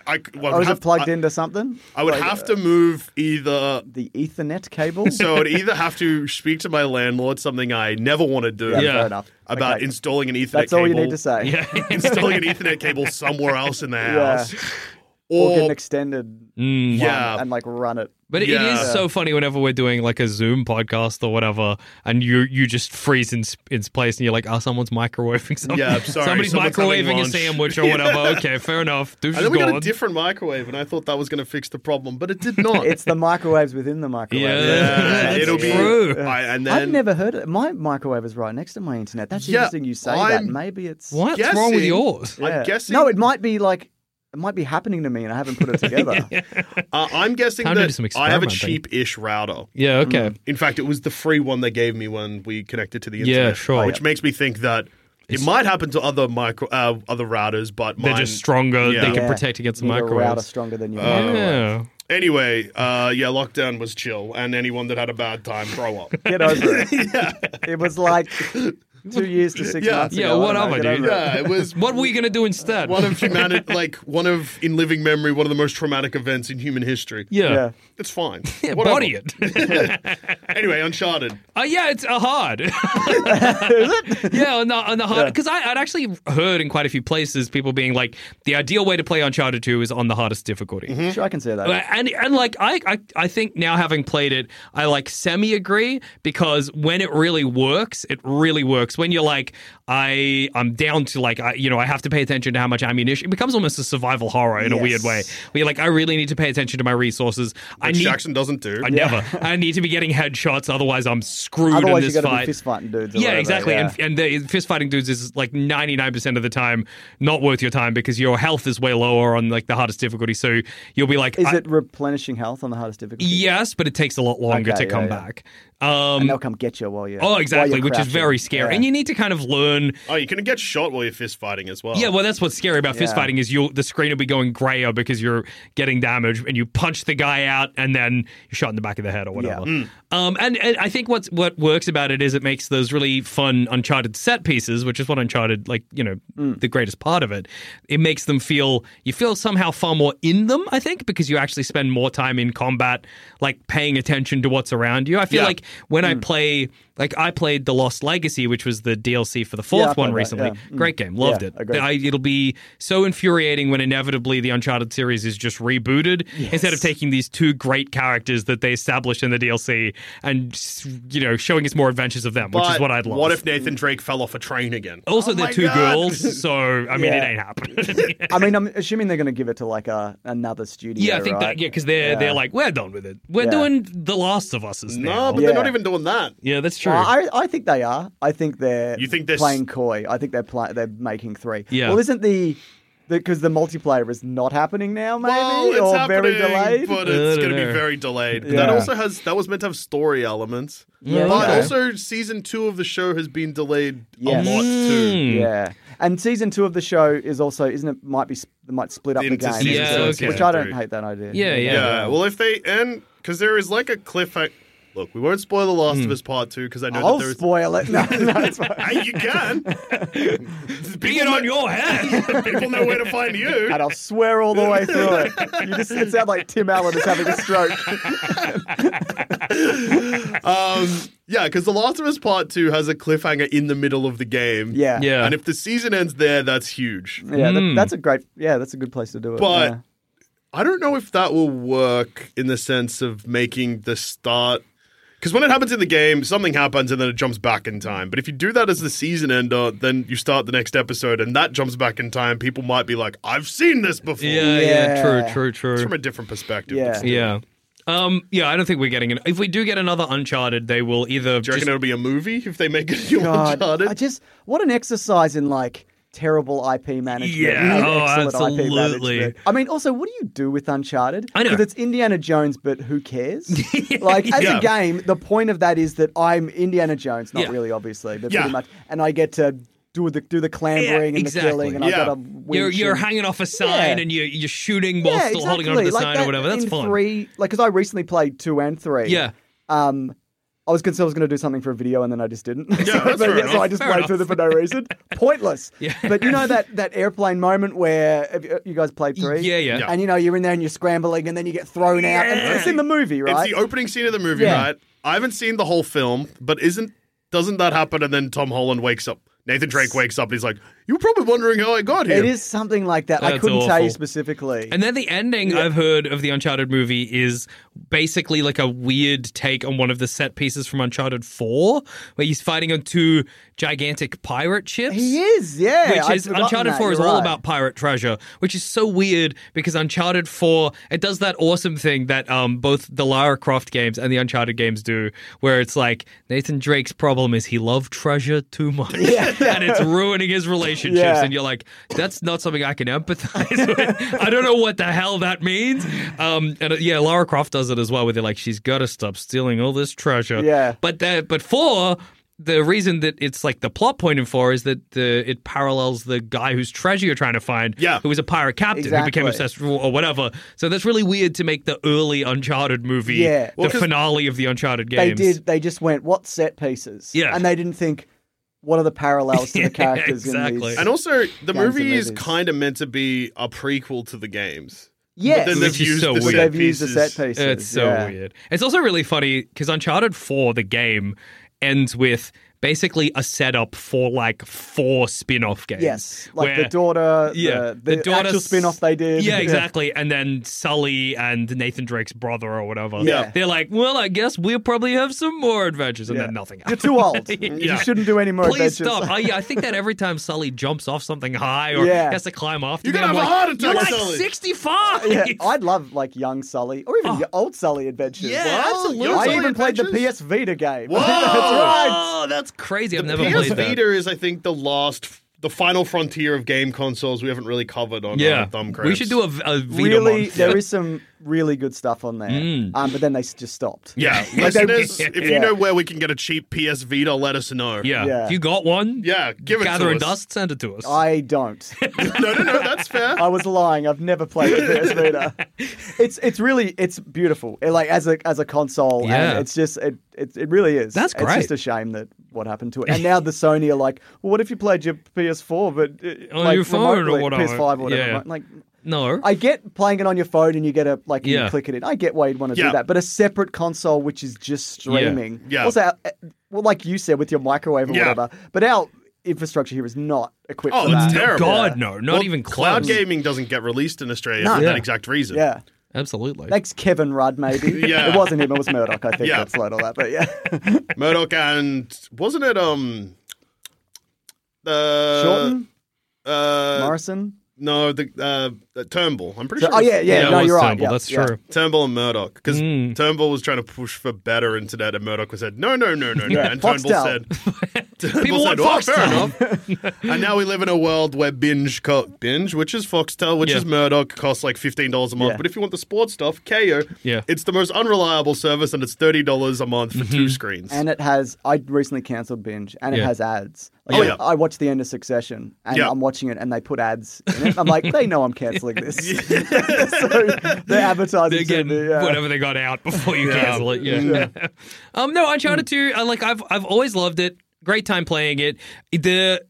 Speaker 2: I, I, well, I
Speaker 5: Or
Speaker 2: would
Speaker 5: is
Speaker 2: have,
Speaker 5: it plugged
Speaker 2: I,
Speaker 5: into something?
Speaker 2: I would
Speaker 5: Like,
Speaker 2: have
Speaker 5: uh,
Speaker 2: to move either.
Speaker 5: the Ethernet cable.
Speaker 2: So I'd either have to speak to my landlord, something I never want to do.
Speaker 5: yeah,
Speaker 6: yeah.
Speaker 5: fair enough.
Speaker 2: About
Speaker 5: Okay.
Speaker 2: installing an Ethernet
Speaker 5: That's
Speaker 2: cable.
Speaker 5: all you need to say.
Speaker 6: Yeah.
Speaker 2: installing an Ethernet cable somewhere else in the
Speaker 5: Yeah.
Speaker 2: house.
Speaker 5: Or get
Speaker 2: Or,
Speaker 5: an extended
Speaker 6: Mm.
Speaker 2: yeah,
Speaker 5: and like run it.
Speaker 6: But it- it
Speaker 2: Yeah.
Speaker 6: is so funny whenever we're doing like a Zoom podcast or whatever, and you you just freeze in, sp- in place, and you're like, "Oh, someone's microwaving something.
Speaker 2: Yeah, I'm sorry,
Speaker 6: Somebody's
Speaker 2: someone's having
Speaker 6: microwaving a
Speaker 2: lunch."
Speaker 6: sandwich or whatever." Okay, fair enough. Dude's
Speaker 2: and then we got a
Speaker 6: gone.
Speaker 2: different microwave, and I thought that was going to fix the problem, but it did not.
Speaker 5: It's the microwaves within the microwave.
Speaker 6: Yeah.
Speaker 2: yeah,
Speaker 6: That's
Speaker 2: it'll
Speaker 6: true.
Speaker 2: be. I, and
Speaker 5: I've
Speaker 2: then
Speaker 5: never heard it. My microwave is right next to my internet. That's
Speaker 2: Yeah,
Speaker 5: interesting you say that.
Speaker 2: I'm-
Speaker 5: Maybe it's
Speaker 6: What's wrong with
Speaker 2: guessing-
Speaker 6: yours?
Speaker 2: I'm
Speaker 5: Yeah.
Speaker 2: guessing.
Speaker 5: No, it might be like it might be happening to me, and I haven't put it together.
Speaker 2: Uh, I'm guessing
Speaker 6: Time to do some
Speaker 2: that I have a
Speaker 6: experimenting.
Speaker 2: cheap-ish router.
Speaker 6: Yeah. Okay.
Speaker 2: In fact, it was the free one they gave me when we connected to the
Speaker 6: Yeah,
Speaker 2: internet.
Speaker 6: sure.
Speaker 2: Which makes me think that it might happen to other micro uh, other routers, but
Speaker 6: They're
Speaker 2: mine-
Speaker 6: just stronger.
Speaker 2: Yeah.
Speaker 6: They can
Speaker 5: Yeah.
Speaker 6: protect against the
Speaker 5: You need A router
Speaker 6: microwaves.
Speaker 5: stronger than you.
Speaker 2: Oh.
Speaker 6: Yeah.
Speaker 2: Anyway, uh, yeah, lockdown was chill, and anyone that had a bad time, grow up.
Speaker 5: Get over it. It was like two years to six
Speaker 2: Yeah.
Speaker 5: months
Speaker 6: Yeah,
Speaker 5: ago. I
Speaker 6: what
Speaker 5: don't know.
Speaker 6: am I
Speaker 5: Get
Speaker 6: doing?
Speaker 5: over it.
Speaker 2: yeah, Uh, it was
Speaker 6: What were you gonna do instead?
Speaker 2: one of humanity, like one of in living memory, one of the most traumatic events in human history.
Speaker 6: yeah.
Speaker 5: Yeah.
Speaker 2: It's fine.
Speaker 6: Yeah,
Speaker 2: Whatever.
Speaker 6: body it.
Speaker 2: Anyway, Uncharted.
Speaker 6: Uh, yeah, it's a hard. Is it? Yeah, on the, on the hard. Because I'd actually heard in quite a few places people being like, the ideal way to play Uncharted 2 is on the hardest difficulty.
Speaker 5: Sure, I can say that.
Speaker 6: Uh, And and like I, I I think now having played it, I like semi agree because when it really works, it really works. When you're like I I'm down to like I, you know I have to pay attention to how much ammunition. It becomes almost a survival horror in a
Speaker 5: Yes.
Speaker 6: weird way. Where you're like I really need to pay attention to my resources. I
Speaker 2: Which
Speaker 6: need.
Speaker 2: Jackson doesn't do.
Speaker 6: I never. I need to be getting headshots, otherwise I'm screwed
Speaker 5: Otherwise,
Speaker 6: in this
Speaker 5: you're going to be
Speaker 6: fight.
Speaker 5: fist fighting dudes. or
Speaker 6: Yeah,
Speaker 5: whatever,
Speaker 6: exactly.
Speaker 5: yeah.
Speaker 6: And, and the fist fighting dudes is like 99% of the time not worth your time because your health is way lower on like the hardest difficulty. So you'll be like,
Speaker 5: Is
Speaker 6: I-
Speaker 5: it replenishing health on the hardest difficulty?
Speaker 6: Yes, but it takes a lot longer to
Speaker 5: Okay, yeah,
Speaker 6: come
Speaker 5: yeah.
Speaker 6: back. Um,
Speaker 5: And they'll come get you while you.
Speaker 6: oh, exactly,
Speaker 5: while you're
Speaker 6: which is very
Speaker 5: crouching.
Speaker 6: scary.
Speaker 5: Yeah.
Speaker 6: And you need to kind of learn.
Speaker 2: Oh, you can get shot while you're fist fighting as well.
Speaker 6: Yeah, well, that's what's scary about fist
Speaker 5: Yeah.
Speaker 6: fighting is you'll the screen will be going grayer because you're getting damage, and you punch the guy out, and then you're shot in the back of the head or whatever.
Speaker 5: Mm.
Speaker 6: Um, and, and I think what's what works about it is it makes those really fun Uncharted set pieces, which is what Uncharted like you know
Speaker 5: Mm.
Speaker 6: the greatest part of it. It makes them feel you feel somehow far more in them, I think, because you actually spend more time in combat, like paying attention to what's around you. I feel
Speaker 2: Yeah.
Speaker 6: like when
Speaker 5: Mm.
Speaker 6: I play. Like I played The Lost Legacy, which was the DLC for the
Speaker 5: Yeah, I
Speaker 6: fourth one
Speaker 5: played that,
Speaker 6: recently.
Speaker 5: yeah. Mm.
Speaker 6: Great game, loved
Speaker 5: Yeah,
Speaker 6: it.
Speaker 5: agreed.
Speaker 6: I, it'll be so infuriating when inevitably the Uncharted series is just rebooted instead of taking these two great characters that they established in the DLC and you know showing us more adventures of them, which is
Speaker 2: But
Speaker 6: what I'd love.
Speaker 2: What if Nathan Drake fell off a train again?
Speaker 6: also
Speaker 2: Oh
Speaker 6: they're
Speaker 2: my
Speaker 6: two
Speaker 2: God.
Speaker 6: girls, so I mean it
Speaker 5: Yeah.
Speaker 6: ain't happening.
Speaker 5: I mean, I'm assuming they're going to give it to like a another studio.
Speaker 6: yeah, I think
Speaker 5: right?
Speaker 6: that yeah, because they're they're like we're done with it. We're
Speaker 5: Yeah.
Speaker 6: doing The Last of Us
Speaker 2: No,
Speaker 6: now.
Speaker 2: but they're not
Speaker 5: Yeah.
Speaker 2: even doing that.
Speaker 6: yeah, that's true.
Speaker 5: Well, I, I think they are. I think they're.
Speaker 2: You think they're s-
Speaker 5: playing coy? I think they're pl- they're making three.
Speaker 6: Yeah.
Speaker 5: Well, isn't the because the, multiplayer is not happening now, maybe
Speaker 2: Well, it's
Speaker 5: or
Speaker 2: happening,
Speaker 5: very delayed.
Speaker 2: but
Speaker 6: I
Speaker 2: it's
Speaker 6: don't
Speaker 2: going to be
Speaker 6: know.
Speaker 2: very delayed. But That
Speaker 5: Yeah.
Speaker 2: also has that was meant to have story elements,
Speaker 5: Yeah,
Speaker 2: but
Speaker 5: okay.
Speaker 2: also season two of the show has been delayed
Speaker 5: Yes.
Speaker 2: a lot
Speaker 6: Hmm. Mm,
Speaker 2: too.
Speaker 5: yeah, and season two of the show is also isn't it might be sp- they might split up the
Speaker 2: Into
Speaker 5: game,
Speaker 2: season
Speaker 6: Yeah, two and okay.
Speaker 5: which I don't
Speaker 2: three.
Speaker 5: hate that idea.
Speaker 6: Yeah, yeah.
Speaker 2: Yeah. Well, if they end because there is like a cliffhanger. Look, we won't spoil the
Speaker 6: Hmm.
Speaker 2: Last of Us Part Two because I know
Speaker 5: I'll
Speaker 2: that there is.
Speaker 5: spoil it. No, no, it's fine.
Speaker 2: Hey, you can.
Speaker 6: Bring it on your head.
Speaker 2: People know where to find you.
Speaker 5: And I'll swear all the way through it. You just, it sounds like Tim Allen is having a stroke.
Speaker 2: Um, yeah, because The Last of Us Part 2 has a cliffhanger in the middle of the game.
Speaker 5: Yeah.
Speaker 6: Yeah.
Speaker 2: And if the season ends there, that's huge.
Speaker 5: Yeah, that, that's a great. Yeah, that's a good place to do it.
Speaker 2: But
Speaker 5: yeah.
Speaker 2: I don't know if that will work in the sense of making the start. Because when it happens in the game, something happens and then it jumps back in time. But if you do that as the season ender, then you start the next episode and that jumps back in time, people might be like, I've seen this before.
Speaker 6: yeah,
Speaker 5: Yeah.
Speaker 6: yeah, true, true,
Speaker 2: It's
Speaker 6: true.
Speaker 2: from a different perspective.
Speaker 5: Yeah.
Speaker 2: It's-
Speaker 6: Yeah. Um, yeah, I don't think we're getting it. If we do get another Uncharted, they will either
Speaker 2: Do you reckon
Speaker 6: just,
Speaker 2: it'll be a movie if they make it new
Speaker 5: God,
Speaker 2: Uncharted?
Speaker 5: I just what an exercise in like terrible IP management.
Speaker 6: Yeah,
Speaker 5: and
Speaker 6: oh,
Speaker 5: excellent IP
Speaker 6: absolutely.
Speaker 5: management. I mean, also, what do you do with Uncharted?
Speaker 6: I know.
Speaker 5: because it's Indiana Jones, but who cares? like as
Speaker 2: Yeah.
Speaker 5: a game, the point of that is that I'm Indiana Jones, not
Speaker 6: Yeah.
Speaker 5: really obviously, but
Speaker 2: Yeah.
Speaker 5: pretty much, and I get to do the do the clambering and
Speaker 6: exactly.
Speaker 5: the killing, and
Speaker 2: Yeah.
Speaker 5: I've got to win.
Speaker 6: you're, you're hanging off a sign
Speaker 5: Yeah.
Speaker 6: and you're, you're shooting while still holding onto the
Speaker 5: like
Speaker 6: sign
Speaker 5: that
Speaker 6: or whatever. That's
Speaker 5: in
Speaker 6: fun.
Speaker 5: Three, like because I recently played two and three.
Speaker 6: Yeah.
Speaker 5: Um, I was concerned I was going to do something for a video and then I just didn't. so,
Speaker 2: that's fair
Speaker 5: so I
Speaker 2: enough.
Speaker 5: just
Speaker 6: Fair
Speaker 5: played
Speaker 6: enough.
Speaker 5: through them for no reason. Pointless.
Speaker 6: Yeah.
Speaker 5: But you know that that airplane moment where have you, you guys played three?
Speaker 6: Yeah, yeah.
Speaker 2: Yeah.
Speaker 5: And you know you're in there and you're scrambling and then you get thrown out. And it's in the movie, right?
Speaker 2: It's the opening scene of the movie,
Speaker 5: Yeah.
Speaker 2: right? I haven't seen the whole film, but isn't doesn't that happen and then Tom Holland wakes up? Nathan Drake wakes up and he's like, You're probably wondering how I got here.
Speaker 5: it is something like that. I
Speaker 6: That's
Speaker 5: couldn't tell you
Speaker 6: awful.
Speaker 5: specifically.
Speaker 6: And then the ending I've heard of the Uncharted movie is basically like a weird take on one of the set pieces from Uncharted 4, where he's fighting on two gigantic pirate ships.
Speaker 5: he is, yeah.
Speaker 6: Which
Speaker 5: I'd
Speaker 6: is
Speaker 5: forgotten
Speaker 6: Uncharted
Speaker 5: that,
Speaker 6: 4 is
Speaker 5: you're
Speaker 6: all
Speaker 5: right.
Speaker 6: about pirate treasure, which is so weird because Uncharted 4 it does that awesome thing that um, both the Lara Croft games and the Uncharted games do, where it's like Nathan Drake's problem is he loved treasure too much, and it's ruining his relationships.
Speaker 5: Yeah.
Speaker 6: And you're like, that's not something I can empathize with. I don't know what the hell that means. Um, and uh, yeah, Lara Croft does it as well, where they're like, she's got to stop stealing all this treasure.
Speaker 5: Yeah.
Speaker 6: But the, but four, the reason that it's like the plot point in four is that the it parallels the guy whose treasure you're trying to find,
Speaker 2: Yeah.
Speaker 6: who was a pirate captain who became
Speaker 5: Exactly.
Speaker 6: obsessed with- or whatever. So that's really weird to make the early Uncharted movie
Speaker 5: Yeah.
Speaker 2: Well,
Speaker 6: the
Speaker 2: 'cause
Speaker 6: finale of the Uncharted
Speaker 5: they
Speaker 6: games.
Speaker 5: did. They just went, "What set pieces?"
Speaker 6: Yeah.
Speaker 5: and they didn't think, "What are the parallels to
Speaker 6: Yeah,
Speaker 5: the characters?" In
Speaker 6: exactly.
Speaker 5: these?
Speaker 2: And also, the movie
Speaker 5: and
Speaker 2: is
Speaker 5: movies.
Speaker 2: kind of meant to be a prequel to the games.
Speaker 5: yes,
Speaker 2: But then they've
Speaker 6: Which is
Speaker 2: used
Speaker 6: so
Speaker 2: the
Speaker 6: weird.
Speaker 2: set
Speaker 5: they've used the
Speaker 2: pieces.
Speaker 5: set pieces.
Speaker 6: It's so
Speaker 5: yeah.
Speaker 6: weird. It's also really funny because Uncharted 4, the game, ends with basically a setup for like four spin off games.
Speaker 5: Yes, like
Speaker 6: where-
Speaker 5: the daughter,
Speaker 6: Yeah,
Speaker 5: the, the, actual
Speaker 6: daughter's-
Speaker 5: spin-off they did.
Speaker 6: Yeah, exactly. And then Sully and Nathan Drake's brother or whatever.
Speaker 5: Yeah.
Speaker 6: they're like, well, I guess we'll probably have some more adventures, and
Speaker 5: Yeah.
Speaker 6: then nothing.
Speaker 5: You're too old.
Speaker 6: Yeah.
Speaker 5: You shouldn't do any more
Speaker 6: Please
Speaker 5: adventures.
Speaker 6: stop. I, I think that every time Sully jumps off something high or
Speaker 5: Yeah.
Speaker 6: has to climb off,
Speaker 2: You're gonna
Speaker 6: I'm
Speaker 2: have a
Speaker 6: like,
Speaker 2: heart attack,
Speaker 6: You're like
Speaker 2: Sully."
Speaker 6: 65.
Speaker 5: Yeah, I'd love like young Sully or even old Sully adventures.
Speaker 6: Oh. Yeah,
Speaker 2: What?
Speaker 6: absolutely.
Speaker 2: Young
Speaker 5: I
Speaker 2: Sully
Speaker 5: even played the
Speaker 2: Adventures?
Speaker 5: PS Vita game.
Speaker 2: Whoa!
Speaker 5: That's right.
Speaker 6: Oh, that's crazy. I've never
Speaker 2: PS
Speaker 6: played that.
Speaker 2: Vita is, I think, the last, the final frontier of game consoles we haven't really covered on yeah.
Speaker 6: Yeah,
Speaker 2: our thumb
Speaker 6: we should do a, a Vita Mm.
Speaker 5: Really,
Speaker 6: month.
Speaker 5: there is some really good stuff on there, um, but then they s- just stopped.
Speaker 2: Yeah,
Speaker 5: Like they-
Speaker 2: listeners, if you
Speaker 5: Yeah.
Speaker 2: know where we can get a cheap PS Vita, let us know.
Speaker 6: Yeah.
Speaker 5: Yeah.
Speaker 6: if you got one,
Speaker 2: Yeah, give it
Speaker 6: gather
Speaker 2: to
Speaker 6: and
Speaker 2: us.
Speaker 6: dust, send it to us.
Speaker 5: I don't.
Speaker 2: No, no, no, that's fair.
Speaker 5: I was lying. I've never played the PS Vita. It's it's really it's beautiful. It, like as a as a console,
Speaker 6: Yeah.
Speaker 5: and it's just it, it it really is.
Speaker 6: That's
Speaker 5: It's
Speaker 6: great.
Speaker 5: just a shame that what happened to it. And now the Sony are like, well, what if you played your PS4 but uh,
Speaker 6: On
Speaker 5: like
Speaker 6: Oh, your phone or
Speaker 5: remotely,
Speaker 6: whatever.
Speaker 5: PS5 or whatever?
Speaker 6: Yeah.
Speaker 5: Like,
Speaker 6: no,
Speaker 5: I get playing it on your phone and you get a like
Speaker 6: Yeah.
Speaker 5: you click it in. I get why you'd want to
Speaker 2: Yeah.
Speaker 5: do that, but a separate console which is just streaming.
Speaker 2: Yeah.
Speaker 5: Also, uh, well, like you said with your microwave or
Speaker 2: Yeah.
Speaker 5: whatever, but our infrastructure here is not equipped
Speaker 2: Oh,
Speaker 5: for
Speaker 2: it's
Speaker 5: that.
Speaker 2: terrible.
Speaker 6: God, no, not
Speaker 2: Well,
Speaker 6: even
Speaker 2: cloud
Speaker 6: close.
Speaker 2: gaming doesn't get released in Australia for
Speaker 6: Yeah.
Speaker 2: that exact reason.
Speaker 5: Yeah.
Speaker 6: Absolutely.
Speaker 5: Thanks, Kevin Rudd, maybe.
Speaker 2: Yeah.
Speaker 5: It wasn't him, it was Murdoch, I think.
Speaker 2: Yeah.
Speaker 5: That's right, all that. But yeah.
Speaker 2: Murdoch and wasn't it um uh,
Speaker 5: Shorten,
Speaker 2: Uh,
Speaker 5: Morrison.
Speaker 2: No, the uh, uh, Turnbull. I'm pretty
Speaker 5: So-
Speaker 2: sure.
Speaker 5: oh,
Speaker 2: it was
Speaker 5: yeah, yeah.
Speaker 6: it
Speaker 5: no,
Speaker 6: was
Speaker 5: you're right.
Speaker 6: Turnbull,
Speaker 5: Yeah,
Speaker 6: That's
Speaker 5: yeah.
Speaker 6: true.
Speaker 2: Turnbull and Murdoch, because
Speaker 6: Hmm.
Speaker 2: Turnbull was trying to push for better internet, and Murdoch was said, "No, no, no, no, no."
Speaker 5: Yeah,
Speaker 2: And Turnbull
Speaker 5: Foxtel.
Speaker 2: said, "Turnbull
Speaker 6: People
Speaker 2: said,
Speaker 6: want
Speaker 2: oh, fair
Speaker 6: Foxtel."
Speaker 2: enough." and now we live in a world where binge, co- binge, which is Foxtel, which
Speaker 6: Yeah.
Speaker 2: is Murdoch, costs like fifteen dollars a month.
Speaker 5: Yeah.
Speaker 2: But if you want the sports stuff, KO,
Speaker 6: Yeah.
Speaker 2: it's the most unreliable service, and it's thirty dollars a month for two screens.
Speaker 5: Mm-hmm. And it has, I recently cancelled Binge, and it
Speaker 6: Yeah.
Speaker 5: has ads.
Speaker 2: Oh,
Speaker 5: I-
Speaker 2: yeah.
Speaker 5: I watched the end of Succession, and
Speaker 2: Yeah.
Speaker 5: I'm watching it, and they put ads in it. I'm like, they know I'm cancelling this. so they're advertising
Speaker 6: They're
Speaker 5: to
Speaker 6: getting
Speaker 5: me. Yeah.
Speaker 6: whatever they got out before you cancel it. Yeah. um, no, Uncharted 2, I, like, I've, I've always loved it. Great time playing it. The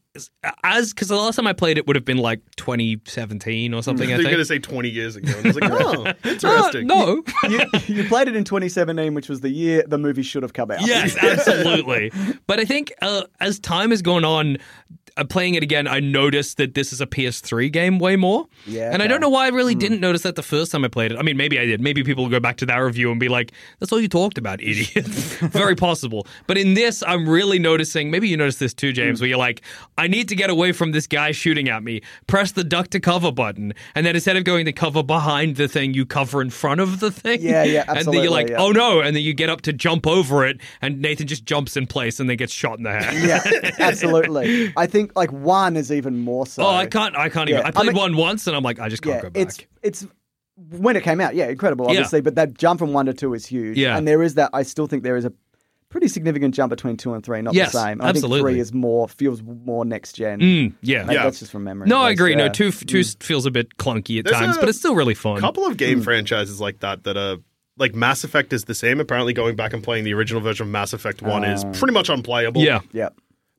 Speaker 6: as because the last time I played it would have been like 2017 or something.
Speaker 2: They're
Speaker 6: I think.
Speaker 2: going to say 20 years ago. And I was like, oh,
Speaker 6: Uh,
Speaker 2: interesting.
Speaker 6: no.
Speaker 5: you, you played it in 2017, which was the year the movie should have come out.
Speaker 6: Yes, absolutely. But I think uh, as time has gone on, uh, playing it again, I noticed that this is a PS3 game way more.
Speaker 5: Yeah, Hmm.
Speaker 6: And I
Speaker 5: okay.
Speaker 6: don't know why I really didn't notice that the first time I played it. I mean, maybe I did. Maybe people will go back to that review and be like, that's all you talked about, idiot. Very possible. But in this, I'm really noticing, maybe you noticed this too,
Speaker 5: Hmm.
Speaker 6: James, where you're like, I need to get away from this guy shooting at me. Press the duck to cover button. And then instead of going to cover behind the thing, you cover in front of the thing. And
Speaker 5: Yeah, yeah,
Speaker 6: then you're
Speaker 5: absolutely,
Speaker 6: like,
Speaker 5: yeah.
Speaker 6: oh oh no, and then you get up to jump over it, and Nathan just jumps in place and then gets shot in the head.
Speaker 5: Yeah, absolutely. I think like one is even more so.
Speaker 6: Oh, I can't, I can't even.
Speaker 5: Yeah,
Speaker 6: I
Speaker 5: I
Speaker 6: played
Speaker 5: mean-
Speaker 6: one once, and I'm like, I just can't
Speaker 5: Yeah,
Speaker 6: go back.
Speaker 5: it's it's when it came out. Yeah, incredible,
Speaker 6: Yeah.
Speaker 5: obviously. But that jump from one to two is huge.
Speaker 6: Yeah.
Speaker 5: and there is that. I still think there is a pretty significant jump between two and three. Not
Speaker 6: Yes,
Speaker 5: the same. And I
Speaker 6: absolutely.
Speaker 5: think three is more feels more next gen.
Speaker 6: Mm, yeah.
Speaker 5: Maybe
Speaker 2: Yeah.
Speaker 5: that's just from memory.
Speaker 6: No,
Speaker 5: at
Speaker 6: I
Speaker 5: least,
Speaker 6: agree.
Speaker 5: yeah. Hmm.
Speaker 6: No, two two feels a bit clunky at
Speaker 2: There's
Speaker 6: times,
Speaker 2: a
Speaker 6: but it's still really fun.
Speaker 2: A couple of game franchises like that that are. Like Mass Effect is the same. Apparently, going back and playing the original version of Mass Effect One is pretty much unplayable.
Speaker 6: Uh, yeah,
Speaker 5: Yeah.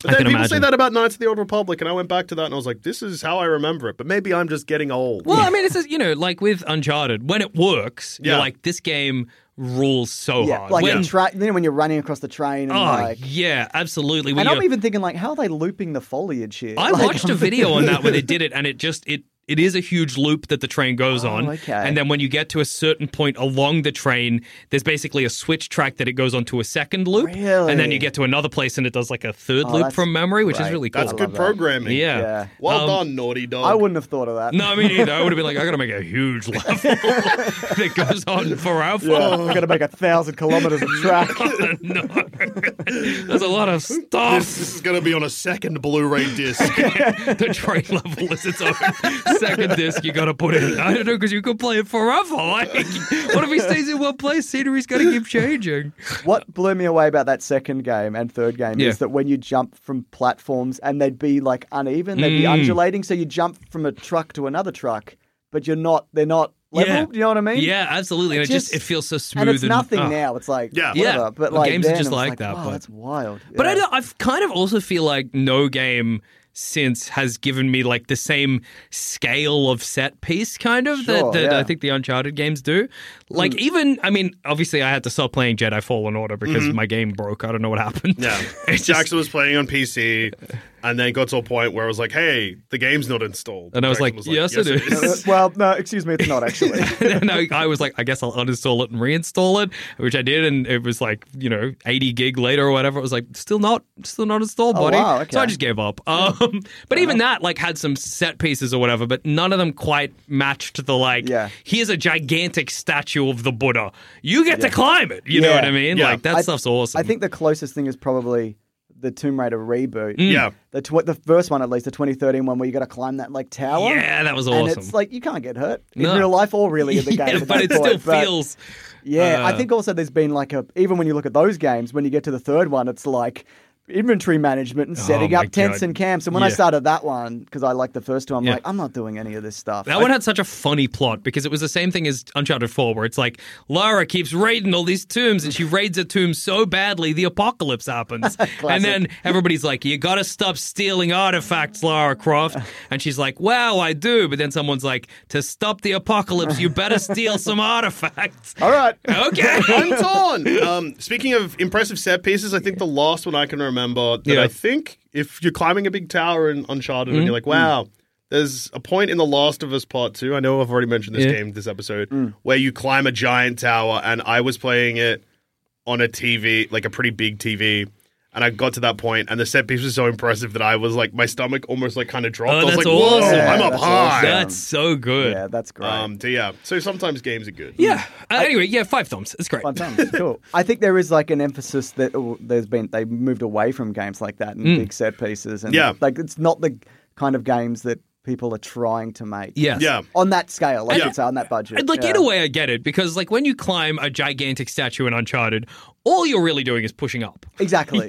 Speaker 2: but
Speaker 6: I
Speaker 2: then
Speaker 6: can
Speaker 2: people say
Speaker 6: imagine.
Speaker 2: that about Knights of the Old Republic, and I went back to that and I was like, "This is how I remember it." But maybe I'm just getting old.
Speaker 6: Well, I mean, it's just, you know, like with Uncharted, when it works, you're
Speaker 2: Yeah.
Speaker 6: like, this game rules so
Speaker 5: Yeah,
Speaker 6: hard.
Speaker 5: like
Speaker 6: when,
Speaker 5: the tra- you know, when you're running across the train and
Speaker 6: oh
Speaker 5: like,
Speaker 6: yeah, absolutely. When
Speaker 5: and I'm
Speaker 6: you're-
Speaker 5: even thinking like, how are they looping the foliage here?
Speaker 6: I
Speaker 5: Like,
Speaker 6: watched a video on that where they did it, and it just it it is a huge loop that the train goes on.
Speaker 5: Oh, okay.
Speaker 6: And then when you get to a certain point along the train, there's basically a switch track that it goes on to a second loop, and then
Speaker 5: Really?
Speaker 6: you get to another place and it does like a third
Speaker 5: Oh,
Speaker 6: loop
Speaker 5: that's
Speaker 6: from memory, which is
Speaker 5: great.
Speaker 6: really cool.
Speaker 2: that's good programming.
Speaker 6: Yeah. Um,
Speaker 5: Yeah.
Speaker 2: Well done, Naughty Dog.
Speaker 5: I wouldn't have thought of that.
Speaker 6: No, I mean either. I would have been like, I got to make a huge level that goes on forever.
Speaker 5: Oh, we're gonna make a thousand kilometers of track.
Speaker 6: no, there's a lot of
Speaker 2: This,
Speaker 6: stuff.
Speaker 2: this is going to be on a second Blu-ray disc.
Speaker 6: the train level is its own second disc you gotta put in. I don't know, because you could play it forever. Like, what if he stays in one place? Scenery's gotta keep changing.
Speaker 5: What blew me away about that second game and third game
Speaker 6: Yeah.
Speaker 5: is that when you jump from platforms and they'd be like uneven, they'd
Speaker 6: Mm.
Speaker 5: be undulating, so you jump from a truck to another truck, but you're not they're not level,
Speaker 6: Yeah.
Speaker 5: do you know what I mean?
Speaker 6: Yeah, absolutely. And it just, it
Speaker 5: Just-
Speaker 6: feels so smooth.
Speaker 5: And it's nothing
Speaker 6: oh.
Speaker 5: now. It's like
Speaker 2: Yeah.
Speaker 5: whatever.
Speaker 6: Yeah.
Speaker 5: But
Speaker 6: Well,
Speaker 5: like
Speaker 6: games are
Speaker 5: then
Speaker 6: just
Speaker 5: it was
Speaker 6: like that,
Speaker 5: Wow,
Speaker 6: but-
Speaker 5: that's wild.
Speaker 6: But I
Speaker 5: Yeah.
Speaker 6: don't, I've kind of also feel like no game since has given me like the same scale of set piece, kind of
Speaker 5: Sure,
Speaker 6: that, that
Speaker 5: yeah. Hmm.
Speaker 6: I think the Uncharted games do. Like even, I mean, obviously I had to stop playing Jedi Fallen Order because
Speaker 5: Mm-hmm.
Speaker 6: my game broke. I don't know what happened.
Speaker 2: Yeah.
Speaker 6: It's just-
Speaker 2: Jackson was playing on PC and then got to a point where I was like, hey, the game's not installed.
Speaker 6: And I was
Speaker 2: Jackson
Speaker 6: like, yes, it is.
Speaker 5: Uh, well, no, excuse me, it's not actually.
Speaker 6: and I, I was like, I guess I'll uninstall it and reinstall it, which I did, and it was like, you know, 80 gig later or whatever. It was like, still not, still not installed,
Speaker 5: Oh,
Speaker 6: buddy.
Speaker 5: wow, okay.
Speaker 6: So I just gave up. Um, but even that, like, had some set pieces or whatever, but none of them quite matched the like.
Speaker 5: Yeah.
Speaker 6: Here's a gigantic statue of the Buddha. You get to climb it. You know
Speaker 5: Yeah.
Speaker 6: what I mean?
Speaker 2: Yeah.
Speaker 6: Like that
Speaker 5: I-
Speaker 6: stuff's awesome.
Speaker 5: I think the closest thing is probably the Tomb Raider reboot.
Speaker 2: Yeah.
Speaker 5: The tw- the first one at least, the 2013 one where you got to climb that like tower.
Speaker 6: yeah, that was
Speaker 5: And
Speaker 6: awesome.
Speaker 5: it's like you can't get hurt in
Speaker 6: No.
Speaker 5: real life or really in the game.
Speaker 6: yeah,
Speaker 5: at
Speaker 6: but
Speaker 5: that
Speaker 6: it
Speaker 5: point.
Speaker 6: still
Speaker 5: But,
Speaker 6: feels.
Speaker 5: Yeah, I
Speaker 6: uh,
Speaker 5: think also there's been like a even when you look at those games, when you get to the third one, it's like inventory management and setting
Speaker 6: Oh my
Speaker 5: up tents
Speaker 6: God.
Speaker 5: and camps. And when I
Speaker 6: Yeah.
Speaker 5: started that one because I liked the first two, I'm
Speaker 6: Yeah.
Speaker 5: like, I'm not doing any of this stuff.
Speaker 6: That
Speaker 5: I-
Speaker 6: one had such a funny plot because it was the same thing as Uncharted 4, where it's like Lara keeps raiding all these tombs and she raids a tomb so badly the apocalypse happens. and then everybody's like, You gotta stop stealing artifacts, Lara Croft. And she's like, Wow, I do. But then someone's like, To stop the apocalypse, you better steal some artifacts.
Speaker 5: All right.
Speaker 6: Okay.
Speaker 2: Anton! Um, speaking of impressive set pieces, I think the last one I can remember that
Speaker 6: Yeah.
Speaker 2: I think if you're climbing a big tower in Uncharted and you're like,
Speaker 6: Mm-hmm.
Speaker 2: wow, there's a point in The Last of Us Part 2, I know I've already mentioned this
Speaker 6: Yeah.
Speaker 2: game this episode, where you climb a giant tower and I was playing it on a TV, like a pretty big TV. And I got to that point, and the set piece was so impressive that I was like, my stomach almost like kind of dropped.
Speaker 6: Oh,
Speaker 2: I was like,
Speaker 6: that's
Speaker 2: "Whoa,
Speaker 6: awesome.
Speaker 2: I'm
Speaker 5: Yeah,
Speaker 2: up
Speaker 5: that's
Speaker 2: high."
Speaker 6: That's so good.
Speaker 5: yeah, that's great.
Speaker 2: Um, so yeah, so sometimes games are good.
Speaker 6: Yeah. Uh, anyway, yeah, five thumbs. It's great.
Speaker 5: Fun times. cool. I think there is like an emphasis that oh, there's been they moved away from games like that and
Speaker 6: Hmm.
Speaker 5: big set pieces and
Speaker 2: Yeah.
Speaker 5: like it's not the kind of games that people are trying to make.
Speaker 6: Yes.
Speaker 2: Yeah.
Speaker 5: On that scale, like
Speaker 2: Yeah.
Speaker 5: it's on that budget.
Speaker 6: And like
Speaker 5: yeah.
Speaker 6: in a way, I get it because like when you climb a gigantic statue in Uncharted, all you're really doing is pushing up.
Speaker 5: Exactly.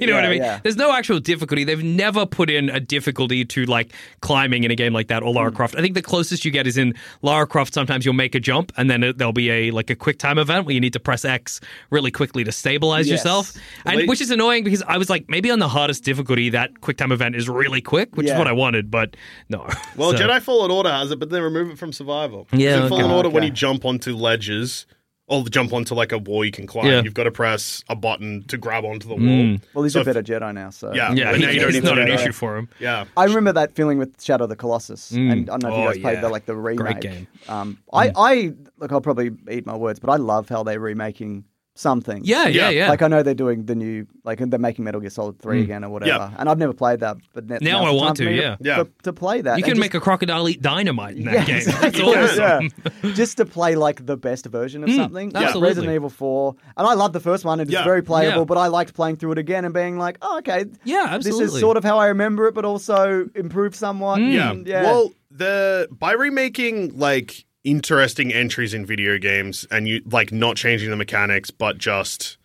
Speaker 6: You know what
Speaker 5: Yeah,
Speaker 6: I mean?
Speaker 5: yeah.
Speaker 6: There's no actual difficulty. They've never put in a difficulty to like climbing in a game like that or Lara
Speaker 5: Hmm.
Speaker 6: Croft. I think the closest you get is in Lara Croft. Sometimes you'll make a jump and then it, there'll be a like a quick time event where you need to press X really quickly to stabilize
Speaker 5: Yes.
Speaker 6: yourself, and
Speaker 2: Wait.
Speaker 6: which is annoying because I was like maybe on the hardest difficulty that quick time event is really quick, which
Speaker 5: Yeah.
Speaker 6: is what I wanted, but no.
Speaker 2: Well,
Speaker 6: So-
Speaker 2: Jedi Fallen Order has it, but they remove it from survival.
Speaker 6: Yeah,
Speaker 2: in Fallen
Speaker 6: okay.
Speaker 2: Order, when
Speaker 5: Okay.
Speaker 2: you jump onto ledges or jump onto like a wall you can climb,
Speaker 6: Yeah. Hmm.
Speaker 2: you've got to press a button to grab onto the wall.
Speaker 5: Well, he's
Speaker 2: So
Speaker 5: a
Speaker 2: if-
Speaker 5: better Jedi now, so
Speaker 2: Yeah,
Speaker 6: Yeah,
Speaker 2: but now you don't
Speaker 6: it's
Speaker 2: even
Speaker 6: not an
Speaker 2: know.
Speaker 6: issue for him.
Speaker 2: Yeah.
Speaker 5: I remember that feeling with Shadow of the Colossus, and I don't know if you
Speaker 6: Oh,
Speaker 5: guys played
Speaker 6: yeah.
Speaker 5: the like the remake.
Speaker 6: game. Hmm.
Speaker 5: Um, I, I look, I'll probably eat my words, but I love how they're remaking something.
Speaker 6: Yeah,
Speaker 2: Yeah.
Speaker 6: yeah, yeah. Mm.
Speaker 5: Like I know they're doing the new, like they're making Metal Gear Solid Three again or whatever,
Speaker 2: Yeah.
Speaker 5: and I've never played that, but now,
Speaker 6: Now I want to, yeah.
Speaker 2: Yeah.
Speaker 5: to, to play that.
Speaker 6: you
Speaker 5: and
Speaker 6: can
Speaker 5: just-
Speaker 6: make a crocodile eat dynamite in that
Speaker 5: Yeah,
Speaker 6: game. That's
Speaker 5: exactly.
Speaker 6: awesome.
Speaker 5: Yeah. Just to play like the best version of something. Like
Speaker 6: Mm. absolutely.
Speaker 5: Resident Evil 4. And I loved the first one. It was
Speaker 2: Yeah.
Speaker 5: very playable,
Speaker 6: Yeah.
Speaker 5: but I liked playing through it again and being like, oh, okay.
Speaker 6: Yeah,
Speaker 5: This
Speaker 6: absolutely.
Speaker 5: is sort of how I remember it, but also improved somewhat.
Speaker 2: Yeah.
Speaker 5: Mm, yeah.
Speaker 2: Well, the by remaking like interesting entries in video games and you like not changing the mechanics but just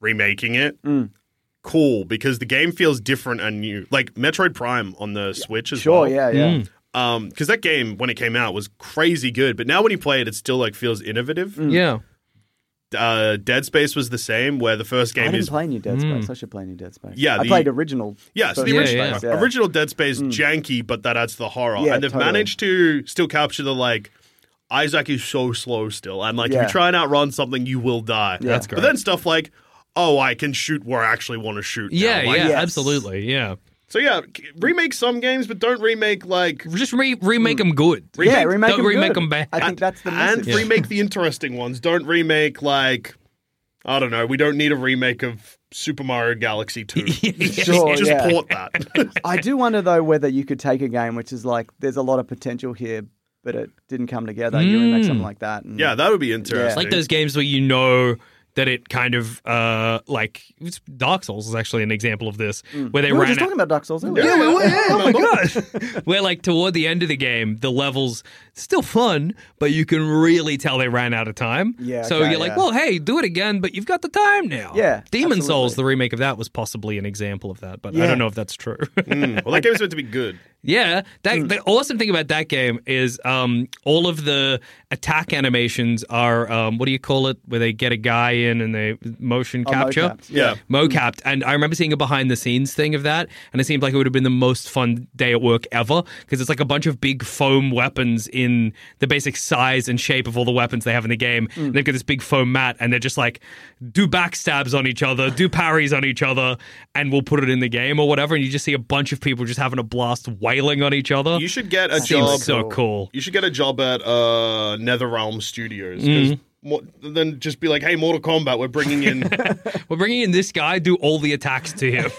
Speaker 2: remaking it.
Speaker 5: Hmm.
Speaker 2: Cool because the game feels different and new. Like Metroid Prime on the Switch as
Speaker 5: sure,
Speaker 2: well.
Speaker 5: yeah, yeah.
Speaker 6: Mm.
Speaker 2: Um, because that game when it came out was crazy good, but now when you play it, it still like feels innovative.
Speaker 5: Mm.
Speaker 6: Yeah.
Speaker 2: Uh, Dead Space was the same, where the first
Speaker 5: I
Speaker 2: game
Speaker 5: didn't
Speaker 2: is
Speaker 5: play New Dead Space. I should play New Dead Space.
Speaker 2: Yeah,
Speaker 5: I
Speaker 2: the-
Speaker 5: played original.
Speaker 2: Yeah, so the
Speaker 6: Mm. Yeah,
Speaker 2: original,
Speaker 6: yeah.
Speaker 5: yeah. Mm.
Speaker 2: original Dead Space janky, but that adds to the horror.
Speaker 5: Yeah,
Speaker 2: and they've
Speaker 5: totally.
Speaker 2: managed to still capture the like Isaac is so slow still, and like if
Speaker 5: Yeah.
Speaker 2: you try and outrun something, you will die.
Speaker 5: Yeah. That's
Speaker 2: But then stuff like, oh, I can shoot where I actually want to shoot. now.
Speaker 6: Yeah,
Speaker 2: Like,
Speaker 6: yeah,
Speaker 5: Yes.
Speaker 6: absolutely. Yeah.
Speaker 2: So yeah, c- remake some games, but don't remake like
Speaker 6: Just re- remake them good.
Speaker 5: yeah, remake
Speaker 6: Don't
Speaker 5: them
Speaker 6: remake
Speaker 5: good.
Speaker 6: them bad.
Speaker 5: I think that's the
Speaker 2: and
Speaker 5: message.
Speaker 2: remake the interesting ones. Don't remake like I don't know. We don't need a remake of Super Mario Galaxy Two. just
Speaker 5: Sure,
Speaker 2: just
Speaker 5: yeah.
Speaker 2: port that.
Speaker 5: I do wonder though whether you could take a game which is like there's a lot of potential here, but it didn't come together. You remake
Speaker 6: Mm.
Speaker 5: something like that. And
Speaker 2: yeah, that would be interesting.
Speaker 6: It's like those games where you know that it kind of uh like it's- Dark Souls is actually an example of this where they
Speaker 5: we were
Speaker 6: ran
Speaker 5: Mm. just
Speaker 6: out,
Speaker 5: talking about Dark Souls. earlier.
Speaker 2: Yeah, well, yeah,
Speaker 5: oh
Speaker 2: remember?
Speaker 6: where like toward the end of the game the levels still fun but you can really tell they ran out of time.
Speaker 5: Yeah,
Speaker 6: So
Speaker 5: okay,
Speaker 6: you're like,
Speaker 5: yeah.
Speaker 6: well, hey, do it again, but you've got the time now.
Speaker 5: Yeah,
Speaker 6: Demon
Speaker 5: absolutely.
Speaker 6: Souls, the remake of that was possibly an example of that, but I
Speaker 5: Yeah.
Speaker 6: don't know if that's true.
Speaker 2: Mm, Well, that game's meant to be good.
Speaker 6: Yeah, that,
Speaker 5: Mm.
Speaker 6: the awesome thing about that game is um, all of the attack animations are um, what do you call it? Where they get a guy in and they motion
Speaker 5: Oh,
Speaker 6: capture,
Speaker 5: mocapped, yeah.
Speaker 6: mocapped. And I remember seeing a behind the scenes thing of that, and it seemed like it would have been the most fun day at work ever because it's like a bunch of big foam weapons in the basic size and shape of all the weapons they have in the game. And they've got this big foam mat, and they're just like do backstabs on each other, do parries on each other, and we'll put it in the game or whatever. And you just see a bunch of people just having a blast wailing on each other.
Speaker 2: You should get a
Speaker 6: Seems
Speaker 2: job.
Speaker 6: so cool.
Speaker 2: You should get a job at uh, NetherRealm Studios. 'cause
Speaker 6: Mm-hmm.
Speaker 2: mo- then just be like, "Hey, Mortal Kombat, we're bringing in."
Speaker 6: We're bringing in this guy, do all the attacks to him.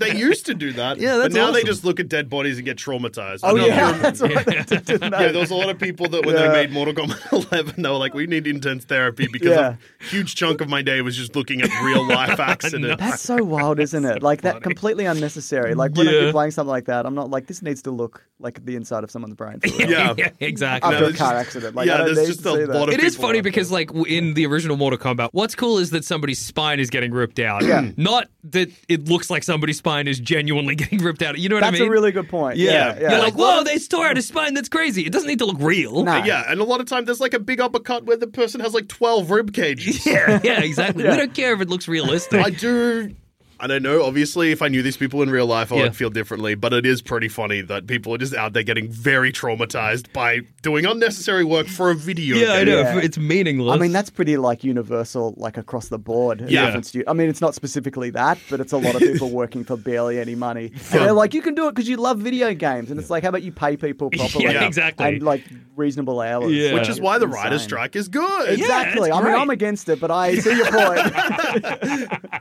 Speaker 2: they used to do that,
Speaker 6: Yeah,
Speaker 2: but
Speaker 6: that's
Speaker 2: now they
Speaker 6: awesome.
Speaker 2: just look at dead bodies and get traumatized. I
Speaker 5: Oh
Speaker 2: don't know if you
Speaker 5: yeah,
Speaker 2: remember-
Speaker 5: that's right. They did that.
Speaker 2: yeah, there was a lot of people that when they
Speaker 5: Yeah.
Speaker 2: made Mortal Kombat 11, they were like, "We need intense therapy because
Speaker 5: Yeah.
Speaker 2: a huge chunk of my day was just looking at real life accidents."
Speaker 5: That's so wild, isn't it? Like that, completely unnecessary. Like when
Speaker 6: Yeah.
Speaker 5: I'm playing something like that, I'm not like this needs to look like the inside of someone's brain. for real.
Speaker 2: Yeah.
Speaker 6: exactly.
Speaker 5: After
Speaker 2: No,
Speaker 5: a
Speaker 2: there's
Speaker 5: car
Speaker 2: just-
Speaker 5: accident, like
Speaker 2: yeah,
Speaker 5: I don't
Speaker 2: there's
Speaker 5: need
Speaker 2: just
Speaker 5: to
Speaker 2: a
Speaker 5: see that.
Speaker 2: lot of-
Speaker 6: It is
Speaker 2: people
Speaker 6: funny
Speaker 2: out
Speaker 6: because, like, w- in the original Mortal Kombat, what's cool is that somebody's spine is getting ripped out.
Speaker 5: Yeah.
Speaker 6: Not that it looks like somebody's spine is genuinely getting ripped out. You know what
Speaker 5: That's
Speaker 6: I mean?
Speaker 5: a really good point. Yeah, yeah.
Speaker 6: You're like, whoa, they tore out his spine. That's crazy. It doesn't need to look real.
Speaker 5: Nah.
Speaker 2: yeah, and a lot of time there's like a big uppercut where the person has like twelve rib cages.
Speaker 6: Yeah, yeah, exactly. We don't care if it looks realistic.
Speaker 2: I do. I don't know. Obviously, if I knew these people in real life, I
Speaker 6: Yeah.
Speaker 2: would feel differently. But it is pretty funny that people are just out there getting very traumatized by doing unnecessary work for a video.
Speaker 6: yeah, I
Speaker 2: game.
Speaker 6: know.
Speaker 5: Yeah.
Speaker 6: It's meaningless.
Speaker 5: I mean, that's pretty like universal, like across the board. in
Speaker 2: Yeah.
Speaker 5: different stu- I mean, it's not specifically that, but it's a lot of people working for barely any money. And they're like, you can do it because you love video games. And it's like, how about you pay people properly?
Speaker 6: Yeah, exactly.
Speaker 5: And like reasonable hours.
Speaker 6: Yeah.
Speaker 2: Which is why the writer's
Speaker 5: Insane.
Speaker 2: strike is good.
Speaker 5: Exactly.
Speaker 6: it's
Speaker 5: I mean,
Speaker 6: great.
Speaker 5: I'm against it, but I see your point.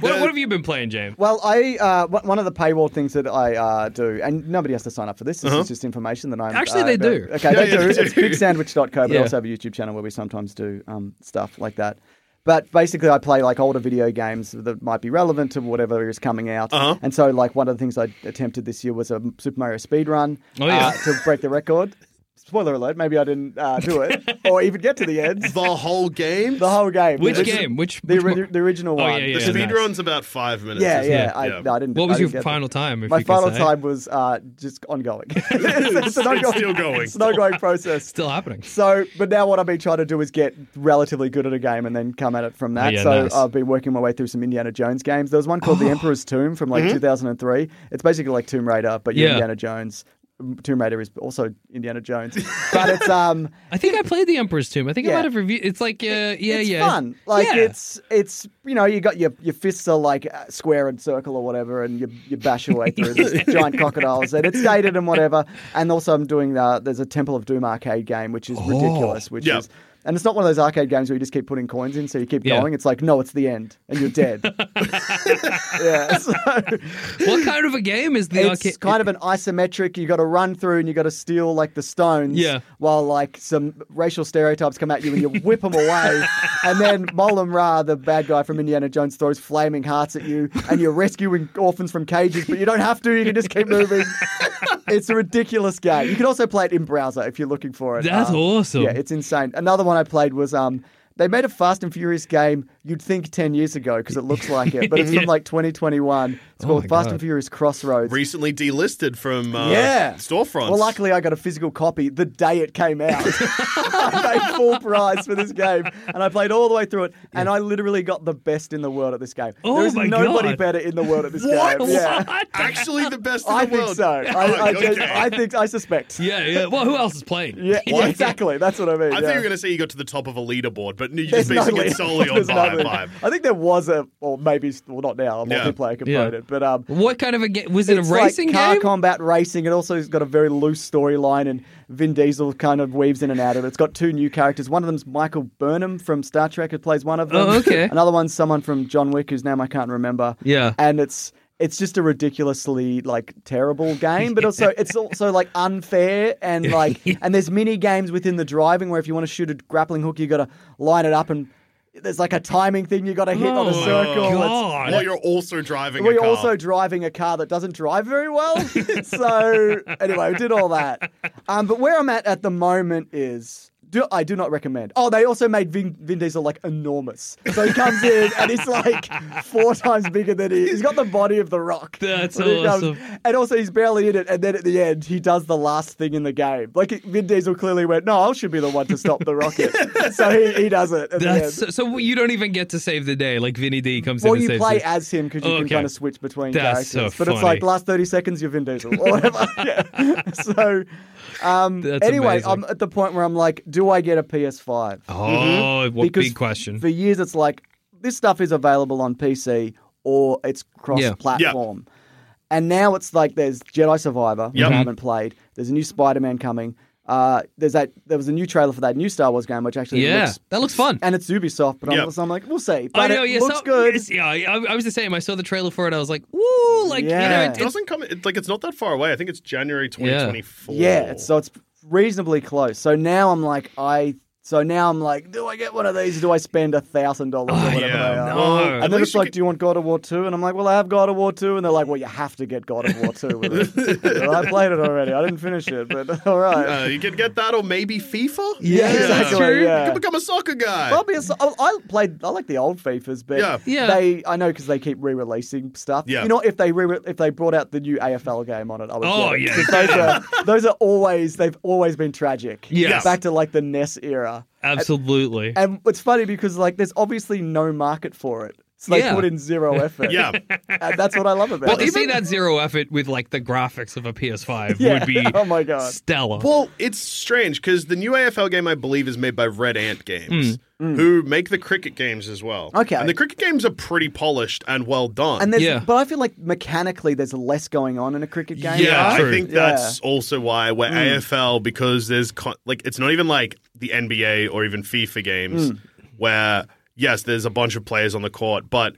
Speaker 6: what, what have you been playing, James?
Speaker 5: Well, I uh, one one of the paywall things that I uh, do, and nobody has to sign up for this. This is just information that I'm.
Speaker 6: Actually,
Speaker 5: uh,
Speaker 6: they do.
Speaker 5: about- Okay, they
Speaker 2: Uh-huh. yeah,
Speaker 5: do.
Speaker 2: they
Speaker 5: It's bigsandwich.co, but I
Speaker 6: Yeah.
Speaker 5: also have a YouTube channel where we sometimes do um, stuff like that. But basically, I play like older video games that might be relevant to whatever is coming out.
Speaker 2: Uh-huh.
Speaker 5: And so, like one of the things I attempted this year was a Super Mario speed run
Speaker 6: Oh, yeah.
Speaker 5: uh, to break the record. spoiler alert, maybe I didn't uh, do it or even get to the end.
Speaker 2: The whole game?
Speaker 5: The whole game.
Speaker 6: Which
Speaker 5: The orig-
Speaker 6: game? Which-
Speaker 5: the,
Speaker 6: which
Speaker 5: ori-
Speaker 6: one?
Speaker 5: the original
Speaker 6: Oh,
Speaker 5: one.
Speaker 6: yeah,
Speaker 2: the
Speaker 6: yeah.
Speaker 2: speed
Speaker 6: nice.
Speaker 2: run's about five minutes.
Speaker 5: Yeah,
Speaker 2: isn't
Speaker 5: yeah.
Speaker 2: it?
Speaker 5: I, no, I didn't.
Speaker 6: What
Speaker 5: I
Speaker 6: was
Speaker 5: didn't
Speaker 6: your
Speaker 5: get them.
Speaker 6: final time? If
Speaker 5: My
Speaker 6: you could
Speaker 5: final
Speaker 6: say?
Speaker 5: time was uh, just ongoing. it's, it's an ongoing
Speaker 2: still going.
Speaker 5: It's an ongoing process.
Speaker 6: still happening.
Speaker 5: So, but now what I've been trying to do is get relatively good at a game and then come at it from that.
Speaker 6: yeah,
Speaker 5: so
Speaker 6: nice.
Speaker 5: I've been working my way through some Indiana Jones games. There was one called The Emperor's Tomb from like 2003. It's basically like Tomb Raider, but you're
Speaker 6: Mm-hmm. Yeah.
Speaker 5: Indiana Jones. Tomb Raider is also Indiana Jones, but it's um,
Speaker 6: I think I played The Emperor's Tomb. I think
Speaker 5: Yeah.
Speaker 6: I might have reviewed. It's like, uh, yeah,
Speaker 5: it's
Speaker 6: yeah,
Speaker 5: fun. Like
Speaker 6: Yeah.
Speaker 5: it's it's you know you got your your fists are like uh, square and circle or whatever, and you you bash your way through these giant crocodiles, and it's dated and whatever. And also I'm doing uh, there's a Temple of Doom arcade game which
Speaker 6: Oh,
Speaker 5: is ridiculous, which
Speaker 2: Yeah.
Speaker 5: is. And it's not one of those arcade games where you just keep putting coins in, so you keep
Speaker 6: Yeah.
Speaker 5: going. It's like, no, it's the end, and you're dead. yeah, so
Speaker 6: What kind of a game is the
Speaker 5: it's
Speaker 6: arcade?
Speaker 5: kind of an isometric. You got to run through, and you got to steal like the stones,
Speaker 6: Yeah.
Speaker 5: while like some racial stereotypes come at you, and you whip them away. and then Molam Ra, the bad guy from Indiana Jones, throws flaming hearts at you, and you're rescuing orphans from cages, but you don't have to. You can just keep moving. it's a ridiculous game. You can also play it in browser if you're looking for it. Um,
Speaker 6: That's awesome.
Speaker 5: Yeah, it's insane. Another one I played was um. They made a Fast and Furious game you'd think 10 years ago because it looks like it, but it's from like 2021. It's called
Speaker 6: Oh my
Speaker 5: Fast
Speaker 6: God.
Speaker 5: and Furious Crossroads.
Speaker 2: Recently delisted from uh,
Speaker 5: Yeah.
Speaker 2: storefronts.
Speaker 5: Well, luckily, I got a physical copy the day it came out. I paid full price for this game, and I played all the way through it. And I literally got the best in the world at this game.
Speaker 6: Oh
Speaker 5: there is
Speaker 6: my
Speaker 5: nobody
Speaker 6: God.
Speaker 5: better in the world at this
Speaker 2: What?
Speaker 5: game. Yeah.
Speaker 6: What?
Speaker 2: Actually, the best in
Speaker 5: I
Speaker 2: the
Speaker 5: think
Speaker 2: world. Oh,
Speaker 5: so. I, I,
Speaker 2: Okay.
Speaker 5: just- I think I suspect. Yeah,
Speaker 6: Yeah, yeah. Well, who else is playing?
Speaker 5: yeah, exactly. That's what I mean.
Speaker 2: I
Speaker 5: yeah.
Speaker 2: think you're going to say you got to the top of a leaderboard, but you're just
Speaker 5: There's
Speaker 2: basing
Speaker 5: lead.
Speaker 2: it solely on
Speaker 5: There's no
Speaker 2: vibe.
Speaker 5: lead.
Speaker 2: vibe.
Speaker 5: I think there was a, or maybe, well, not now. A
Speaker 2: Yeah.
Speaker 5: multiplayer
Speaker 6: Yeah.
Speaker 5: component, but um,
Speaker 6: What kind of a game? Was it
Speaker 5: it's
Speaker 6: a racing
Speaker 5: like car
Speaker 6: game?
Speaker 5: combat racing. It also has got a very loose storyline, and Vin Diesel kind of weaves in and out of it. It's got two new characters. One of them's Michael Burnham from Star Trek, who plays one of them.
Speaker 6: Oh, okay.
Speaker 5: Another one's someone from John Wick, whose name I can't remember.
Speaker 6: Yeah.
Speaker 5: and it's. It's just a ridiculously like terrible game, but also it's also like unfair and like and there's mini games within the driving where if you want to shoot a grappling hook, you got to line it up and there's like a timing thing you got to hit on a
Speaker 6: Oh,
Speaker 5: circle. It's-
Speaker 6: God.
Speaker 2: While you're also driving
Speaker 5: we're
Speaker 2: a car.
Speaker 5: also driving a car that doesn't drive very well. so anyway, we did all that. Um, but where I'm at at the moment is. Do, I do not recommend. Oh, they also made Vin, Vin Diesel like enormous. So he comes in and he's like four times bigger than he. He's got the body of the Rock.
Speaker 6: That's
Speaker 5: When he comes-
Speaker 6: awesome.
Speaker 5: and also he's barely in it. And then at the end, he does the last thing in the game. Like Vin Diesel clearly went, "No, I should be the one to stop the rocket." so he, he does it. at the
Speaker 6: That's
Speaker 5: end.
Speaker 6: so, so you don't even get to save the day. Like Vinny D comes
Speaker 5: Well,
Speaker 6: in and
Speaker 5: you
Speaker 6: saves
Speaker 5: play
Speaker 6: the-
Speaker 5: as him because you can
Speaker 6: Okay.
Speaker 5: kind of switch between
Speaker 6: That's so
Speaker 5: characters. but it's
Speaker 6: funny.
Speaker 5: like last 30 seconds, you're Vin Diesel or whatever. yeah. So, um,
Speaker 6: That's
Speaker 5: anyway,
Speaker 6: amazing.
Speaker 5: I'm at the point where I'm like, do I get a PS5?
Speaker 6: oh, what
Speaker 5: Because
Speaker 6: big question.
Speaker 5: For years, it's like, this stuff is available on PC or it's cross platform. And now it's like there's Jedi Survivor, which
Speaker 2: Yep.
Speaker 5: I haven't played. There's a new Spider Man coming. Uh, there's that. There was a new trailer for that new Star Wars game, which actually
Speaker 6: yeah,
Speaker 5: looks,
Speaker 6: that looks fun.
Speaker 5: and it's Ubisoft. But I'm,
Speaker 2: Yep.
Speaker 5: so I'm like, we'll see.
Speaker 6: I
Speaker 5: But
Speaker 6: know.
Speaker 5: it
Speaker 6: yeah,
Speaker 5: looks
Speaker 6: so-
Speaker 5: good.
Speaker 6: yes, yeah, I, I was the same. I saw the trailer for it. I was like, "Ooh, like
Speaker 5: Yeah.
Speaker 6: you know,
Speaker 2: It
Speaker 6: it, it's
Speaker 2: doesn't come. It, like it's not that far away. I think it's January 2024.
Speaker 5: Yeah, it's, so it's reasonably close. So now I'm like, I. So now I'm like, do I get one of these? Do I spend a thousand dollars or whatever
Speaker 2: yeah.
Speaker 5: they are?
Speaker 6: No.
Speaker 5: And
Speaker 2: At
Speaker 5: then
Speaker 2: least
Speaker 5: it's
Speaker 2: you
Speaker 5: like,
Speaker 2: could-
Speaker 5: do you want God of War two? And I'm like, well, I have God of War two, and they're like, well, you have to get God of War two. With it. well, I played it already. I didn't finish it, but all right.
Speaker 2: Uh, you can get that, or maybe FIFA.
Speaker 5: Yeah, exactly, yeah.
Speaker 2: You can become a soccer guy.
Speaker 5: Probably a so- I I played. I like the old Fifas, but
Speaker 2: Yeah.
Speaker 6: Yeah.
Speaker 5: they. I know because they keep re-releasing stuff.
Speaker 2: Yeah.
Speaker 5: You know, if they re- if they brought out the new AFL game on it, I would.
Speaker 6: Oh,
Speaker 5: get it.
Speaker 6: yeah.
Speaker 5: 'Cause Those are those are always they've always been tragic.
Speaker 6: Yes.
Speaker 5: Back to like the NES era,
Speaker 6: absolutely."
Speaker 5: and it's funny because like there's obviously no market for it, so they
Speaker 6: Yeah.
Speaker 5: put in zero effort.
Speaker 2: Yeah.
Speaker 5: and that's what I love about
Speaker 6: but
Speaker 5: it.
Speaker 6: to see that zero effort with like the graphics of a PS5
Speaker 5: Yeah.
Speaker 6: would be
Speaker 5: Oh, my God.
Speaker 6: stellar.
Speaker 2: Well, it's strange because the new AFL game I believe is made by Red Ant Games, who make the cricket games as well.
Speaker 5: Hmm. Okay.
Speaker 2: and the cricket games are pretty polished and well done.
Speaker 5: And there's,
Speaker 6: Yeah.
Speaker 5: but I feel like mechanically there's less going on in a cricket game.
Speaker 6: Yeah,
Speaker 2: I
Speaker 6: true.
Speaker 2: think
Speaker 5: Yeah. Hmm.
Speaker 2: that's also why we're AFL because there's con- like it's not even like the NBA or even FIFA games
Speaker 5: Hmm.
Speaker 2: where yes, there's a bunch of players on the court, but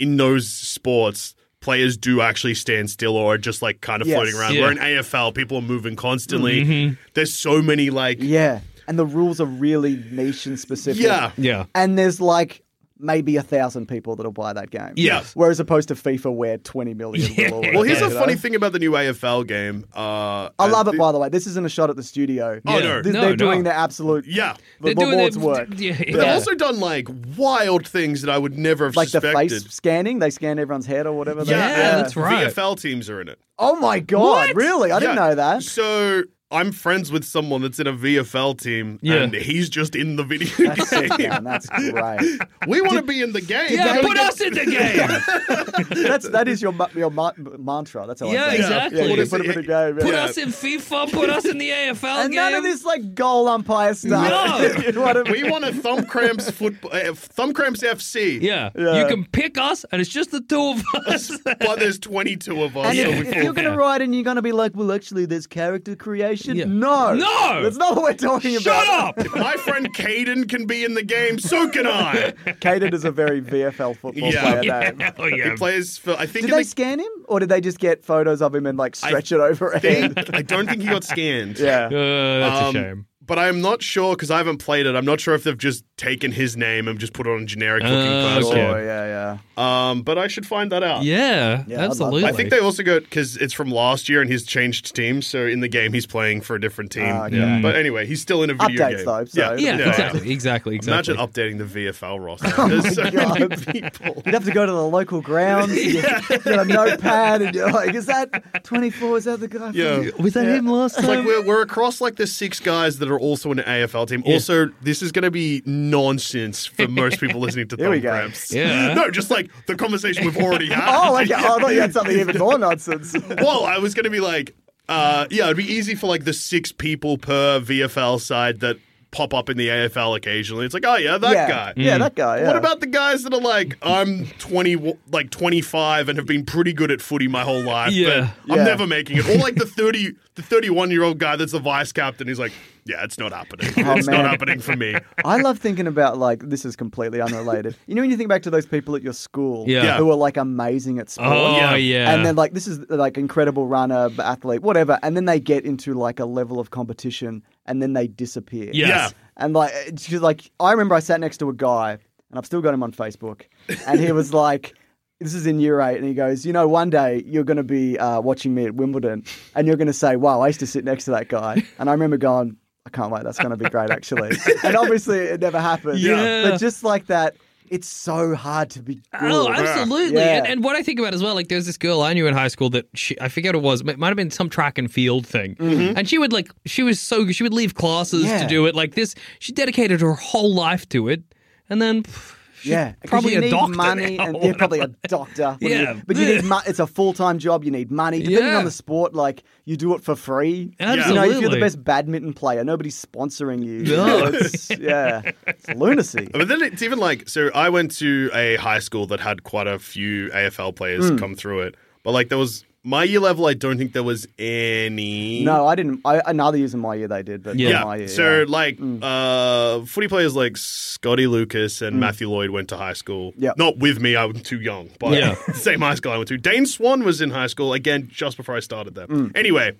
Speaker 2: in those sports. Players do actually stand still or are just like kind of
Speaker 5: Yes. Mm-hmm.
Speaker 2: floating around.
Speaker 6: Yeah.
Speaker 2: We're in AFL, people are moving constantly. There's so many like
Speaker 5: Yeah, and the rules are really nation specific.
Speaker 2: Yeah.
Speaker 6: yeah.
Speaker 5: and there's like maybe a thousand people that'll buy that game.
Speaker 2: Yeah.
Speaker 5: Whereas opposed to FIFA, where 20 million
Speaker 6: Yeah.
Speaker 5: will already
Speaker 2: Well, here's
Speaker 5: you
Speaker 2: a
Speaker 5: know?
Speaker 2: funny thing about the new AFL game. Uh,
Speaker 5: I love it,
Speaker 2: thi-
Speaker 5: by the way. This isn't a shot at the studio.
Speaker 2: Oh, no.
Speaker 5: Th-
Speaker 6: No,
Speaker 5: They're
Speaker 6: no.
Speaker 5: doing their absolute
Speaker 2: Yeah.
Speaker 5: the
Speaker 6: They're doing
Speaker 5: Lord's
Speaker 6: their-
Speaker 5: work.
Speaker 6: Yeah,
Speaker 2: But
Speaker 6: yeah.
Speaker 2: they've also done like wild things that I would never have
Speaker 5: Like
Speaker 2: suspected.
Speaker 5: the face scanning, they scan everyone's head or whatever. they-
Speaker 2: Yeah,
Speaker 6: Yeah,
Speaker 2: and
Speaker 6: that's right.
Speaker 2: VFL teams are in it.
Speaker 5: Oh my god! Really? I didn't
Speaker 2: Yeah.
Speaker 5: know that.
Speaker 2: So I'm friends with someone that's in a VFL team,
Speaker 6: Yeah.
Speaker 2: and he's just in the video
Speaker 5: That's
Speaker 2: game.
Speaker 5: sick, man. That's great.
Speaker 2: We want to be in the game.
Speaker 6: yeah,
Speaker 2: Gotta
Speaker 6: put
Speaker 2: get-
Speaker 6: us in the game.
Speaker 5: That's that is your mu- your ma- mantra. That's how I
Speaker 6: Yeah,
Speaker 5: say it.
Speaker 6: exactly.
Speaker 5: Yeah, you
Speaker 6: What is
Speaker 5: put
Speaker 2: it?
Speaker 5: them in a game. yeah.
Speaker 6: Put
Speaker 2: Yeah.
Speaker 6: us in FIFA. Put us in the AFL
Speaker 5: And
Speaker 6: game.
Speaker 5: none of this like goal umpire stuff.
Speaker 6: No.
Speaker 5: You know what I mean?
Speaker 2: We want a thumb cramps football, uh, thumb cramps FC.
Speaker 6: yeah.
Speaker 5: Yeah.
Speaker 6: you can pick us, and it's just the two of us.
Speaker 2: but there's 22 of us.
Speaker 5: And
Speaker 2: so
Speaker 5: if,
Speaker 2: Oh, we
Speaker 5: if
Speaker 2: feel-
Speaker 5: you're going to write and you're going to be like, well, actually, there's character creation.
Speaker 6: Yeah.
Speaker 5: No,
Speaker 6: No!
Speaker 5: that's not what we're talking about.
Speaker 6: Shut up.
Speaker 2: if my friend Caden can be in the game, so can I.
Speaker 5: Caden is a very VFL football
Speaker 2: Yeah.
Speaker 5: player.
Speaker 6: Yeah.
Speaker 5: Name.
Speaker 6: Oh yeah.
Speaker 2: He plays for. I think. in
Speaker 5: Did they
Speaker 2: the-
Speaker 5: scan him, or did they just get photos of him and like stretch it over a head?
Speaker 2: I don't think he got scanned.
Speaker 5: Yeah.
Speaker 6: Uh, that's
Speaker 2: Um,
Speaker 6: a shame.
Speaker 2: But I'm not sure because I haven't played it. I'm not sure if they've just taken his name and just put it on a generic looking
Speaker 6: Uh,
Speaker 2: person.
Speaker 5: Oh,
Speaker 6: okay.
Speaker 5: yeah, yeah.
Speaker 2: Um, but I should find that out.
Speaker 6: Yeah,
Speaker 5: Yeah, I'd love
Speaker 6: absolutely.
Speaker 5: that.
Speaker 2: I think they also got because it's from last year and he's changed teams. So in the game, he's playing for a different team.
Speaker 5: Ah, okay.
Speaker 2: Yeah. But anyway, he's still in a video
Speaker 5: Updates,
Speaker 2: game.
Speaker 5: though, so it'll
Speaker 6: Yeah,
Speaker 5: be
Speaker 6: exactly, exactly, exactly.
Speaker 2: Imagine updating the VFL roster. There's so many
Speaker 5: Oh God.
Speaker 2: people.
Speaker 5: You'd have to go to the local grounds, you get a notepad, and you're like, is that 24? Is that the guy? from-
Speaker 2: Yeah.
Speaker 6: Was that him last
Speaker 2: It's
Speaker 5: Um,
Speaker 2: like we're, we're across like the six guys that are also an AFL team. Also, this is going to be nonsense for most people listening to
Speaker 5: Here we
Speaker 2: Thumb
Speaker 5: go.
Speaker 2: Cramps.
Speaker 6: Yeah.
Speaker 2: no, just like the conversation we've already had.
Speaker 5: Oh, okay. Oh, I thought you had something even more nonsense.
Speaker 2: well, I was going to be like, uh, yeah, it'd be easy for like the six people per VFL side that pop up in the AFL occasionally. It's like, oh yeah, that
Speaker 5: yeah.
Speaker 2: guy.
Speaker 5: Yeah, that guy. Yeah.
Speaker 2: What about the guys that are like I'm 20 like 25 and have been pretty good at footy my whole life
Speaker 6: Yeah.
Speaker 2: but
Speaker 5: Yeah.
Speaker 2: I'm never making it or like the 30 the 31 year old guy that's the vice captain he's like yeah it's not happening
Speaker 5: Oh,
Speaker 2: it's
Speaker 5: man.
Speaker 2: not happening for me
Speaker 5: I love thinking about like this is completely unrelated. You know when you think back to those people at your school
Speaker 6: Yeah. Yeah.
Speaker 5: who are like amazing at sport.
Speaker 6: Oh yeah. yeah.
Speaker 5: And then like this is like incredible runner, athlete, whatever, and then they get into like a level of competition and then they disappear.
Speaker 6: Yes. Yeah.
Speaker 5: And like it's just like I remember I sat next to a guy and I've still got him on Facebook and he was like this is in year eight, and he goes, You know, one day you're going to be uh, watching me at Wimbledon, and you're going to say, Wow, I used to sit next to that guy. And I remember going, I can't wait. That's going to be great, actually. and obviously, it never happened.
Speaker 6: Yeah.
Speaker 5: But just like that, it's so hard to be good.
Speaker 6: Oh, absolutely.
Speaker 5: Yeah.
Speaker 6: And, and what I think about as well, like, there's this girl I knew in high school that she, I forget what it was, but it might have been some track and field thing. And she would, like, she was so good. She would leave classes
Speaker 5: Yeah.
Speaker 6: to do it. Like, this, she dedicated her whole life to it. And then, pff, she's
Speaker 5: yeah, 'Cause
Speaker 6: probably
Speaker 5: you
Speaker 6: a
Speaker 5: need
Speaker 6: doctor.
Speaker 5: money,
Speaker 6: now.
Speaker 5: and yeah, probably a doctor. What do you-
Speaker 6: Yeah.
Speaker 5: but you need mo- it's a full time job. You need money. Depending
Speaker 6: Yeah.
Speaker 5: on the sport, like you do it for free. You know, if you're
Speaker 6: Absolutely.
Speaker 5: the best badminton player, nobody's sponsoring you.
Speaker 6: No.
Speaker 5: it's, yeah, it's lunacy.
Speaker 2: but then it's even like so I went to a high school that had quite a few AFL
Speaker 5: Hmm.
Speaker 2: players come through it but like there was my year level I don't think there was any
Speaker 5: No, I didn't. I, another years in my year they did, but
Speaker 6: Yeah.
Speaker 5: yeah.
Speaker 2: Yeah.
Speaker 5: my year.
Speaker 2: so
Speaker 5: yeah. Mm.
Speaker 2: like uh footy players like Scotty Lucas and Matthew Lloyd went to high school.
Speaker 5: Mm. Yeah.
Speaker 2: Not with me, I was too young, but
Speaker 6: Yeah.
Speaker 2: same high school I went to. Dane Swan was in high school again just before I started there.
Speaker 5: Mm.
Speaker 2: Anyway,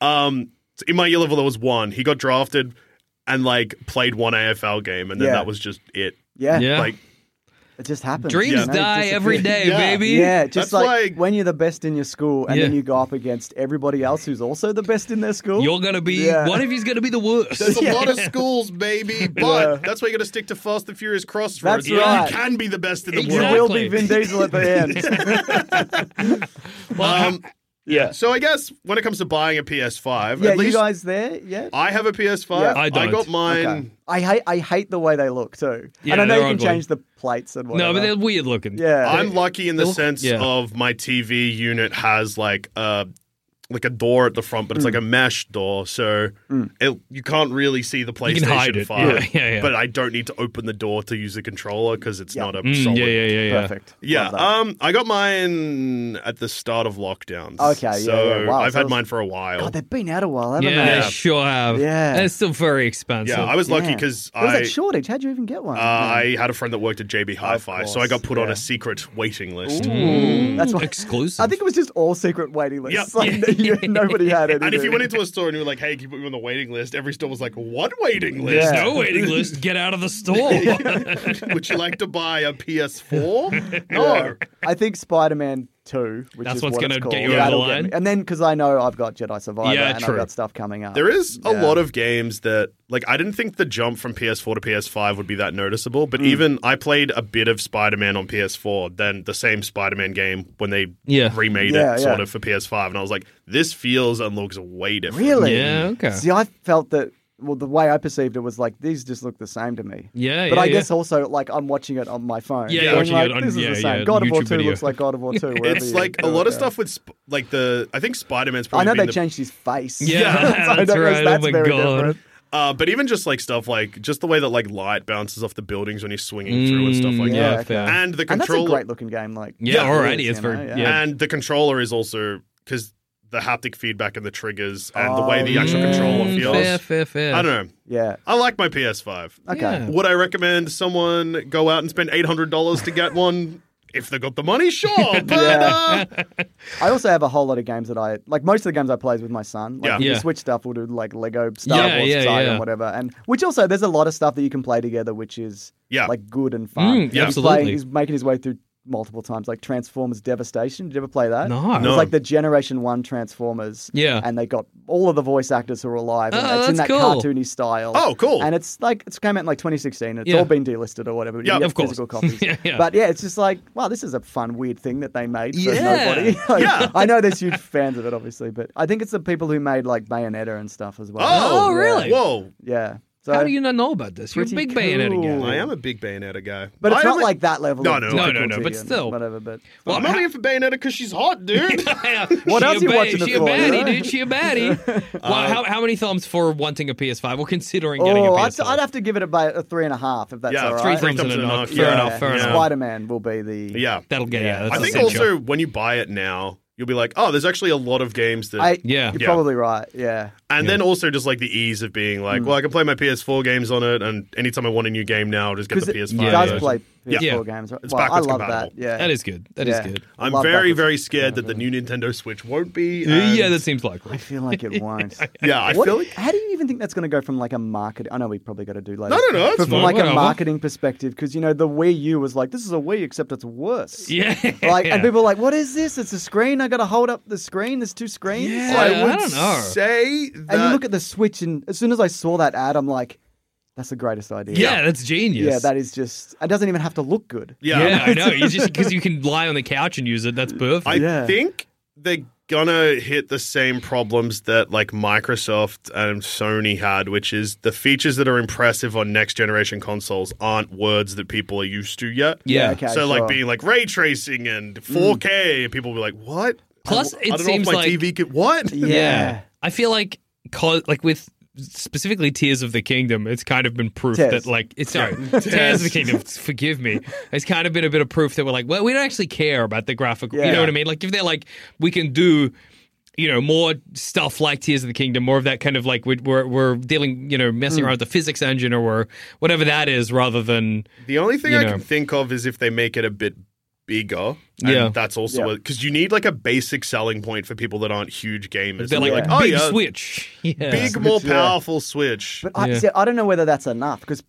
Speaker 2: um in my year level there was one. He got drafted and like played one AFL game and then
Speaker 5: Yeah.
Speaker 2: that was just it.
Speaker 5: yeah,
Speaker 6: Yeah.
Speaker 2: Like
Speaker 5: it just happens.
Speaker 6: Dreams
Speaker 5: you know, it
Speaker 6: die every
Speaker 5: disappears.
Speaker 6: day,
Speaker 2: Yeah.
Speaker 6: baby.
Speaker 5: Yeah, just
Speaker 2: That's
Speaker 5: like
Speaker 2: why-
Speaker 5: when you're the best in your school, and then
Speaker 6: Yeah.
Speaker 5: you go up against everybody else who's also the best in their school.
Speaker 6: You're going to be,
Speaker 5: Yeah.
Speaker 6: what if he's going to be the worst?
Speaker 2: there's a lot of schools, baby, but that's why you got to stick to Fast and Furious Crossroads.
Speaker 5: That's
Speaker 2: You
Speaker 5: right.
Speaker 2: can be the best in the
Speaker 5: You
Speaker 6: Exactly.
Speaker 2: world.
Speaker 5: will be Vin Diesel at the end.
Speaker 2: Um,
Speaker 5: yeah.
Speaker 2: so I guess when it comes to buying a PS5,
Speaker 5: Yeah,
Speaker 2: at least
Speaker 5: you guys there? Yeah.
Speaker 2: I have a PS5.
Speaker 5: Yeah.
Speaker 6: I don't.
Speaker 2: got mine.
Speaker 5: Okay. I hate I hate the way they look too.
Speaker 6: Yeah,
Speaker 5: and I know
Speaker 6: they're
Speaker 5: you can
Speaker 6: ugly.
Speaker 5: change the plates and whatever.
Speaker 6: no, but they're weird looking.
Speaker 5: yeah.
Speaker 2: I'm lucky in the
Speaker 6: They look-
Speaker 2: sense
Speaker 6: yeah.
Speaker 2: of my TV unit has like a like a door at the front,
Speaker 5: Mm.
Speaker 2: but it's like a mesh door, so it, you can't really see the PlayStation
Speaker 6: can hide it.
Speaker 2: 5.
Speaker 6: Yeah, yeah, yeah.
Speaker 2: But I don't need to open the door to use the controller because it's
Speaker 5: Yeah.
Speaker 2: not a
Speaker 6: Mm,
Speaker 2: solid.
Speaker 6: yeah, yeah, yeah, yeah.
Speaker 5: Perfect.
Speaker 2: Yeah,
Speaker 5: Love that.
Speaker 2: um, I got mine at the start of lockdowns.
Speaker 5: Okay, yeah,
Speaker 2: so
Speaker 5: yeah, wow,
Speaker 2: I've
Speaker 5: so
Speaker 2: had
Speaker 5: it's-
Speaker 2: mine for a while.
Speaker 5: God, Oh, they've been out a while, haven't
Speaker 6: Yeah,
Speaker 2: Yeah.
Speaker 6: they sure have.
Speaker 5: Yeah.
Speaker 6: And it's still very
Speaker 2: yeah,
Speaker 6: expensive.
Speaker 2: I was
Speaker 5: they?
Speaker 2: lucky
Speaker 5: Yeah.
Speaker 2: because
Speaker 5: What was
Speaker 2: I
Speaker 5: that shortage? How'd you even get one?
Speaker 2: uh, I had a friend that worked at JB Hi-Fi, so I
Speaker 5: course,
Speaker 2: got put on
Speaker 5: yeah.
Speaker 2: a secret waiting list.
Speaker 5: Ooh, that's why
Speaker 6: Mm, Exclusive.
Speaker 5: I think it was just all secret waiting
Speaker 2: Yep.
Speaker 5: lists. Like, yeah, nobody had anything.
Speaker 2: And if you went into a store and you were like, "Hey, can you put me on the waiting list?" Every store was like, "What waiting list?
Speaker 5: Yeah.
Speaker 6: No waiting list. Get out of the store.
Speaker 2: Would you like to buy a PS4? No.
Speaker 5: I think Spider Man Two, which
Speaker 6: That's
Speaker 5: is
Speaker 6: what's
Speaker 5: what it's
Speaker 6: gonna get
Speaker 5: called,
Speaker 6: you over the
Speaker 5: that'll
Speaker 6: line.
Speaker 5: me. and then because I know I've got Jedi Survivor
Speaker 6: Yeah,
Speaker 5: and
Speaker 6: true.
Speaker 5: I've got stuff coming up.
Speaker 2: There is a
Speaker 5: Yeah.
Speaker 2: lot of games that, like, I didn't think the jump from PS4 to PS5 would be that noticeable,
Speaker 6: Hmm.
Speaker 2: but even I played a bit of Spider Man on PS4, then the same Spider Man game when they
Speaker 6: Yeah.
Speaker 2: remade
Speaker 5: Yeah,
Speaker 2: it sort
Speaker 5: yeah.
Speaker 2: of for PS5, and I was like, this feels and looks way different.
Speaker 5: really,
Speaker 6: yeah. Okay.
Speaker 5: See, I felt that. Well, the way I perceived it was like these just look the same to me.
Speaker 6: Yeah,
Speaker 5: but
Speaker 6: yeah,
Speaker 5: I
Speaker 6: yeah.
Speaker 5: guess also like I'm watching it on my phone.
Speaker 6: Yeah,
Speaker 5: So
Speaker 6: you're
Speaker 5: I'm
Speaker 6: watching
Speaker 5: like,
Speaker 6: it on-
Speaker 5: this is
Speaker 6: yeah,
Speaker 5: the same.
Speaker 6: yeah,
Speaker 5: God of War
Speaker 6: YouTube
Speaker 5: Two
Speaker 6: video.
Speaker 5: looks like God of War Two. wherever
Speaker 2: It's
Speaker 5: you
Speaker 2: like a
Speaker 5: go,
Speaker 2: lot of
Speaker 5: yeah.
Speaker 2: stuff with, sp- like, the. I think Spider Man's
Speaker 5: I
Speaker 2: probably
Speaker 5: know
Speaker 2: been
Speaker 5: they
Speaker 2: the-
Speaker 5: changed his face.
Speaker 6: Yeah,
Speaker 5: So I
Speaker 6: that's
Speaker 5: don't know if
Speaker 6: right. Oh
Speaker 5: That's
Speaker 6: my
Speaker 5: very
Speaker 6: God.
Speaker 5: different.
Speaker 2: Uh, but even just like stuff like just the way that like light bounces off the buildings when you're swinging through and
Speaker 6: Mm,
Speaker 2: stuff like
Speaker 5: yeah,
Speaker 2: that,
Speaker 5: okay.
Speaker 6: fair.
Speaker 2: and the
Speaker 5: And that's a
Speaker 2: controller
Speaker 5: great looking game. Like
Speaker 6: Yeah,
Speaker 5: it
Speaker 6: alrighty, it's
Speaker 5: is, you
Speaker 6: very-
Speaker 5: know,
Speaker 6: yeah.
Speaker 2: and the controller is also because the haptic feedback and the triggers and the way
Speaker 5: Oh,
Speaker 2: the actual
Speaker 5: yeah.
Speaker 2: controller
Speaker 6: Mm,
Speaker 2: feels.
Speaker 6: Fair, fair, fair.
Speaker 2: I don't know.
Speaker 5: yeah.
Speaker 2: I like my PS5.
Speaker 5: Okay.
Speaker 6: Yeah.
Speaker 2: Would I recommend someone go out and spend eight hundred dollars to get one? If they got the money, sure. But uh,
Speaker 5: I also have a whole lot of games that I like. Most of the games I play is with my son. Like
Speaker 2: Yeah.
Speaker 5: the
Speaker 6: Yeah.
Speaker 5: Switch stuff, we'll do like Lego Star
Speaker 6: Yeah,
Speaker 5: Wars
Speaker 6: yeah,
Speaker 5: side
Speaker 6: yeah.
Speaker 5: and whatever. And which also there's a lot of stuff that you can play together, which is
Speaker 2: Yeah.
Speaker 5: like good and fun.
Speaker 6: Mm, yeah,
Speaker 5: he's
Speaker 6: absolutely.
Speaker 5: Playing, he's making his way through multiple times, like Transformers Devastation. Did you ever play that?
Speaker 6: No.
Speaker 2: No.
Speaker 5: It's like the Generation One Transformers.
Speaker 6: Yeah.
Speaker 5: And they got all of the voice actors who are alive. and
Speaker 6: Oh,
Speaker 5: it's in that
Speaker 6: that's cool.
Speaker 5: cartoony style.
Speaker 2: Oh, cool.
Speaker 5: And it's like it's came out in like 2016. It's
Speaker 6: Yeah.
Speaker 5: all been delisted or whatever. but you
Speaker 2: Yeah,
Speaker 5: can get
Speaker 6: of course.
Speaker 5: Physical copies.
Speaker 6: Yeah, yeah.
Speaker 5: But yeah, it's just like wow, this is a fun weird thing that they made for
Speaker 6: Yeah.
Speaker 5: nobody. Like,
Speaker 2: Yeah.
Speaker 5: I know there's huge fans of it, obviously, but I think it's the people who made like Bayonetta and stuff as well.
Speaker 2: oh,
Speaker 6: Oh, really?
Speaker 2: Whoa!
Speaker 5: Yeah. So,
Speaker 6: How do you not know about this? You're a
Speaker 5: Pretty
Speaker 6: big Bayonetta guy.
Speaker 5: cool.
Speaker 2: I am a big Bayonetta guy,
Speaker 5: But it's
Speaker 2: I
Speaker 5: not
Speaker 2: only-
Speaker 5: like that level.
Speaker 2: No,
Speaker 5: of
Speaker 2: no, no,
Speaker 6: no, no,
Speaker 5: difficulty
Speaker 6: but
Speaker 5: and
Speaker 6: still.
Speaker 5: whatever. But
Speaker 2: Well, I'm only here for Bayonetta because she's hot, dude.
Speaker 6: what
Speaker 5: else you watching it
Speaker 6: She a
Speaker 5: for,
Speaker 6: baddie,
Speaker 5: yeah?
Speaker 6: dude. She a baddie.
Speaker 2: Uh,
Speaker 6: well, how, how many thumbs for wanting a PS5? Well, considering getting a
Speaker 5: oh, I'd,
Speaker 6: PS5.
Speaker 5: I'd have to give it about a three and a half if that's
Speaker 2: Yeah,
Speaker 5: all
Speaker 2: three
Speaker 5: right.
Speaker 6: thumbs and a knock. Fair
Speaker 2: Yeah.
Speaker 6: enough, fair
Speaker 2: Yeah.
Speaker 6: enough.
Speaker 5: Spider Man will be the
Speaker 2: yeah,
Speaker 6: That'll get yeah.
Speaker 2: I
Speaker 6: that's
Speaker 2: think
Speaker 6: essential.
Speaker 2: also when you buy it now, you'll be like, oh, there's actually a lot of games that.
Speaker 5: I,
Speaker 6: Yeah.
Speaker 5: you're
Speaker 2: Yeah.
Speaker 5: probably right. Yeah,
Speaker 2: and then also just like the ease of being like,
Speaker 5: Hmm.
Speaker 2: well, I can play my PS4 games on it, and anytime I want a new game now, I'll just get
Speaker 5: because
Speaker 2: the
Speaker 5: it
Speaker 2: PS5.
Speaker 5: does
Speaker 2: version.
Speaker 5: play PS4
Speaker 2: Yeah.
Speaker 5: games. Right?
Speaker 2: It's
Speaker 5: Well, I
Speaker 2: backwards
Speaker 5: love
Speaker 2: compatible.
Speaker 5: that. Yeah,
Speaker 6: That is good. That is
Speaker 5: Yeah.
Speaker 6: good.
Speaker 2: I'm
Speaker 5: Love
Speaker 2: very,
Speaker 5: backwards
Speaker 2: very scared that the new Nintendo Switch won't be. and-
Speaker 6: yeah, that seems likely.
Speaker 5: I feel like it won't.
Speaker 2: yeah. I
Speaker 5: What-
Speaker 2: feel like
Speaker 5: how do you even think that's going to go from like a market? I know we probably got to do later.
Speaker 2: No, no, no, it's
Speaker 5: But from
Speaker 6: fine.
Speaker 5: like
Speaker 6: Whatever.
Speaker 5: a marketing perspective, because you know the Wii U was like this is a Wii except it's worse.
Speaker 6: Yeah.
Speaker 5: Like and people are like, what is this? It's a screen. I got to hold up the screen. There's two screens.
Speaker 6: Yeah,
Speaker 5: Like,
Speaker 2: I
Speaker 6: I
Speaker 2: would
Speaker 6: don't know.
Speaker 2: say that.
Speaker 5: and you look at the Switch, and as soon as I saw that ad, I'm like, that's the greatest idea.
Speaker 6: yeah, that's genius.
Speaker 5: yeah, that is just. It doesn't even have to look good.
Speaker 2: yeah,
Speaker 6: Yeah, I know. You just because you can lie on the couch and use it. That's perfect.
Speaker 2: I
Speaker 5: Yeah.
Speaker 2: think they're gonna hit the same problems that like Microsoft and Sony had, which is the features that are impressive on next generation consoles aren't words that people are used to yet.
Speaker 6: yeah.
Speaker 5: okay.
Speaker 2: so like
Speaker 5: sure.
Speaker 2: being like ray tracing and 4K, and people will be like, "What?"
Speaker 6: Plus,
Speaker 2: I,
Speaker 6: it
Speaker 2: I don't
Speaker 6: seems
Speaker 2: know if my
Speaker 6: like-
Speaker 2: TV could what.
Speaker 5: Yeah.
Speaker 6: I feel like co- like with specifically Tears of the Kingdom, it's kind of been proof
Speaker 5: Tears.
Speaker 6: that like it's sorry, Tears of the Kingdom, forgive me. It's kind of been a bit of proof that we're like, well, we don't actually care about the graphic. You
Speaker 5: Yeah.
Speaker 6: know what I mean? Like if they're like, we can do. You know, more stuff like Tears of the Kingdom, more of that kind of like we're we're, we're dealing, you know, messing
Speaker 5: Mm.
Speaker 6: around with the physics engine or we're, whatever that is, rather than
Speaker 2: The only thing
Speaker 6: You
Speaker 2: I
Speaker 6: know.
Speaker 2: can think of is if they make it a bit bigger. And
Speaker 6: Yeah.
Speaker 2: that's also
Speaker 5: Yeah.
Speaker 2: because you need like a basic selling point for people that aren't huge gamers. They're
Speaker 6: they're like,
Speaker 2: like,
Speaker 6: big
Speaker 2: oh yeah,
Speaker 6: switch, yeah.
Speaker 2: big, more
Speaker 5: Switch, yeah.
Speaker 2: powerful Switch.
Speaker 5: But I,
Speaker 6: Yeah.
Speaker 5: see, I don't know whether that's enough because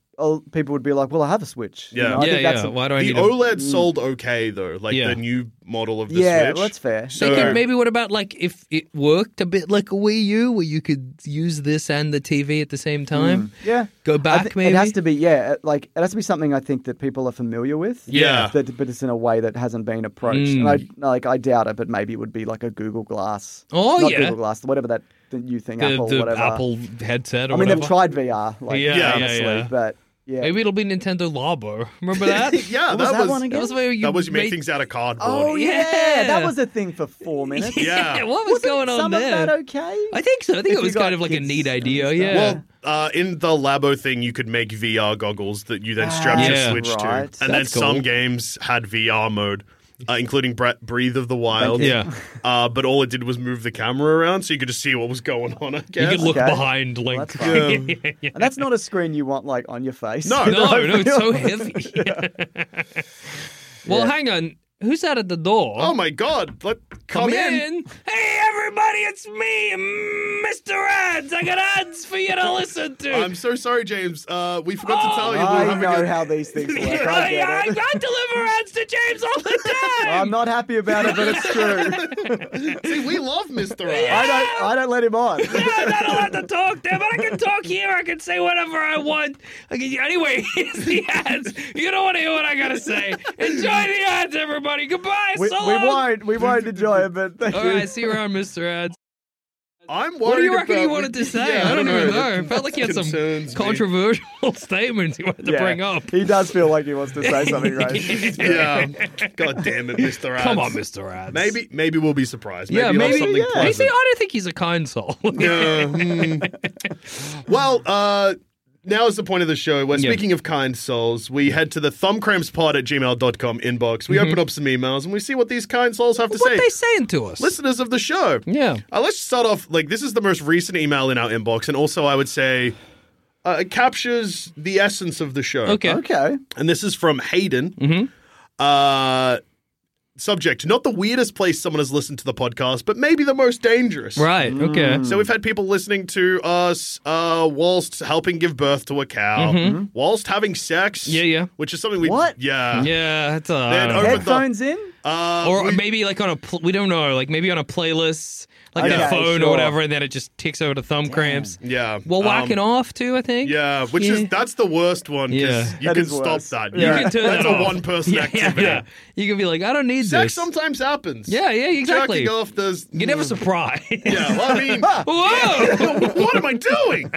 Speaker 5: people would be like, well, I have a Switch. You
Speaker 2: Yeah.
Speaker 5: know, I
Speaker 6: yeah,
Speaker 5: think that's
Speaker 6: yeah.
Speaker 5: a-
Speaker 6: Why do I
Speaker 2: the
Speaker 6: need? a-
Speaker 2: OLED sold okay though, like
Speaker 6: Yeah.
Speaker 2: the new model of the
Speaker 5: yeah,
Speaker 2: Switch.
Speaker 5: well, that's fair.
Speaker 2: So
Speaker 6: They could maybe what about like if it worked a bit like a Wii U where you could use this and the TV at the same time?
Speaker 5: Hmm. Yeah.
Speaker 6: Go
Speaker 5: I
Speaker 6: back
Speaker 5: thi-
Speaker 6: maybe.
Speaker 5: It has to be, yeah. it- Like it has to be something I think that people are familiar with.
Speaker 2: Yeah.
Speaker 5: That, but it's in a way that hasn't been approached. And
Speaker 6: Mm.
Speaker 5: I like I doubt it, but maybe it would be like a Google Glass.
Speaker 6: Oh,
Speaker 5: Not
Speaker 6: yeah.
Speaker 5: Google Glass, whatever that the new thing,
Speaker 6: the
Speaker 5: Apple,
Speaker 6: the
Speaker 5: whatever.
Speaker 6: Apple headset or
Speaker 5: I mean,
Speaker 6: whatever.
Speaker 5: they've tried VR, like
Speaker 6: Yeah, yeah,
Speaker 5: honestly,
Speaker 6: yeah.
Speaker 5: but yeah.
Speaker 6: Maybe it'll be Nintendo Labo. Remember that?
Speaker 2: yeah, that,
Speaker 5: What was that
Speaker 2: was,
Speaker 5: one
Speaker 6: That
Speaker 5: again?
Speaker 6: was where you
Speaker 2: that was you make
Speaker 6: made-
Speaker 2: things out of cardboard.
Speaker 5: oh yeah.
Speaker 6: yeah.
Speaker 5: that was a thing for four minutes.
Speaker 2: Yeah.
Speaker 6: what was
Speaker 5: Wasn't
Speaker 6: going on
Speaker 5: some
Speaker 6: there?
Speaker 5: of that okay?
Speaker 6: I think so. I
Speaker 5: If
Speaker 6: think it
Speaker 5: you
Speaker 6: was
Speaker 5: got
Speaker 6: kind of like a
Speaker 5: kids
Speaker 6: neat
Speaker 5: and
Speaker 6: idea.
Speaker 5: stuff.
Speaker 6: Yeah.
Speaker 2: Well, uh, in the Labo thing, you could make VR goggles that you then strap
Speaker 6: Ah,
Speaker 2: your Switch to,
Speaker 5: right.
Speaker 2: and then
Speaker 6: That's cool.
Speaker 2: some games had VR mode, uh, including Bre- Breathe of the Wild.
Speaker 6: you. Yeah.
Speaker 2: uh, but all it did was move the camera around, so you could just see what was going on. I
Speaker 6: you
Speaker 2: guess.
Speaker 6: could look
Speaker 5: okay.
Speaker 6: behind Link.
Speaker 5: that's fine. And that's not a screen you want like on your face.
Speaker 2: No,
Speaker 6: no, no, it's so heavy. well, hang on. Who's out at the door?
Speaker 2: Oh my god, let come, in.
Speaker 6: Hey, everybody, it's me, Mr. Ads. I got ads for you to listen to.
Speaker 2: I'm so sorry, James. Uh, we forgot to tell you. we were
Speaker 5: I
Speaker 2: having a-
Speaker 5: know how these things work. I
Speaker 6: I,
Speaker 5: get it.
Speaker 6: I deliver ads to James all the time.
Speaker 5: I'm not happy about it, but it's true.
Speaker 2: See, we love Mr. Right.
Speaker 5: I don't. I don't let him on.
Speaker 6: I'm not allowed to talk there, but I can talk here. I can say whatever I want. I can, anyway, here's the ads. You don't want to hear what I got to say. Enjoy the ads, everybody. Goodbye.
Speaker 5: We, we
Speaker 6: so long.
Speaker 5: won't. We won't enjoy it. But thank
Speaker 6: All
Speaker 5: you.
Speaker 6: right, see you around, Mr. Ads.
Speaker 2: I'm worried
Speaker 6: What do you reckon
Speaker 2: about-
Speaker 6: you wanted to say?
Speaker 2: Yeah,
Speaker 6: I, don't even know.
Speaker 2: That
Speaker 6: It felt like you had some
Speaker 2: concerns me.
Speaker 6: controversial statements you wanted to
Speaker 5: Yeah.
Speaker 6: bring up.
Speaker 5: He does feel like he wants to say something, right?
Speaker 2: Yeah. God damn it, Mr. Ads.
Speaker 6: Come on, Mr. Ads.
Speaker 2: Maybe maybe we'll be surprised. Maybe
Speaker 6: Yeah,
Speaker 2: you'll have
Speaker 6: maybe.
Speaker 2: something
Speaker 6: He
Speaker 2: pleasant.
Speaker 6: said, "Oh, I don't think he's a kind soul.
Speaker 2: Yeah, hmm. well, uh, now is the point of the show. We're
Speaker 6: Yeah.
Speaker 2: speaking of kind souls. We head to the thumbcrampspod at gmail.com inbox. We open up some emails and we see what these kind souls have to
Speaker 6: Mm-hmm. what
Speaker 2: say.
Speaker 6: they saying to us?
Speaker 2: Listeners of the show.
Speaker 6: Yeah.
Speaker 2: Uh, let's start off. Like, this is the most recent email in our inbox. And also, I would say uh, it captures the essence of the show.
Speaker 6: Okay.
Speaker 5: Okay.
Speaker 2: And this is from Hayden.
Speaker 6: Mm-hmm.
Speaker 2: Uh, subject Not the weirdest place someone has listened to the podcast, but maybe the most dangerous.
Speaker 6: Right. Okay.
Speaker 2: So we've had people listening to us uh, whilst helping give birth to a cow, whilst having sex.
Speaker 6: Mm-hmm. Yeah, yeah.
Speaker 2: Which is something we
Speaker 5: What?
Speaker 2: Yeah.
Speaker 6: yeah, that's uh,
Speaker 2: Then
Speaker 6: I don't know.
Speaker 2: over-
Speaker 5: Headphones in.
Speaker 2: Uh,
Speaker 6: or
Speaker 2: we-
Speaker 6: maybe like on a pl- we don't know, like maybe on a playlist, like
Speaker 5: Okay,
Speaker 6: a phone
Speaker 5: sure.
Speaker 6: or whatever, and then it just ticks over to thumb cramps.
Speaker 2: yeah.
Speaker 6: Well,
Speaker 2: Um,
Speaker 6: whacking off too, I think.
Speaker 2: Yeah, which
Speaker 6: Yeah.
Speaker 2: is that's the worst one because
Speaker 6: Yeah.
Speaker 2: you
Speaker 5: That
Speaker 2: can
Speaker 5: is
Speaker 2: stop
Speaker 5: worse.
Speaker 2: that.
Speaker 5: You
Speaker 6: You can turn
Speaker 2: that's
Speaker 6: that
Speaker 2: a
Speaker 6: off.
Speaker 2: one person
Speaker 6: Yeah, yeah,
Speaker 2: activity.
Speaker 6: yeah. You can be like, I don't need
Speaker 2: Sex
Speaker 6: this.
Speaker 2: sometimes happens.
Speaker 6: Yeah, yeah, exactly.
Speaker 2: Jerking off does.
Speaker 6: You're never surprised.
Speaker 2: Mm. Yeah, well, I mean,
Speaker 5: Ah,
Speaker 6: Whoa!
Speaker 2: what am I doing?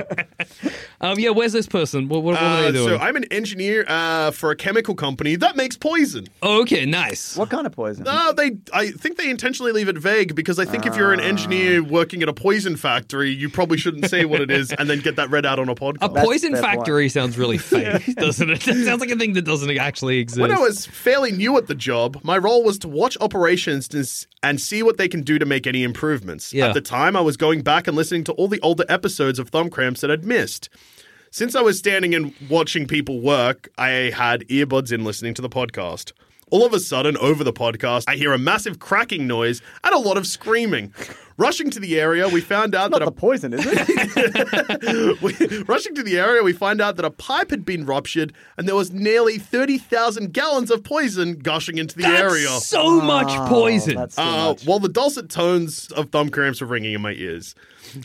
Speaker 6: um, yeah, where's this person? What, what, what are
Speaker 2: Uh,
Speaker 6: they doing?
Speaker 2: so I'm an engineer uh, for a chemical company that makes poison.
Speaker 6: okay, nice.
Speaker 5: What kind of poison?
Speaker 2: No, they. I think they intentionally leave it vague because I think if you're an engineer
Speaker 6: Ah.
Speaker 2: working at a poison factory, you probably shouldn't say what it is and then get that read out on a
Speaker 6: A
Speaker 2: podcast.
Speaker 6: poison
Speaker 5: fair point.
Speaker 6: factory sounds really fake, doesn't it? That sounds like a thing that doesn't actually exist.
Speaker 2: when I was fairly new at the job, my role was to watch operations to s- and see what they can do to make any improvements.
Speaker 6: Yeah.
Speaker 2: At the time, I was going back and listening to all the older episodes of Thumb Cramps that I'd missed. Since I was standing and watching people work, I had earbuds in listening to the podcast. All of a sudden, over the podcast, I hear a massive cracking noise and a lot of screaming. Rushing to the area, we found out
Speaker 5: Not
Speaker 2: that
Speaker 5: the
Speaker 2: a
Speaker 5: poison, is it?
Speaker 2: we, rushing to the area, we find out that a pipe had been ruptured and there was nearly 30,000 gallons of poison gushing into the
Speaker 6: That's
Speaker 2: area.
Speaker 6: so much poison.
Speaker 5: Oh, That's too
Speaker 2: uh,
Speaker 5: much.
Speaker 2: while the dulcet tones of thumb cramps were ringing in my ears,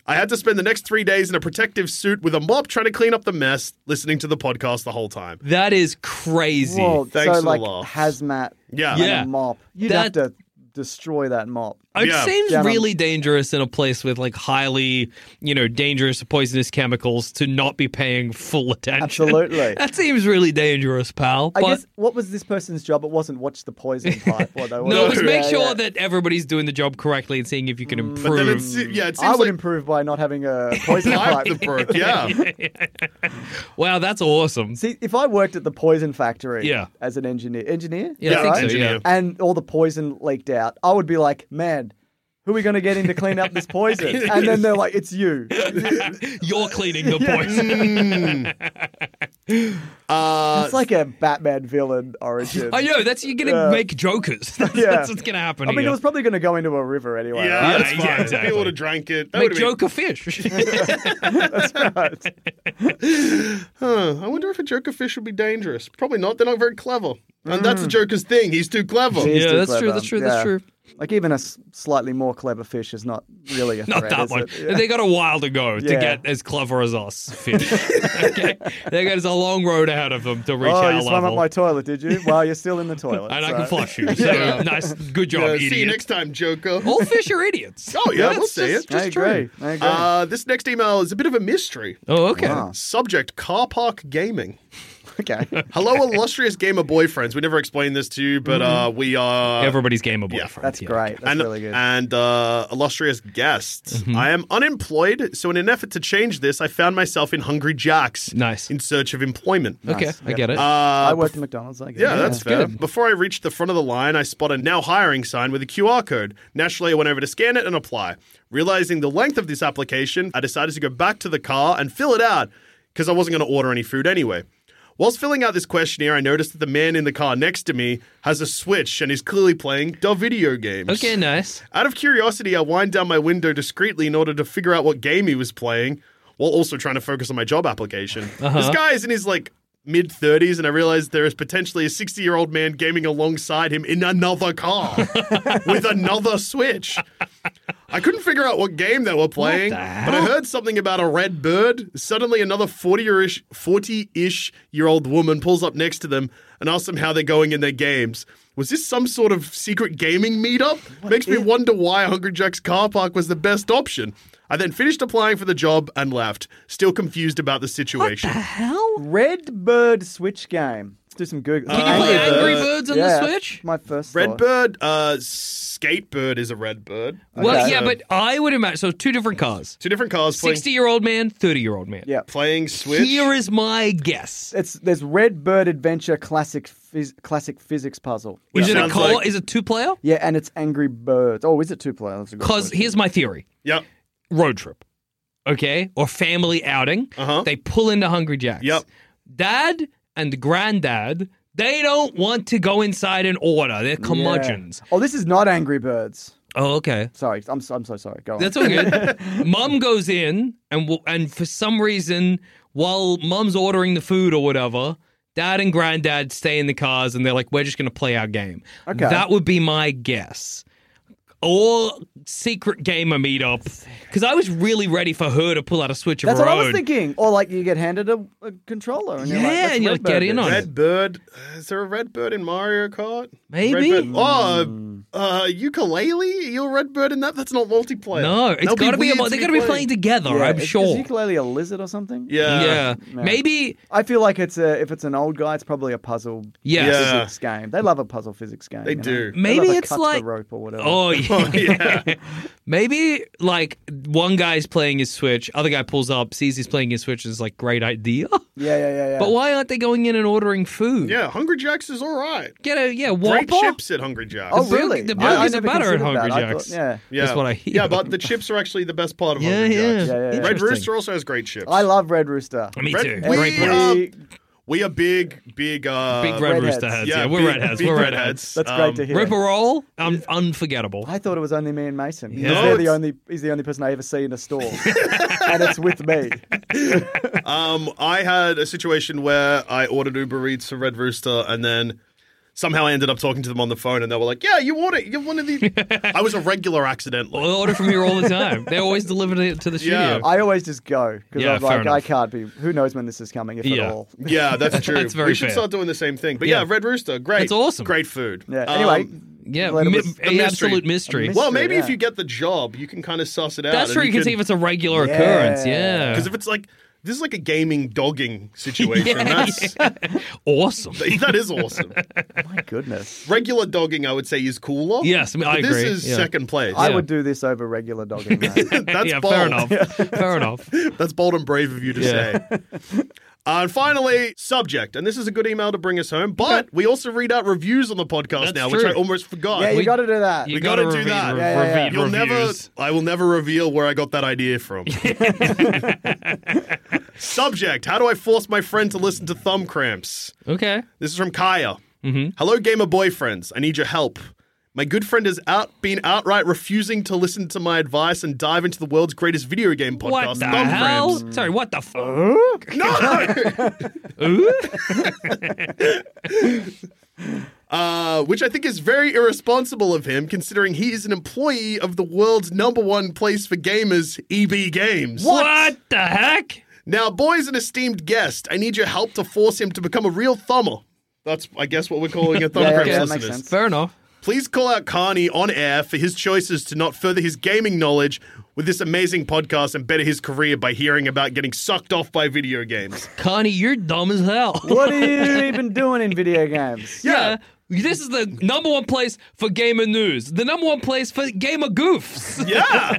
Speaker 2: I had to spend the next three days in a protective suit with a mop trying to clean up the mess, listening to the podcast the whole time.
Speaker 6: That is crazy.
Speaker 5: Well,
Speaker 2: Thanks for
Speaker 5: so
Speaker 2: the
Speaker 5: like
Speaker 2: laughs.
Speaker 5: hazmat.
Speaker 2: Yeah.
Speaker 5: and a
Speaker 6: Yeah.
Speaker 5: mop. You'd
Speaker 6: That-
Speaker 5: have to destroy that mop.
Speaker 6: it
Speaker 2: yeah.
Speaker 6: seems
Speaker 5: Yeah, and I'm-
Speaker 6: really dangerous in a place with like highly, you know, dangerous poisonous chemicals to not be paying full attention.
Speaker 5: Absolutely.
Speaker 6: that seems really dangerous, pal.
Speaker 5: I
Speaker 6: but
Speaker 5: guess what was this person's job? It wasn't watch the poison pipe. What they were-
Speaker 6: no, it was
Speaker 2: No.
Speaker 6: make
Speaker 5: Yeah,
Speaker 6: sure
Speaker 5: yeah. Mm.
Speaker 6: that everybody's doing the job correctly and seeing if you can improve.
Speaker 2: But then it's, yeah, it seems
Speaker 5: I would
Speaker 2: like
Speaker 5: improve by not having a poison
Speaker 2: pipe
Speaker 5: pipe.
Speaker 2: that broke. Yeah.
Speaker 6: wow, that's awesome.
Speaker 5: See, if I worked at the poison factory
Speaker 6: Yeah.
Speaker 5: as an engineer, engineer,
Speaker 6: Yeah, I think so,
Speaker 2: engineer.
Speaker 6: yeah.
Speaker 5: and all the poison leaked out, I would be like, man, who are we going to get in to clean up this poison? And then they're like, it's you.
Speaker 6: You're cleaning the poison.
Speaker 2: Uh,
Speaker 5: It's like a Batman villain origin.
Speaker 6: I know that's you're gonna
Speaker 5: Yeah.
Speaker 6: make jokers. That's,
Speaker 5: Yeah.
Speaker 6: that's what's gonna happen.
Speaker 5: I mean,
Speaker 6: here.
Speaker 5: it was probably going to go into a river anyway.
Speaker 2: yeah,
Speaker 5: right?
Speaker 2: that's
Speaker 6: yeah,
Speaker 2: fine.
Speaker 6: exactly.
Speaker 2: People would have drank it. That
Speaker 6: make
Speaker 2: would've been-
Speaker 6: joker fish.
Speaker 2: Huh, I wonder if a Joker fish would be dangerous. Probably not. They're not very clever. And
Speaker 6: Hmm.
Speaker 2: that's the Joker's thing. He's too clever.
Speaker 5: He's
Speaker 6: Yeah,
Speaker 5: too
Speaker 6: that's true,
Speaker 5: clever.
Speaker 6: that's true, that's true.
Speaker 5: Like even a s- slightly more clever fish is not really a
Speaker 6: Not
Speaker 5: threat.
Speaker 6: that
Speaker 5: is
Speaker 6: one.
Speaker 5: it? Yeah.
Speaker 6: They got a while to go to
Speaker 5: Yeah.
Speaker 6: get as clever as us. Fish. okay, they got there's a long road ahead of them to reach
Speaker 5: Oh,
Speaker 6: our
Speaker 5: you swam up
Speaker 6: level.
Speaker 5: my toilet, did you? Well, you're still in the toilet.
Speaker 6: and I
Speaker 5: so-
Speaker 6: can flush you. So uh, nice, good job,
Speaker 2: Yeah,
Speaker 6: idiot.
Speaker 2: see you next time, Joker.
Speaker 6: All fish are idiots.
Speaker 2: Oh, yeah,
Speaker 6: That's
Speaker 2: we'll see
Speaker 6: just-
Speaker 2: it.
Speaker 5: I
Speaker 6: just
Speaker 5: agree.
Speaker 6: true.
Speaker 5: I agree.
Speaker 2: Uh, this next email is a bit of a mystery.
Speaker 6: Oh, okay.
Speaker 2: Subject Car Park Gaming.
Speaker 5: okay.
Speaker 2: Hello, illustrious gamer boyfriends. We never explained this to you, but
Speaker 6: Mm-hmm.
Speaker 2: uh, we are.
Speaker 6: Everybody's game of boyfriend.
Speaker 5: That's
Speaker 6: yeah.
Speaker 5: great. That's
Speaker 2: and,
Speaker 5: really good.
Speaker 2: and uh, illustrious guests.
Speaker 6: Mm-hmm.
Speaker 2: I am unemployed, so in an effort to change this, I found myself in Hungry Jack's.
Speaker 6: Nice.
Speaker 2: In search of employment.
Speaker 6: Okay, I get it.
Speaker 2: Uh,
Speaker 5: I worked at McDonald's. I guess.
Speaker 2: Yeah, that's fair. Before I reached the front of the line, I spot a now hiring sign with a QR code. Naturally, I went over to scan it and apply. Realizing the length of this application, I decided to go back to the car and fill it out because I wasn't going to order any food anyway. Whilst filling out this questionnaire, I noticed that the man in the car next to me has a Switch and is clearly playing the video games.
Speaker 6: Okay, nice.
Speaker 2: Out of curiosity, I wind down my window discreetly in order to figure out what game he was playing while also trying to focus on my job application. This guy is in his like mid 30s, and I realize there is potentially a 60 year old man gaming alongside him in another car with another Switch. I couldn't figure out what game they were playing, but I heard something about a red bird. Suddenly, another 40-ish, 40-ish year old woman pulls up next to them and asks them how they're going in their games. Was this some sort of secret gaming meetup? Makes me wonder why Hungry Jack's car park was the best option. I then finished applying for the job and left, still confused about the situation.
Speaker 5: Red Bird Switch game. Let's do some Google.
Speaker 6: Can you play
Speaker 2: Angry
Speaker 6: Angry
Speaker 2: Birds.
Speaker 6: Birds on
Speaker 5: uh, Yeah,
Speaker 6: the Switch?
Speaker 5: My first
Speaker 2: Red
Speaker 5: thought.
Speaker 2: bird, uh, skatebird is a red bird.
Speaker 6: Well,
Speaker 2: So,
Speaker 6: yeah, but I would imagine. So, two different cars
Speaker 2: two different cars playing,
Speaker 6: 60 year old man, 30 year old man.
Speaker 5: Yeah.
Speaker 2: playing Switch.
Speaker 6: Here is my guess.
Speaker 5: It's there's Red Bird Adventure classic phys- classic physics puzzle.
Speaker 6: Is it a
Speaker 2: sounds
Speaker 6: co
Speaker 2: like-
Speaker 6: Is it two player?
Speaker 5: Yeah, and it's Angry Birds. Oh, is it two player? That's a good
Speaker 6: Because
Speaker 5: question.
Speaker 6: here's my theory
Speaker 2: yep.
Speaker 6: road trip, okay, or family outing.
Speaker 2: Uh-huh.
Speaker 6: They pull into Hungry Jack's.
Speaker 2: Yep.
Speaker 6: Dad and granddad, they don't want to go inside and order. They're
Speaker 5: Yeah.
Speaker 6: curmudgeons.
Speaker 5: Oh, this is not Angry Birds.
Speaker 6: Oh, okay.
Speaker 5: Sorry, I'm so, I'm so sorry. Go on.
Speaker 6: That's all good. Mum goes in, and w- and for some reason, while Mum's ordering the food or whatever, Dad and Granddad stay in the cars, and they're like, "We're just going to play our game."
Speaker 5: Okay.
Speaker 6: That would be my guess. Or secret gamer meetup, because I was really ready for her to pull out a switch of
Speaker 5: That's
Speaker 6: her
Speaker 5: what I
Speaker 6: own.
Speaker 5: was thinking. Or like you get handed a, a controller and
Speaker 6: Yeah,
Speaker 5: you're like, "That's
Speaker 6: and you're
Speaker 5: Red
Speaker 6: like, get
Speaker 5: Bird
Speaker 6: in
Speaker 5: is."
Speaker 6: on it.
Speaker 2: Red bird. uh, Is there a red bird in Mario Kart?
Speaker 6: Maybe.
Speaker 2: Red bird. Oh,
Speaker 5: Mm.
Speaker 2: uh, ukulele. You're a red bird in that. That's not multiplayer.
Speaker 6: No, it's
Speaker 2: That'd
Speaker 6: got to be.
Speaker 2: weird
Speaker 6: about. they're going to be playing together.
Speaker 5: Yeah,
Speaker 6: I'm
Speaker 5: is- Is
Speaker 6: sure.
Speaker 5: ukulele a lizard or something?
Speaker 2: Yeah.
Speaker 6: yeah, maybe.
Speaker 5: I feel like it's a if it's an old guy, it's probably a puzzle
Speaker 6: Yes.
Speaker 2: Yeah.
Speaker 5: physics game. They love a puzzle physics game.
Speaker 2: They
Speaker 5: you know?
Speaker 2: do.
Speaker 5: They
Speaker 6: Maybe
Speaker 5: love a
Speaker 6: it's
Speaker 5: cut to
Speaker 6: like-
Speaker 5: the rope or whatever.
Speaker 6: Oh yeah.
Speaker 2: yeah.
Speaker 6: Maybe like one guy's playing his Switch, other guy pulls up, sees he's playing his Switch, and is like, great idea.
Speaker 5: yeah, yeah, yeah, yeah.
Speaker 6: But why aren't they going in and ordering food?
Speaker 2: Yeah, Hungry Jack's is all right.
Speaker 6: get a yeah
Speaker 2: Great
Speaker 6: Whopper.
Speaker 2: chips at Hungry Jack's.
Speaker 5: Oh,
Speaker 6: burger-
Speaker 5: really?
Speaker 6: the
Speaker 5: I- I
Speaker 6: burgers are
Speaker 5: never
Speaker 6: better at
Speaker 5: considered
Speaker 6: Hungry
Speaker 5: that. I
Speaker 6: Jack's.
Speaker 5: Thought, yeah.
Speaker 2: yeah.
Speaker 6: That's what I hear.
Speaker 2: Yeah, but the chips are actually the best part of
Speaker 5: Oh
Speaker 6: Yeah,
Speaker 2: Hungry
Speaker 6: yeah.
Speaker 2: Jack's.
Speaker 5: yeah. Red
Speaker 2: Red
Speaker 6: Interesting.
Speaker 2: Rooster also has great chips.
Speaker 5: I love Red Rooster.
Speaker 6: Me
Speaker 2: Red-
Speaker 6: too.
Speaker 2: we
Speaker 6: Great
Speaker 2: are-
Speaker 6: point.
Speaker 5: Every-
Speaker 2: we are big, big. Uh,
Speaker 6: Big Red
Speaker 5: redheads.
Speaker 6: Rooster heads. Yeah,
Speaker 2: Yeah,
Speaker 6: we're
Speaker 2: big-
Speaker 6: redheads.
Speaker 2: big
Speaker 6: We're
Speaker 2: redheads.
Speaker 6: redheads.
Speaker 5: That's
Speaker 2: Um,
Speaker 5: great to hear.
Speaker 6: Ripper roll, um, unforgettable.
Speaker 5: I thought it was only me and Mason. because
Speaker 6: No,
Speaker 5: they're the
Speaker 2: it's-
Speaker 5: only he's the only person I ever see in a store, and it's with me.
Speaker 2: Um, I had a situation where I ordered Uber Eats for Red Rooster, and then somehow I ended up talking to them on the phone, and they were like, "Yeah, you order, you're one of the." I was a regular accidentally.
Speaker 6: I order from here all the time. They always deliver it to the studio.
Speaker 2: Yeah.
Speaker 5: I always just go because
Speaker 6: Yeah,
Speaker 5: I'm
Speaker 6: fair
Speaker 5: like I
Speaker 6: enough.
Speaker 5: can't be. Who knows when this is coming if
Speaker 6: Yeah.
Speaker 5: at all.
Speaker 2: Yeah, that's true.
Speaker 6: That's very
Speaker 2: we should
Speaker 6: fair.
Speaker 2: start doing the same thing. But yeah,
Speaker 6: Yeah.
Speaker 2: Red Rooster, great.
Speaker 6: That's awesome.
Speaker 2: Great food.
Speaker 5: Yeah.
Speaker 2: Um,
Speaker 5: Anyway,
Speaker 6: yeah,
Speaker 5: Glad it
Speaker 6: mi-
Speaker 5: was-
Speaker 6: a
Speaker 2: mystery.
Speaker 6: absolute mystery.
Speaker 5: A mystery.
Speaker 2: well, maybe if
Speaker 5: yeah.
Speaker 2: you get the job, you can kind of suss it out.
Speaker 6: That's true. You can see if it's a regular
Speaker 5: Yeah.
Speaker 6: occurrence. Yeah,
Speaker 2: because if it's like this is like a gaming dogging situation. That's
Speaker 6: awesome.
Speaker 2: that is awesome.
Speaker 5: my goodness,
Speaker 2: Regular dogging, I would say, is cooler.
Speaker 6: Yes, I mean, I
Speaker 2: But this
Speaker 6: agree.
Speaker 2: is
Speaker 6: Yeah.
Speaker 2: second place.
Speaker 5: I
Speaker 6: Yeah.
Speaker 5: would do this over regular dogging. mate.
Speaker 2: That's
Speaker 6: yeah,
Speaker 2: bold.
Speaker 6: fair enough. Fair enough.
Speaker 2: That's bold and brave of you to
Speaker 6: Yeah.
Speaker 2: say. Uh, And finally, subject. And this is a good email to bring us home, but we also read out reviews on the podcast
Speaker 6: That's
Speaker 2: now,
Speaker 6: true.
Speaker 2: which I almost forgot.
Speaker 5: yeah, you
Speaker 2: We-
Speaker 5: got to do that.
Speaker 6: You
Speaker 2: We gotta do
Speaker 6: review-
Speaker 2: that.
Speaker 6: re-
Speaker 5: Yeah, yeah, yeah.
Speaker 6: review-
Speaker 2: You'll never.
Speaker 6: reviews.
Speaker 2: I will never reveal where I got that idea from. Subject: How do I force my friend to listen to Thumb Cramps?
Speaker 6: Okay.
Speaker 2: This is from Kaya.
Speaker 6: Mm-hmm.
Speaker 2: Hello, gamer boyfriends. I need your help. My good friend has out been outright refusing to listen to my advice and dive into the world's greatest video game podcast,
Speaker 6: What the
Speaker 2: Thumb
Speaker 6: hell?
Speaker 2: Cramps.
Speaker 6: Sorry, what the fuck?
Speaker 2: No,
Speaker 6: Ooh.
Speaker 2: uh, which I think is very irresponsible of him, considering he is an employee of the world's number one place for gamers, EB Games.
Speaker 6: What? the heck?
Speaker 2: Now, boy's an esteemed guest. I need your help to force him to become a real thumber. That's, I guess, what we're calling a thumb
Speaker 5: Yeah, yeah,
Speaker 2: cramps
Speaker 5: yeah, that makes
Speaker 2: listeners.
Speaker 5: sense.
Speaker 6: Fair enough.
Speaker 2: Please call out Carney on air for his choices to not further his gaming knowledge with this amazing podcast and better his career by hearing about getting sucked off by video games.
Speaker 6: Connie, you're dumb as hell.
Speaker 5: What are you even doing in video games?
Speaker 6: Yeah. This is the number one place for gamer news. The number one place for gamer goofs.
Speaker 2: Yeah,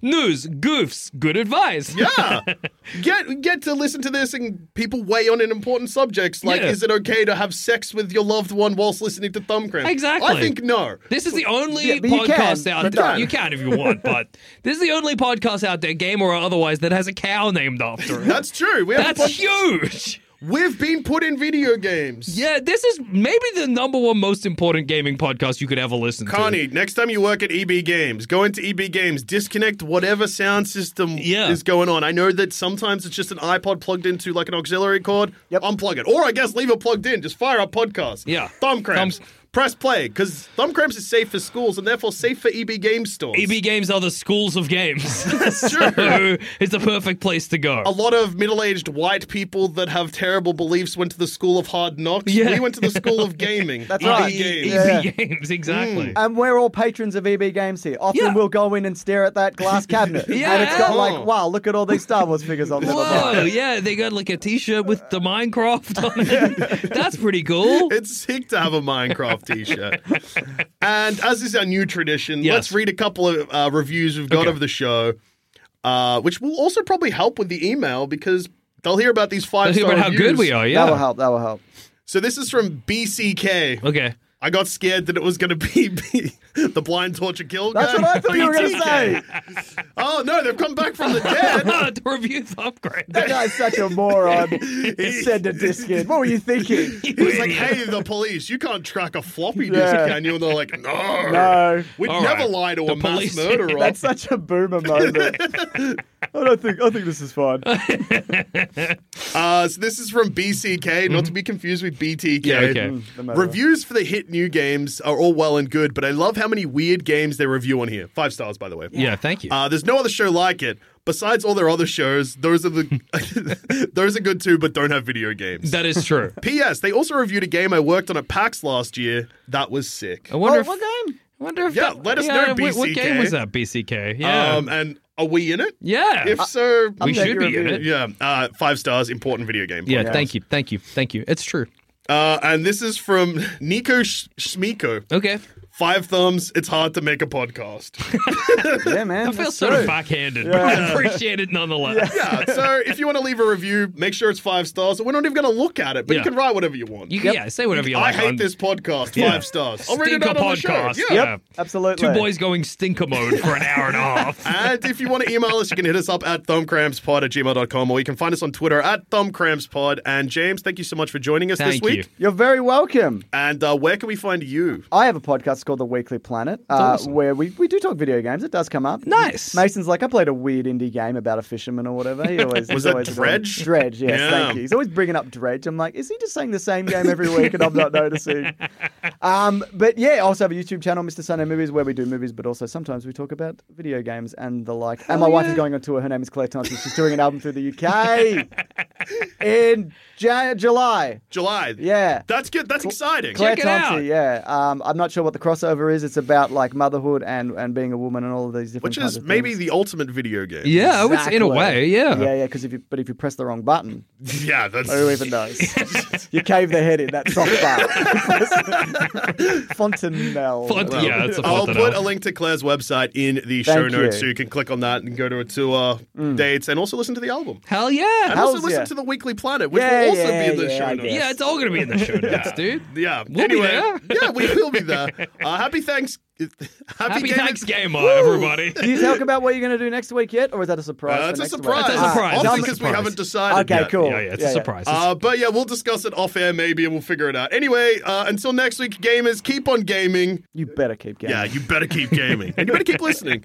Speaker 6: news, goofs, good advice.
Speaker 2: yeah. Get get to listen to this and people weigh on in important subjects like
Speaker 6: Yeah.
Speaker 2: is it okay to have sex with your loved one whilst listening to Thumb Cramps?
Speaker 6: Exactly.
Speaker 2: I think no.
Speaker 6: This is the only
Speaker 5: Yeah, but you
Speaker 6: podcast
Speaker 5: can.
Speaker 6: out
Speaker 5: You
Speaker 6: there.
Speaker 5: can.
Speaker 6: You can if you want, but this is the only podcast out there, gamer or otherwise, that has a cow named after it.
Speaker 2: That's true. We have a
Speaker 6: That's huge.
Speaker 2: We've been put in video games.
Speaker 6: Yeah, this is maybe the number one most important gaming podcast you could ever listen to.
Speaker 2: Connie, next time you work at EB Games, go into EB Games, disconnect whatever sound system
Speaker 6: Yeah.
Speaker 2: is going on. I know that sometimes it's just an iPod plugged into like an auxiliary cord.
Speaker 5: Yep.
Speaker 2: Unplug it. Or I guess leave it plugged in. Just fire up podcast.
Speaker 6: Yeah.
Speaker 2: Thumb cramps.
Speaker 6: Thumbs-
Speaker 2: Press play, because thumb cramps is safe for schools and therefore safe for EB Games stores.
Speaker 6: EB Games are the schools of games.
Speaker 2: sure.
Speaker 6: So it's the perfect place to go.
Speaker 2: A lot of middle-aged white people that have terrible beliefs went to the school of hard knocks.
Speaker 6: Yeah. E
Speaker 2: We went to the school of gaming.
Speaker 5: That's
Speaker 2: EB
Speaker 5: right.
Speaker 2: Games. Mm.
Speaker 6: EB
Speaker 5: Yeah.
Speaker 6: Games, exactly.
Speaker 5: And Um, we're all patrons of EB Games here. Often
Speaker 6: Yeah.
Speaker 5: we'll go in and stare at that glass cabinet.
Speaker 6: Yeah.
Speaker 5: And it's got
Speaker 2: Oh.
Speaker 5: like, wow, look at all these Star Wars figures on there.
Speaker 6: Whoa, yeah, they got like a T-shirt with the Minecraft on it. That's pretty cool.
Speaker 2: It's sick to have a Minecraft t-shirt. and as is our new tradition,
Speaker 6: Yes.
Speaker 2: let's read a couple of uh, reviews we've got
Speaker 6: Okay.
Speaker 2: of the show, uh, which will also probably help with the email because they'll hear about these five
Speaker 6: Let's hear
Speaker 2: star
Speaker 6: about how good we are,
Speaker 5: That will
Speaker 6: yeah.
Speaker 5: help. That will help.
Speaker 2: So this is from BCK.
Speaker 6: Okay.
Speaker 2: I got scared that it was going to be B- the blind torture kill.
Speaker 5: That's
Speaker 2: guy,
Speaker 5: what I thought you were going to
Speaker 2: BTK.
Speaker 5: say.
Speaker 2: Oh no, they've come back from the dead.
Speaker 6: the review's upgrade.
Speaker 5: That guy's such a moron. He said to Diskin. What were you thinking?
Speaker 2: He was like, "Hey, the police! You can't track a floppy disk,
Speaker 5: Yeah.
Speaker 2: can you?" And they're like, "No,
Speaker 5: No.
Speaker 2: we'd
Speaker 6: All
Speaker 2: never
Speaker 6: right.
Speaker 2: lie to
Speaker 6: The
Speaker 2: a mass
Speaker 6: police-
Speaker 2: murderer."
Speaker 5: That's such a boomer moment. I don't think I think this is fine.
Speaker 2: Uh, so this is from BCK, not to be confused with BTK.
Speaker 6: Mm-hmm. Yeah, okay. Mm,
Speaker 5: the murderer.
Speaker 2: Reviews for the hit new games are all well and good, but I love how many weird games they review on here. Five stars, by the way.
Speaker 6: Yeah, thank you.
Speaker 2: Uh, there's no other show like it. Besides all their other shows, those are the those are good too, but don't have video games.
Speaker 6: that is true.
Speaker 2: P.S. They also reviewed a game I worked on at PAX last year. That was sick.
Speaker 6: I wonder
Speaker 5: Oh,
Speaker 6: if,
Speaker 5: what game?
Speaker 6: I wonder if
Speaker 2: Yeah,
Speaker 6: that-
Speaker 2: let us know,
Speaker 6: yeah, What, what game
Speaker 2: BCK.
Speaker 6: was that? BCK. Yeah.
Speaker 2: Um, and are we in it?
Speaker 6: yeah.
Speaker 5: Ah,
Speaker 2: If so,
Speaker 6: we
Speaker 5: Update
Speaker 6: should
Speaker 5: your
Speaker 6: be in
Speaker 5: review.
Speaker 6: it.
Speaker 2: Yeah, uh, five stars. Important video game.
Speaker 6: Yeah,
Speaker 2: podcast.
Speaker 6: thank you. Thank you. Thank you. It's true.
Speaker 2: Uh, and this is from Nico Sh- Schmiko.
Speaker 6: Okay.
Speaker 2: Five thumbs. It's hard to make a podcast.
Speaker 5: Yeah, man.
Speaker 6: I feel
Speaker 5: that's
Speaker 6: sort
Speaker 5: true.
Speaker 6: of backhanded, but I appreciate it nonetheless.
Speaker 2: yeah. So if you want to leave a review, make sure it's five stars. We're not even going to look at it, but
Speaker 6: Yeah.
Speaker 2: you can write whatever you want.
Speaker 6: You, Yeah, say whatever you
Speaker 2: I
Speaker 6: like.
Speaker 2: hate
Speaker 6: on
Speaker 2: this podcast. Five stars. I'll read it
Speaker 6: Stinker
Speaker 2: out on the show.
Speaker 6: podcast.
Speaker 2: Yeah.
Speaker 6: Yeah.
Speaker 5: Absolutely.
Speaker 6: Two boys going stinker mode for an hour and a half.
Speaker 2: And if you want to email us, you can hit us up at thumbcrampspod at gmail.com or you can find us on Twitter at thumbcrampspod. And James, thank you so much for joining us this
Speaker 6: Thank
Speaker 2: week.
Speaker 6: you.
Speaker 5: You're very welcome.
Speaker 2: And uh, where can we find you?
Speaker 5: I have a podcast called The Weekly Planet, uh, where we, we do talk video games. It does come up.
Speaker 6: Nice.
Speaker 5: Mason's like, I played a weird indie game about a fisherman or whatever. He always
Speaker 2: Was
Speaker 5: he's
Speaker 2: that
Speaker 5: always
Speaker 2: Dredge?
Speaker 5: Dredge, yes,
Speaker 2: Yeah.
Speaker 5: thank you. He's always bringing up Dredge. I'm like, is he just saying the same game every week and I'm not noticing? Um, but yeah, I also have a YouTube channel, Mr. Sunday Movies, where we do movies, but also sometimes we talk about video games and the like. and my wife is going on tour. Her name is Claire Thompson. She's doing an album through the UK in Ja- July.
Speaker 2: July.
Speaker 5: Yeah.
Speaker 2: That's good. That's exciting.
Speaker 5: Claire
Speaker 6: Check it
Speaker 5: Thompson,
Speaker 6: out.
Speaker 5: yeah. Um, I'm not sure what the crossover is. It's about like motherhood and, and being a woman and all of these different
Speaker 2: Which
Speaker 5: kinds
Speaker 2: is
Speaker 5: of
Speaker 2: maybe
Speaker 5: things.
Speaker 2: the ultimate video game.
Speaker 6: Yeah, it's in a way. Yeah.
Speaker 5: Yeah, yeah, because if you but if you press the wrong button,
Speaker 2: Yeah, that's
Speaker 5: who even knows? you cave the head in that soft bar. Fontenelle.
Speaker 6: Font- yeah, it's a
Speaker 2: I'll
Speaker 6: font
Speaker 2: put a link to Claire's website in the show
Speaker 5: Thank
Speaker 2: notes
Speaker 5: you.
Speaker 2: so you can click on that and go to a tour, dates, and also listen to the album.
Speaker 6: Hell yeah.
Speaker 2: And also
Speaker 5: Hells
Speaker 2: listen
Speaker 5: yeah.
Speaker 2: to the Weekly Planet, which
Speaker 5: Yeah,
Speaker 2: will also
Speaker 5: yeah,
Speaker 2: be in the
Speaker 5: yeah, I
Speaker 2: show
Speaker 5: guess.
Speaker 2: notes.
Speaker 6: Yeah, it's all going to be in the show notes, dude.
Speaker 2: Yeah.
Speaker 6: We'll be
Speaker 2: anyway,
Speaker 6: there.
Speaker 2: yeah, we will be there. Uh, happy thanks. Happy,
Speaker 6: Happy
Speaker 2: Gaming-
Speaker 6: Thanksgiving, everybody.
Speaker 5: Do you talk about what you're going to do next week yet, or is that a surprise?
Speaker 2: Uh,
Speaker 5: for
Speaker 2: it's a
Speaker 5: next week?
Speaker 2: surprise.
Speaker 6: It's a surprise.
Speaker 2: Only
Speaker 6: It's a
Speaker 2: because we
Speaker 6: surprise.
Speaker 2: haven't decided.
Speaker 5: Okay,
Speaker 2: yet.
Speaker 5: cool.
Speaker 6: Yeah, yeah, it's
Speaker 5: Yeah,
Speaker 6: a
Speaker 5: yeah.
Speaker 6: surprise. It's-
Speaker 2: Uh, but yeah, we'll discuss it off air maybe and we'll figure it out. Anyway, uh, until next week, gamers, keep on gaming.
Speaker 5: You better keep going.
Speaker 2: Yeah, you better keep gaming. and you better keep listening.